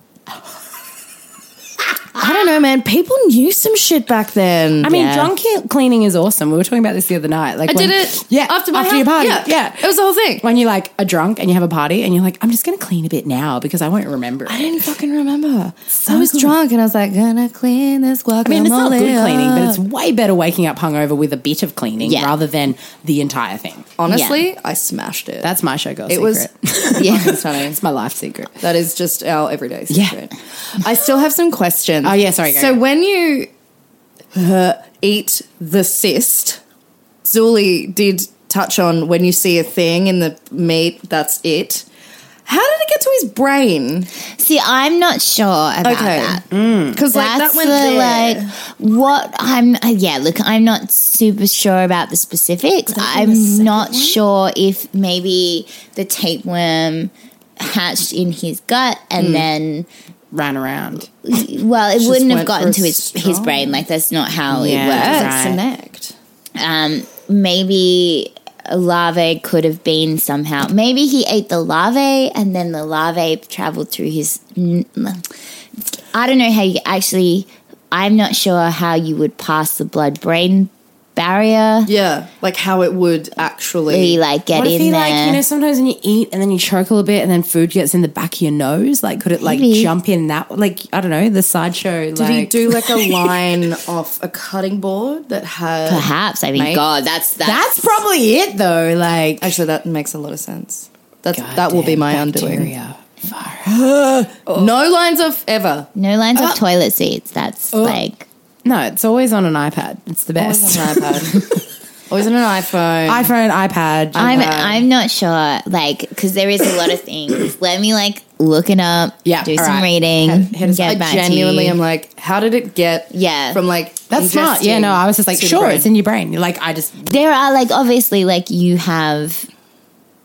Speaker 8: I don't know, man. People knew some shit back then.
Speaker 3: I mean,
Speaker 4: Yeah.
Speaker 3: drunk ki- cleaning is awesome. We were talking about this the other night. Like,
Speaker 8: I
Speaker 3: when-
Speaker 8: did it.
Speaker 3: Yeah,
Speaker 8: After my
Speaker 3: your
Speaker 8: house-
Speaker 3: party.
Speaker 8: Yeah.
Speaker 3: Yeah.
Speaker 8: It was the whole thing.
Speaker 3: when you like are drunk and you have a party and you're like, I'm just gonna clean a bit now because I won't remember.
Speaker 8: I didn't fucking remember. I was drunk and I was like, gonna clean this guacamole.
Speaker 3: I mean, it's not good cleaning, but
Speaker 8: up.
Speaker 3: it's way better waking up hungover with a bit of cleaning
Speaker 4: Yeah.
Speaker 3: rather than the entire thing.
Speaker 8: honestly, I smashed it.
Speaker 3: That's my showgirl
Speaker 8: it
Speaker 3: secret.
Speaker 8: was.
Speaker 4: Yeah.
Speaker 8: stunning.
Speaker 3: it's my life secret.
Speaker 8: That is just our everyday secret. I still have some questions.
Speaker 3: Oh, yeah, sorry, go,
Speaker 8: so
Speaker 3: go.
Speaker 8: when you uh, eat the cyst, Zuli did touch on when you see a thing in the meat, that's it. How did it get to his brain?
Speaker 4: See, I'm not sure about that.
Speaker 8: because like that
Speaker 4: That's
Speaker 8: went
Speaker 4: the,
Speaker 8: there.
Speaker 4: like what I'm. Uh, yeah, look, I'm not super sure about the specifics. I'm not sure if maybe the tapeworm hatched in his gut and
Speaker 8: Hmm.
Speaker 4: then
Speaker 3: Ran around.
Speaker 4: well it wouldn't have
Speaker 8: went for
Speaker 4: gotten
Speaker 8: a
Speaker 4: to his his brain like that's not how
Speaker 3: Yeah,
Speaker 4: it works
Speaker 8: That's
Speaker 3: right.
Speaker 8: connect.
Speaker 4: um maybe a larvae could have been somehow maybe he ate the larvae and then the larvae traveled through his i don't know how you actually i'm not sure how you would pass the blood brain barrier
Speaker 8: Yeah, like how it would actually.
Speaker 4: Really, like get
Speaker 3: What if
Speaker 4: in
Speaker 3: he
Speaker 4: there
Speaker 3: like you know sometimes when you eat and then you choke a little bit and then food gets in the back of your nose? Like could it like
Speaker 4: Maybe.
Speaker 3: jump in that like I don't know, the sideshow
Speaker 8: did
Speaker 3: like
Speaker 8: he do like a line off a cutting board that had?
Speaker 4: perhaps i mean god that's that's,
Speaker 3: That's probably it though, like
Speaker 8: Actually, that makes a lot of sense. That's that will be
Speaker 3: Goddamn
Speaker 8: my undoing.
Speaker 3: bacteria.
Speaker 8: No lines off ever.
Speaker 4: no lines
Speaker 3: Uh,
Speaker 4: of toilet seats that's
Speaker 3: Oh,
Speaker 4: like
Speaker 3: No, it's always on an iPad. It's the best.
Speaker 8: Always on an iPad. Always on an iPhone.
Speaker 3: iPhone, iPad. uh,
Speaker 4: I'm I'm not sure, like, because there is a lot of things. Let me like look it up,
Speaker 3: Yeah,
Speaker 4: do
Speaker 3: all
Speaker 4: some
Speaker 3: right.
Speaker 4: reading,
Speaker 8: Hit us-
Speaker 4: get
Speaker 8: I
Speaker 4: back to
Speaker 8: genuinely
Speaker 4: you.
Speaker 8: am like, how did it get?
Speaker 4: Yeah.
Speaker 8: from like
Speaker 3: That's smart. Yeah,
Speaker 8: ingesting
Speaker 3: no, I was just like,
Speaker 8: to the
Speaker 3: sure,
Speaker 8: brain?
Speaker 3: it's in your brain. You're Like, I just
Speaker 4: there are like obviously like you have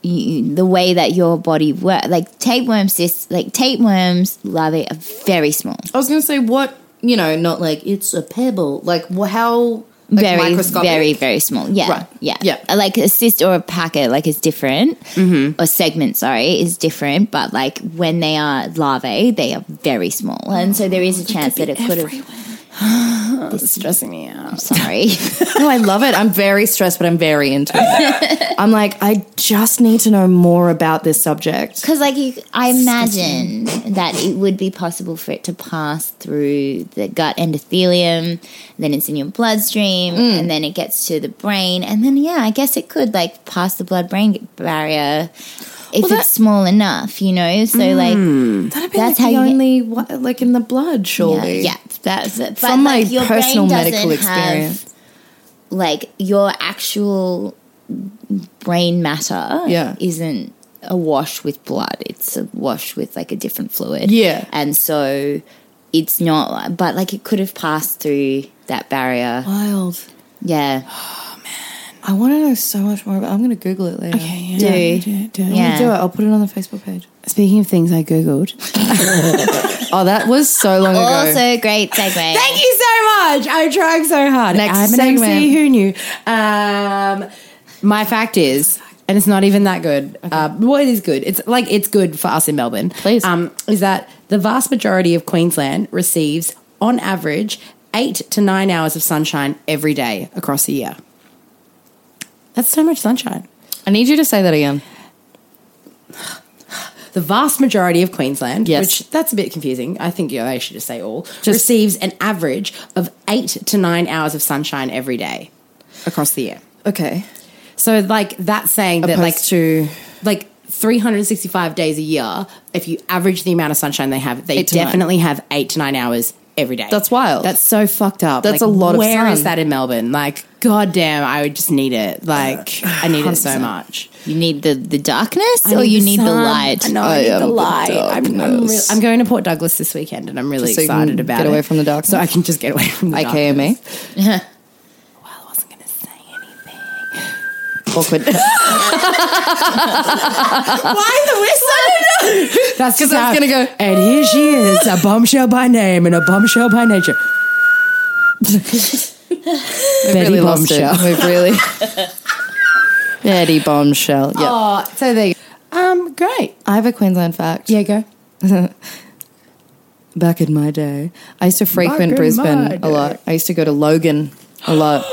Speaker 4: you, the way that your body work like tapeworm cysts like tapeworms larvae are very small
Speaker 8: I was gonna say what you know, not like it's a pebble. Like wh- how like
Speaker 4: very
Speaker 8: microscopic.
Speaker 4: very very small yeah
Speaker 8: Right.
Speaker 4: yeah Uh,
Speaker 8: Yeah. Mm-hmm.
Speaker 4: like a cyst or a packet like is different or segment sorry is different but like when they are larvae they are very small
Speaker 8: Oh,
Speaker 4: and so there is a chance that it could have
Speaker 3: stressing me out.
Speaker 4: sorry
Speaker 8: no, I love it. I'm very stressed, but I'm very into it. I'm like, I just need to know more about this subject.
Speaker 4: Because, like, you, I imagine that it would be possible for it to pass through the gut endothelium, then it's in your bloodstream, and then it gets to the brain, and then yeah, I guess it could like pass the blood-brain barrier if
Speaker 8: that-
Speaker 4: it's small enough, you know. So like,
Speaker 8: That'd
Speaker 4: That's
Speaker 8: like
Speaker 4: how
Speaker 8: the
Speaker 4: you get-
Speaker 8: only what- like in the blood,
Speaker 4: yeah,
Speaker 8: surely.
Speaker 4: yeah, that's it. But,
Speaker 8: From my
Speaker 4: like, your brain
Speaker 8: personal
Speaker 4: doesn't
Speaker 8: medical
Speaker 4: have,
Speaker 8: experience.
Speaker 4: like your actual brain matter
Speaker 8: Yeah.
Speaker 4: isn't awash with blood it's awash with like a different fluid
Speaker 8: Yeah.
Speaker 4: and so it's not but like it could have passed through that barrier
Speaker 8: Wild. Oh,
Speaker 4: yeah
Speaker 8: I want to know so much more about. I'm going to Google it later. Okay,
Speaker 4: do
Speaker 8: yeah.
Speaker 4: yeah
Speaker 8: do it. I'll put it on the Facebook page.
Speaker 3: Speaking of things I googled,
Speaker 8: Oh, that was so long ago.
Speaker 4: also great segue
Speaker 3: thank you so much. I'm trying so hard.
Speaker 8: Next
Speaker 3: I'm
Speaker 8: segment.
Speaker 3: an MC. Who knew? Um, my fact is, and it's not even that good. Uh, well, it is good. It's like it's good for us in Melbourne. Please, um, is that the vast majority of Queensland receives, on average, eight to nine hours of sunshine every day across the year. That's so much sunshine.
Speaker 8: I need you to say that again.
Speaker 3: the vast majority of Queensland,
Speaker 8: Yes.
Speaker 3: which that's a bit confusing. I think you know, I should just say all, receives an average of eight to nine hours of sunshine every day across the year.
Speaker 8: Okay.
Speaker 3: So, like that's saying that, like
Speaker 8: Opposed to-
Speaker 3: like 365 days a year, if you average the amount of sunshine they have, they
Speaker 8: Eight to nine.
Speaker 3: definitely have eight to nine hours every day.
Speaker 1: That's wild.
Speaker 10: That's so fucked up.
Speaker 1: That's
Speaker 10: Like,
Speaker 1: a lot of
Speaker 3: Where
Speaker 1: sun.
Speaker 3: is that in Melbourne? Like, goddamn, I would just need it. Like, I need it so much.
Speaker 4: You need the, the darkness or Oh, you need the light?
Speaker 3: I know. I, need the light. I'm, I'm, real- I'm going to Port Douglas this weekend, and I'm
Speaker 1: Just
Speaker 3: really
Speaker 1: so you can
Speaker 3: excited about
Speaker 1: get
Speaker 3: it.
Speaker 1: away from the darkness.
Speaker 3: so I can just get away from the darkness.
Speaker 1: AKME.
Speaker 3: I wasn't going to say anything.
Speaker 1: Awkward.
Speaker 3: Why the whistle? That's because
Speaker 1: I was gonna go,
Speaker 3: And here she is, a bombshell by name and a bombshell by nature. Betty
Speaker 1: really lost it.
Speaker 3: bombshell.
Speaker 1: We've really. Betty bombshell. Yeah.
Speaker 3: Oh, so there. You Um, great.
Speaker 1: I have a Queensland fact.
Speaker 3: Yeah, go.
Speaker 1: Back in my day, I used to
Speaker 3: Back
Speaker 1: frequent
Speaker 3: in my
Speaker 1: Brisbane
Speaker 3: day.
Speaker 1: a lot. I used to go to Logan a lot.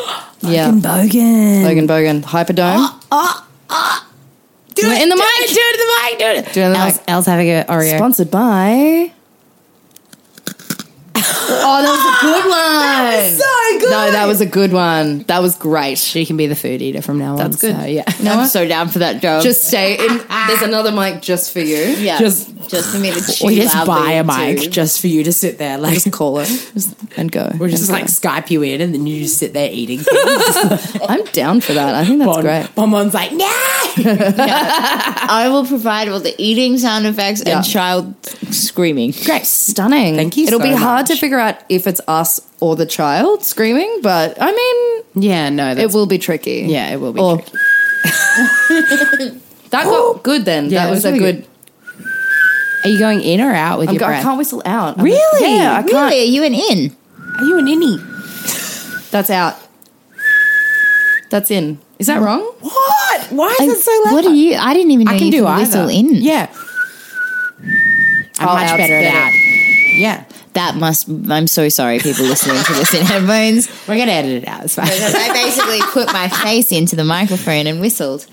Speaker 1: yeah.
Speaker 3: Bogan. Ah,
Speaker 1: Logan Bogan. Hyperdome.
Speaker 3: Do it
Speaker 1: in the
Speaker 3: do
Speaker 1: mic.
Speaker 3: It, do it in the mic. Do it.
Speaker 1: Do you know
Speaker 3: Elle's,
Speaker 1: that?
Speaker 3: Elle's having an Oreo.
Speaker 1: Sponsored by. oh, that was a good one.
Speaker 3: so good.
Speaker 1: No, that was a good one. That was great.
Speaker 3: She can be the food eater from now
Speaker 1: That's
Speaker 3: on.
Speaker 1: good.
Speaker 3: So, yeah.
Speaker 4: I'm so down for that job.
Speaker 1: Just stay in. There's another mic just for you.
Speaker 4: yeah,
Speaker 3: just-
Speaker 4: just for me to chew
Speaker 3: We just
Speaker 4: loudly
Speaker 3: buy a
Speaker 4: into.
Speaker 3: mic just for you to sit there. Like
Speaker 1: Just call it Just- and go.
Speaker 3: we'll just like Skype you in, and then you just sit there eating. That's
Speaker 1: I'm down for that. I think that's great.
Speaker 3: Bonbon's like, no.
Speaker 4: I will provide all the eating sound effects and child screaming.
Speaker 3: Great.
Speaker 1: Stunning.
Speaker 3: Thank you
Speaker 1: It'll
Speaker 3: so
Speaker 1: be hard to
Speaker 3: much.
Speaker 1: figure out if it's us or the child screaming, but I mean,
Speaker 3: Yeah, no, that's
Speaker 1: it will be tricky.
Speaker 3: Yeah, it will be
Speaker 1: Or- that got good then.
Speaker 3: Yeah,
Speaker 1: that
Speaker 3: it
Speaker 1: was,
Speaker 3: was
Speaker 1: a
Speaker 3: really
Speaker 1: good.
Speaker 3: good. Are you going in or out with
Speaker 1: I'm
Speaker 3: your
Speaker 1: go- I
Speaker 3: breath?
Speaker 1: can't whistle out. I'm-
Speaker 3: Really?
Speaker 1: yeah, I can't.
Speaker 4: Really, are you an in?
Speaker 3: Are you an innie?
Speaker 1: That's out. That's in. Is that wrong?
Speaker 3: What? Why is it so loud?
Speaker 4: What are you? I didn't even know
Speaker 3: I can
Speaker 4: you
Speaker 3: do
Speaker 4: could
Speaker 3: either.
Speaker 4: whistle in.
Speaker 3: Yeah.
Speaker 1: Oh,
Speaker 3: I'm
Speaker 1: out's
Speaker 3: much better at
Speaker 1: better.
Speaker 3: that. Yeah.
Speaker 4: That must. I'm so sorry, people listening to this in headphones.
Speaker 3: We're going to edit it out. It's fine.
Speaker 4: Because I basically put my face into the microphone and whistled.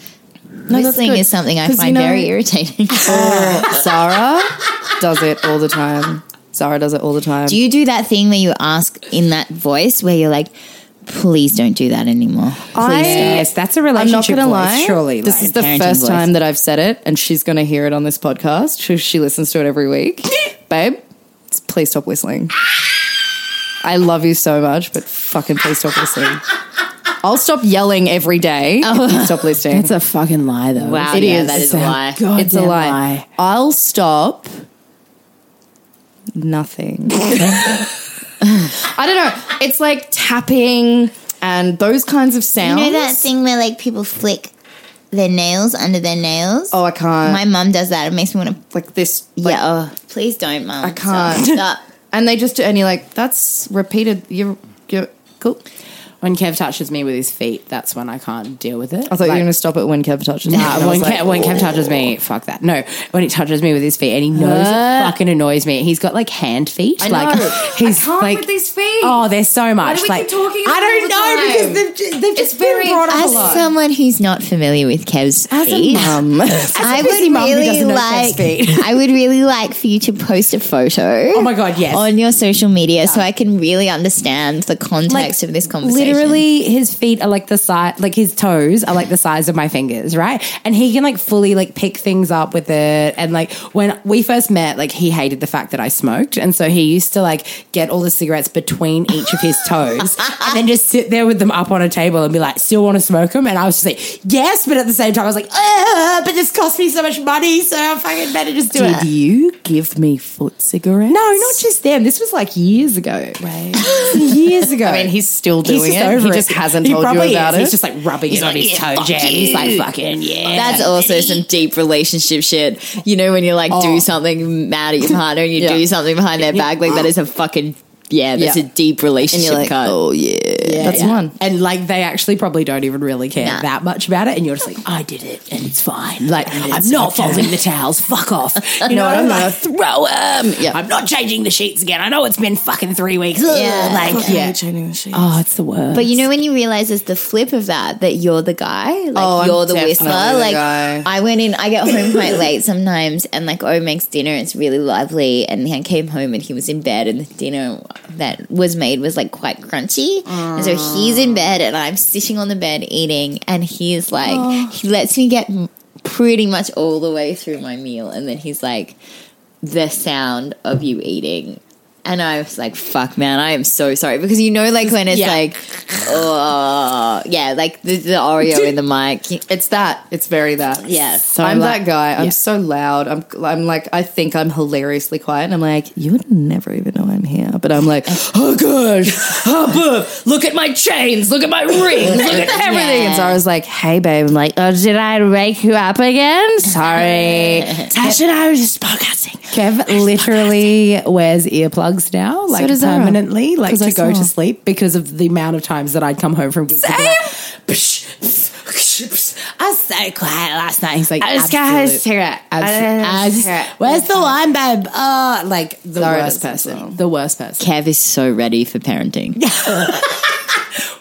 Speaker 4: Whistling
Speaker 1: good.
Speaker 4: is something I
Speaker 1: 'Cause you
Speaker 4: find
Speaker 1: know-
Speaker 4: very irritating.
Speaker 1: Zara does it all the time. Zara does it all the time.
Speaker 4: do you do that thing where you ask in that voice where you're like, please don't do that anymore?
Speaker 3: yes, that's a
Speaker 1: I'm not
Speaker 3: relationship
Speaker 1: going to
Speaker 3: voice,
Speaker 1: lie.
Speaker 3: surely.
Speaker 1: this
Speaker 3: like.
Speaker 1: is the
Speaker 4: parenting
Speaker 1: first
Speaker 4: voice.
Speaker 1: time that I've said it, and she's going to hear it on this podcast. She, she listens to it every week. Babe, s- please stop whistling. I love you so much, but fucking please stop whistling. I'll stop yelling every day. if you Stop listening.
Speaker 11: It's a fucking lie, though.
Speaker 4: Wow,
Speaker 1: It
Speaker 4: yeah,
Speaker 1: is.
Speaker 4: that is a lie.
Speaker 11: God
Speaker 1: it's a lie. I'll stop. Nothing. I don't know. It's like tapping and those kinds of
Speaker 4: You
Speaker 1: sounds.
Speaker 4: know that thing where like people flick their nails under their nails?
Speaker 1: oh, I can't.
Speaker 4: My mum does that. It makes me want to.
Speaker 1: like this.
Speaker 4: yeah. Oh, please don't, mum. I
Speaker 1: can't.
Speaker 4: Stop.
Speaker 1: And they just do, and you're like, that's repeated. You're, you're cool.
Speaker 3: when Kev touches me with his feet, that's when I can't deal with it.
Speaker 1: I thought you were
Speaker 3: Like,
Speaker 1: going to stop it when Kev touches me.
Speaker 3: Nah,
Speaker 1: And I
Speaker 3: when,
Speaker 1: was like,
Speaker 3: Kev, when Kev touches me, fuck that. No, when he touches me with his feet, and he knows it fucking annoys me. He's got like hand feet. like
Speaker 1: know.
Speaker 3: he's like
Speaker 1: feet.
Speaker 3: Oh, there's so much.
Speaker 1: do we
Speaker 3: like
Speaker 1: keep talking about
Speaker 3: I don't
Speaker 1: it
Speaker 3: know
Speaker 1: all the time?
Speaker 3: because they've, ju- they've just
Speaker 1: very
Speaker 3: been brought up a
Speaker 4: As
Speaker 3: lot.
Speaker 4: someone who's not familiar with Kev's feet,
Speaker 1: Um,
Speaker 4: I
Speaker 3: busy
Speaker 4: would
Speaker 3: mum who
Speaker 4: really
Speaker 3: doesn't know Kev's
Speaker 4: like. I would really like for you to post a photo.
Speaker 3: Oh my god, yes.
Speaker 4: On your social media, so I can really understand the context of this conversation.
Speaker 3: Literally, his feet are like the size, like his toes are like the size of my fingers, right? And he can like fully like pick things up with it. And like when we first met, like he hated the fact that I smoked, and so he used to like get all the cigarettes between each of his toes, and then just sit there with them up on a table and be like, "Still want to smoke them?" And I was just like, "Yes," but at the same time, I was like, "Ugh, "But this cost me so much money, so I fucking better just do it."
Speaker 10: Did you give me foot cigarettes?
Speaker 3: No, not just them. This was like years ago, right? years ago.
Speaker 1: I mean, he's still doing
Speaker 3: just
Speaker 1: it.
Speaker 3: over
Speaker 1: He just hasn't
Speaker 3: He
Speaker 1: told you
Speaker 3: probably
Speaker 1: about
Speaker 3: is.
Speaker 1: it.
Speaker 3: He's just like rubbing it on his toe jam. He's like, fucking yeah.
Speaker 4: That's also some deep relationship shit. You know, when you like
Speaker 1: Oh.
Speaker 4: do something mad at your partner and you do something behind their back, like that is a fucking yeah, that's
Speaker 1: Yeah.
Speaker 4: a deep relationship cut.
Speaker 1: oh yeah, that's one.
Speaker 3: and like they actually probably don't even really care
Speaker 4: Nah.
Speaker 3: that much about it, and you're just like, I did it, and it's fine. Like I'm not folding the towels. Fuck off. You know, I'm like, throw them.
Speaker 1: Yeah.
Speaker 3: I'm not changing the sheets again. I know it's been fucking three weeks.
Speaker 4: Yeah.
Speaker 3: Ugh, like yeah. Oh, it's the worst.
Speaker 4: But you know when you realize it's the flip of that that you're the guy, like
Speaker 1: Oh, I'm
Speaker 4: you're the
Speaker 1: definitely
Speaker 4: whistler.
Speaker 1: the
Speaker 4: like
Speaker 1: guy.
Speaker 4: I went in, I get home quite late sometimes, and like O makes dinner. It's really lovely, and I came home and he was in bed, and the dinner that was made was like quite crunchy, and so he's in bed and I'm sitting on the bed eating, and he is like
Speaker 1: Oh.
Speaker 4: he lets me get m- pretty much all the way through my meal, and then he's like the sound of you eating And I was like, fuck, man, I am so sorry. Because you know, like, when it's like, oh, yeah, like the, the Oreo in the mic.
Speaker 1: It's that. It's very that.
Speaker 4: Yeah.
Speaker 1: So I'm that guy. I'm so loud. I'm I'm like I think I'm hilariously quiet and I'm like, you would never even know I'm here. But I'm like, oh gosh, oh, boo. look at my chains, look at my rings, look at everything. And so I was like, hey babe, I'm like, oh, did I wake you up again? Sorry. Tash and I were just podcasting.
Speaker 3: Kev literally wears earplugs now, like
Speaker 1: does Zara.
Speaker 3: permanently, like
Speaker 1: 'Cause
Speaker 3: to
Speaker 1: I
Speaker 3: go
Speaker 1: saw.
Speaker 3: to sleep because of the amount of times that I'd come home from gigs. and be like, "Psh, psh, psh, psh." I was so quiet last night. He's like, I just got a cigarette. I just, where's the wine, babe? Oh, like the worst person. The worst person.
Speaker 4: Kev is so ready for parenting.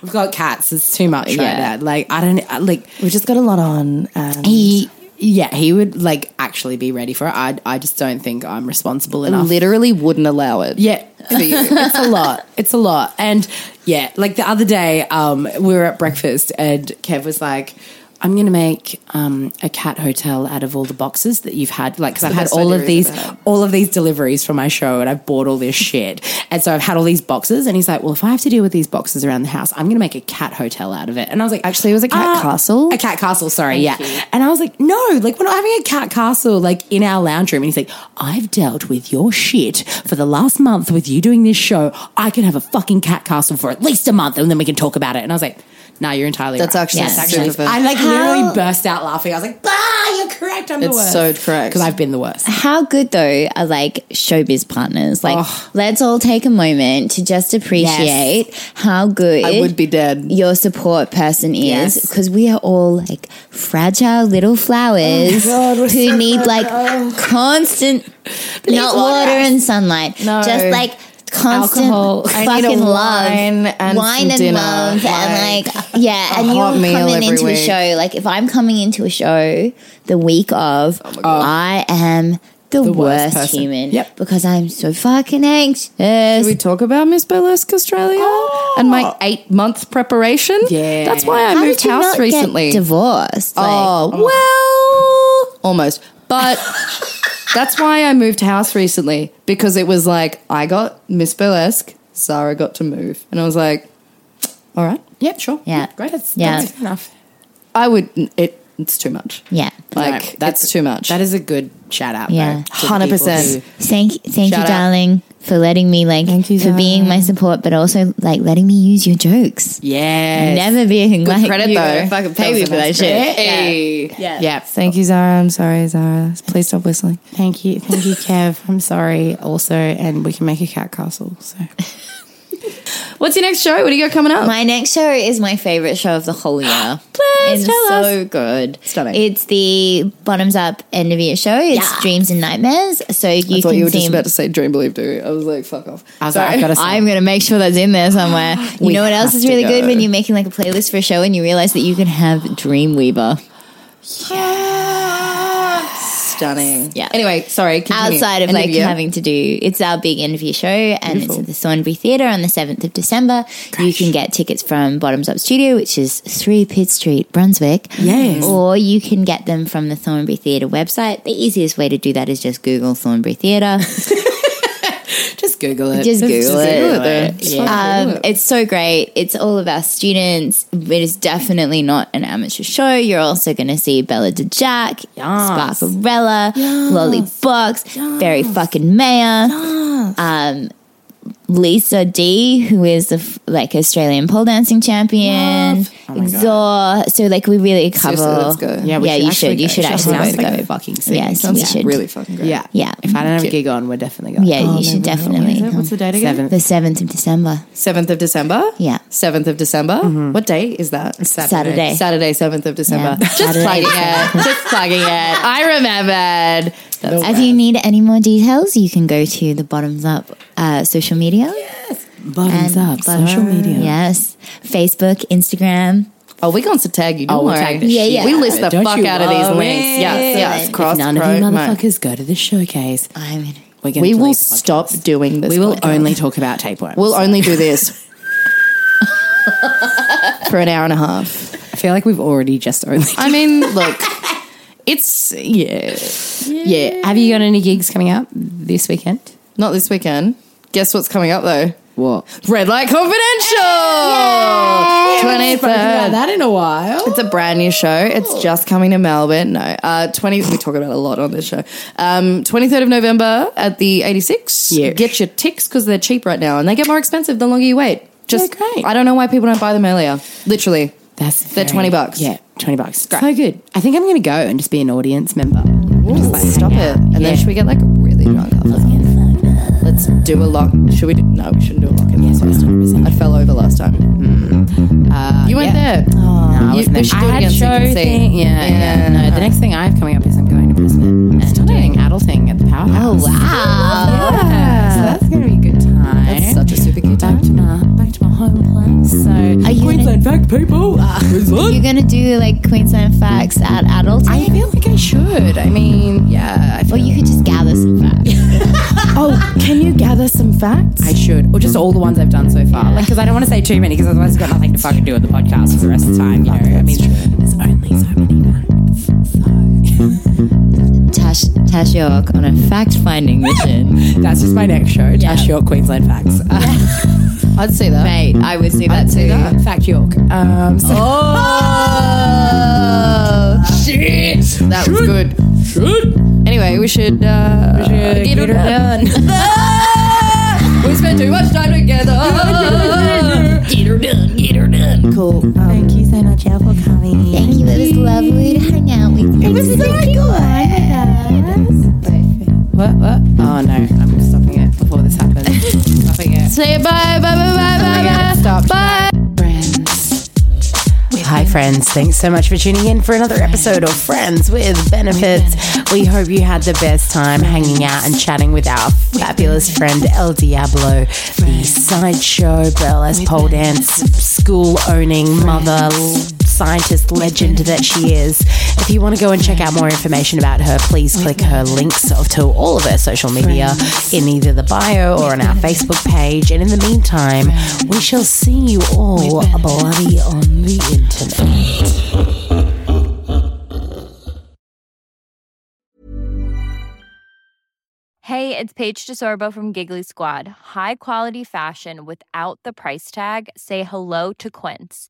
Speaker 3: We've got cats. It's too much right
Speaker 4: Yeah.
Speaker 3: now. Like I don't I- like.
Speaker 8: We just got a lot on. Um,
Speaker 3: He, yeah, he would like actually be ready for it. I, I just don't think I'm responsible enough.
Speaker 1: Literally wouldn't allow it.
Speaker 3: Yeah, it's a lot. It's a lot. And yeah, like the other day, um, we were at breakfast and Kev was like, I'm going to make um, a cat hotel out of all the boxes that you've had. Like, because I've had all of these, all of these deliveries for my show and I've bought all this shit. And so I've had all these boxes. And he's like, well, if I have to deal with these boxes around the house, I'm going to make a cat hotel out of it. And I was like,
Speaker 8: Actually, it was a cat
Speaker 3: "Ah,
Speaker 8: castle.
Speaker 3: A cat castle, sorry, yeah. And I was like, no, like we're not having a cat castle like in our lounge room. And he's like, I've dealt with your shit for the last month with you doing this show. I can have a fucking cat castle for at least a month and then we can talk about it. And I was like, nah, you're entirely
Speaker 1: That's
Speaker 3: right.
Speaker 1: actually super fair.
Speaker 3: I like literally burst out laughing. I was like, ah, you're correct. I'm the
Speaker 1: It's
Speaker 3: worst.
Speaker 1: so correct.
Speaker 3: Because I've been the worst.
Speaker 4: How good though are like showbiz partners? Like,
Speaker 1: Oh.
Speaker 4: let's all take a moment to just appreciate how good
Speaker 1: I would be dead.
Speaker 4: your support person is because we are all like fragile little
Speaker 1: Oh
Speaker 4: flowers who need like constant, not water and sunlight, just like constant
Speaker 1: Alcohol. I need a
Speaker 4: fucking love,
Speaker 1: wine and
Speaker 4: wine
Speaker 1: some
Speaker 4: and
Speaker 1: dinner,
Speaker 4: love, and
Speaker 1: like,
Speaker 4: like yeah, and
Speaker 1: hot
Speaker 4: you're
Speaker 1: meal
Speaker 4: coming
Speaker 1: every
Speaker 4: into a
Speaker 1: week.
Speaker 4: show like if I'm coming into a show the week of,
Speaker 1: Oh
Speaker 4: I am. The, worst, human
Speaker 3: Yep.
Speaker 4: because I'm so fucking anxious.
Speaker 1: Did we talk about Miss Burlesque Australia
Speaker 8: Oh.
Speaker 1: and my eight month preparation?
Speaker 3: Yeah.
Speaker 1: That's why I
Speaker 4: How
Speaker 1: moved
Speaker 4: did you
Speaker 1: house
Speaker 4: not get
Speaker 1: recently.
Speaker 4: divorced. Like,
Speaker 1: oh, well, almost. But that's why I moved house recently because it was like I got Miss Burlesque, Zara got to move. And I was like, all right.
Speaker 3: Yeah, sure.
Speaker 4: Yeah.
Speaker 3: Great. That's,
Speaker 4: Yeah.
Speaker 3: that's enough.
Speaker 1: I would, it, it's too much.
Speaker 4: Yeah.
Speaker 1: Like,
Speaker 3: Right.
Speaker 1: that's too much.
Speaker 3: That is a good shout out.
Speaker 4: Yeah.
Speaker 3: Hundred percent.
Speaker 4: Thank thank
Speaker 1: Shout
Speaker 4: you,
Speaker 1: out.
Speaker 4: darling, for letting me like
Speaker 8: you,
Speaker 4: for being my support, but also like letting me use your jokes.
Speaker 3: Yeah.
Speaker 4: Never being like
Speaker 1: credit,
Speaker 4: you
Speaker 1: though.
Speaker 4: gotta Fucking pay me for that shit. Yeah.
Speaker 3: Yeah.
Speaker 8: Thank you, Zara. I'm sorry, Zara. Please stop whistling.
Speaker 3: Thank you, thank you, Kev. I'm sorry. Also, and we can make a cat castle. So
Speaker 1: What's your next show? What do you got coming up?
Speaker 4: My next show is my favorite show of the whole year. Please it's so good.
Speaker 1: Stunning.
Speaker 4: It's the bottoms up end of year show. It's Dreams and Nightmares. So you
Speaker 1: I thought
Speaker 4: can
Speaker 1: you were
Speaker 4: see
Speaker 1: just about to say Dream Believe Do. I was like, fuck off.
Speaker 3: I was like, I've got to.
Speaker 4: I'm gonna make sure that's in there somewhere. You know what else is really good when you're making like a playlist for a show and you realize that you can have Dreamweaver
Speaker 1: Stunning.
Speaker 4: Yeah.
Speaker 1: Anyway, sorry. Continue.
Speaker 4: outside of
Speaker 1: End
Speaker 4: like
Speaker 1: year.
Speaker 4: having to do it's our big interview show and it's at the Thornbury Theatre on the 7th of December. You can get tickets from Bottoms Up Studio, which is 3 Pitt Street, Brunswick. Yes. Or you can get them from the Thornbury Theatre website. The easiest way to do that is just Google Thornbury Theatre.
Speaker 3: just Google it.
Speaker 4: Just Google it.
Speaker 1: Google it then. Just fucking
Speaker 4: Yeah.
Speaker 1: Google
Speaker 4: Um, it's so great. It's all of our students. It is definitely not an amateur show. You're also going to see Bella De Jack, Sparklerella, Lolly Box, Barry fucking Mayer, um, Lisa D, who is the f- like Australian pole dancing champion, Zor. So like we really cover.
Speaker 1: Seriously, let's go.
Speaker 4: Yeah,
Speaker 3: we should
Speaker 4: you
Speaker 3: actually
Speaker 4: should.
Speaker 3: go.
Speaker 4: You should
Speaker 3: Sounds
Speaker 4: actually
Speaker 3: like
Speaker 4: go.
Speaker 3: the fucking scene.
Speaker 4: Yes, we
Speaker 1: Sounds
Speaker 4: should.
Speaker 1: really fucking great.
Speaker 3: Yeah,
Speaker 4: Yeah.
Speaker 3: If I don't have a gig on, we're definitely going.
Speaker 4: Yeah, you should definitely. What's the date
Speaker 3: again?
Speaker 4: The seventh of December.
Speaker 1: Seventh of December.
Speaker 4: Yeah.
Speaker 1: Seventh of December.
Speaker 3: Mm-hmm.
Speaker 1: What day is that?
Speaker 4: Saturday.
Speaker 1: Saturday, seventh of December.
Speaker 4: Yeah.
Speaker 1: Just
Speaker 4: Saturday,
Speaker 1: plugging it. Just plugging it. I remembered. That's
Speaker 4: If you need any more details, you can go to the bottoms up uh, social media.
Speaker 8: Bottoms
Speaker 4: And
Speaker 8: up, social media.
Speaker 4: Yes, Facebook, Instagram.
Speaker 1: Oh, we're going to tag you. Don't
Speaker 3: we'll
Speaker 1: worry.
Speaker 3: tag the
Speaker 4: Yeah, shit yeah.
Speaker 1: We list the
Speaker 3: Don't
Speaker 1: fuck
Speaker 3: you
Speaker 1: out of these
Speaker 3: worry.
Speaker 1: links. Yes, yes.
Speaker 4: If
Speaker 1: Cross
Speaker 3: None of you
Speaker 1: promote.
Speaker 3: motherfuckers go to the showcase.
Speaker 4: I'm gonna-
Speaker 3: We're gonna
Speaker 1: We will
Speaker 3: delete the podcast.
Speaker 1: stop doing this.
Speaker 3: We will
Speaker 1: podcast.
Speaker 3: only talk about tapeworms.
Speaker 1: We'll only do this for an hour and a half.
Speaker 3: I feel like we've already just only.
Speaker 1: I mean, look, it's yeah, yeah.
Speaker 3: Have you got any gigs coming up this weekend?
Speaker 1: Not this weekend. Guess what's coming up though?
Speaker 12: What?
Speaker 1: Red Light Confidential. Twenty third.
Speaker 13: that in a while.
Speaker 1: It's a brand new show. It's just coming to Melbourne. No, uh, twenty. We talk about it a lot on this show. Um, twenty third of November at the eighty six.
Speaker 12: Yes.
Speaker 1: Get your ticks because they're cheap right now, and they get more expensive the longer you wait. Just
Speaker 12: They're great.
Speaker 1: I don't know why people don't buy them earlier. Literally,
Speaker 3: That's
Speaker 1: They're 20 bucks.
Speaker 3: Yeah, twenty bucks. So good. I think I'm gonna go and just be an audience member.
Speaker 1: just like, stop it. And then should we get like really drunk after that? Let's do a lock. Should we? Do, no, we shouldn't do a lock. in Yes, I fell over last time. Mm. you weren't there.
Speaker 3: I
Speaker 1: you,
Speaker 3: wasn't
Speaker 1: they
Speaker 3: there.
Speaker 1: should
Speaker 3: I
Speaker 1: do it
Speaker 3: had
Speaker 1: again so you
Speaker 3: show
Speaker 1: can see.
Speaker 3: thing. Yeah, yeah. No, the next thing I have coming up is I'm going to Brisbane and doing adulting at the powerhouse. Oh wow! Yeah. So that's gonna be a good time. That's
Speaker 1: Such a super cute time.
Speaker 3: back to my back to my home place. So
Speaker 4: Are you gonna,
Speaker 3: fact, people.
Speaker 4: you're gonna do like Queensland facts at adults?
Speaker 3: I feel like I should. I mean, yeah, I feel
Speaker 4: or you could just gather some facts.
Speaker 8: Oh, can you gather some facts?
Speaker 3: I should, or just all the ones I've done so far. Like, because I don't want to say too many, because otherwise I've got nothing to fucking do with the podcast for the rest of the time. You know, I mean, there's only so many facts.
Speaker 4: Tash Tash York on a fact finding mission.
Speaker 3: That's just my next show. Tash York, Queensland facts.
Speaker 1: I'd see that.
Speaker 4: Mate, I would see that too.
Speaker 3: Uh, fact York. Um, so
Speaker 1: Oh shit! That was good. Anyway, we should, uh, get, it done. we spent too much time together.
Speaker 8: Cool. Thank you so much, Elle, for coming.
Speaker 4: Thank you. It was lovely to hang out with you. It was so
Speaker 3: what? What? Oh no, I'm stopping it before this happens. stopping it.
Speaker 1: Say bye, bye, bye, bye, bye, bye. Stop. Bye.
Speaker 3: Hi, friends. Thanks so much for tuning in for another episode of Friends with Benefits. We hope you had the best time hanging out and chatting with our fabulous friend El Diablo, the sideshow burlesque pole dance school owning mother l- scientist legend that she is. If you want to go and check out more information about her, please click her links of- to all of her social media in either the bio or on our Facebook page. And in the meantime, we shall see you all bloody on the internet.
Speaker 14: Hey, it's Paige DeSorbo from Giggly Squad. High quality fashion without the price tag. Say hello to Quince.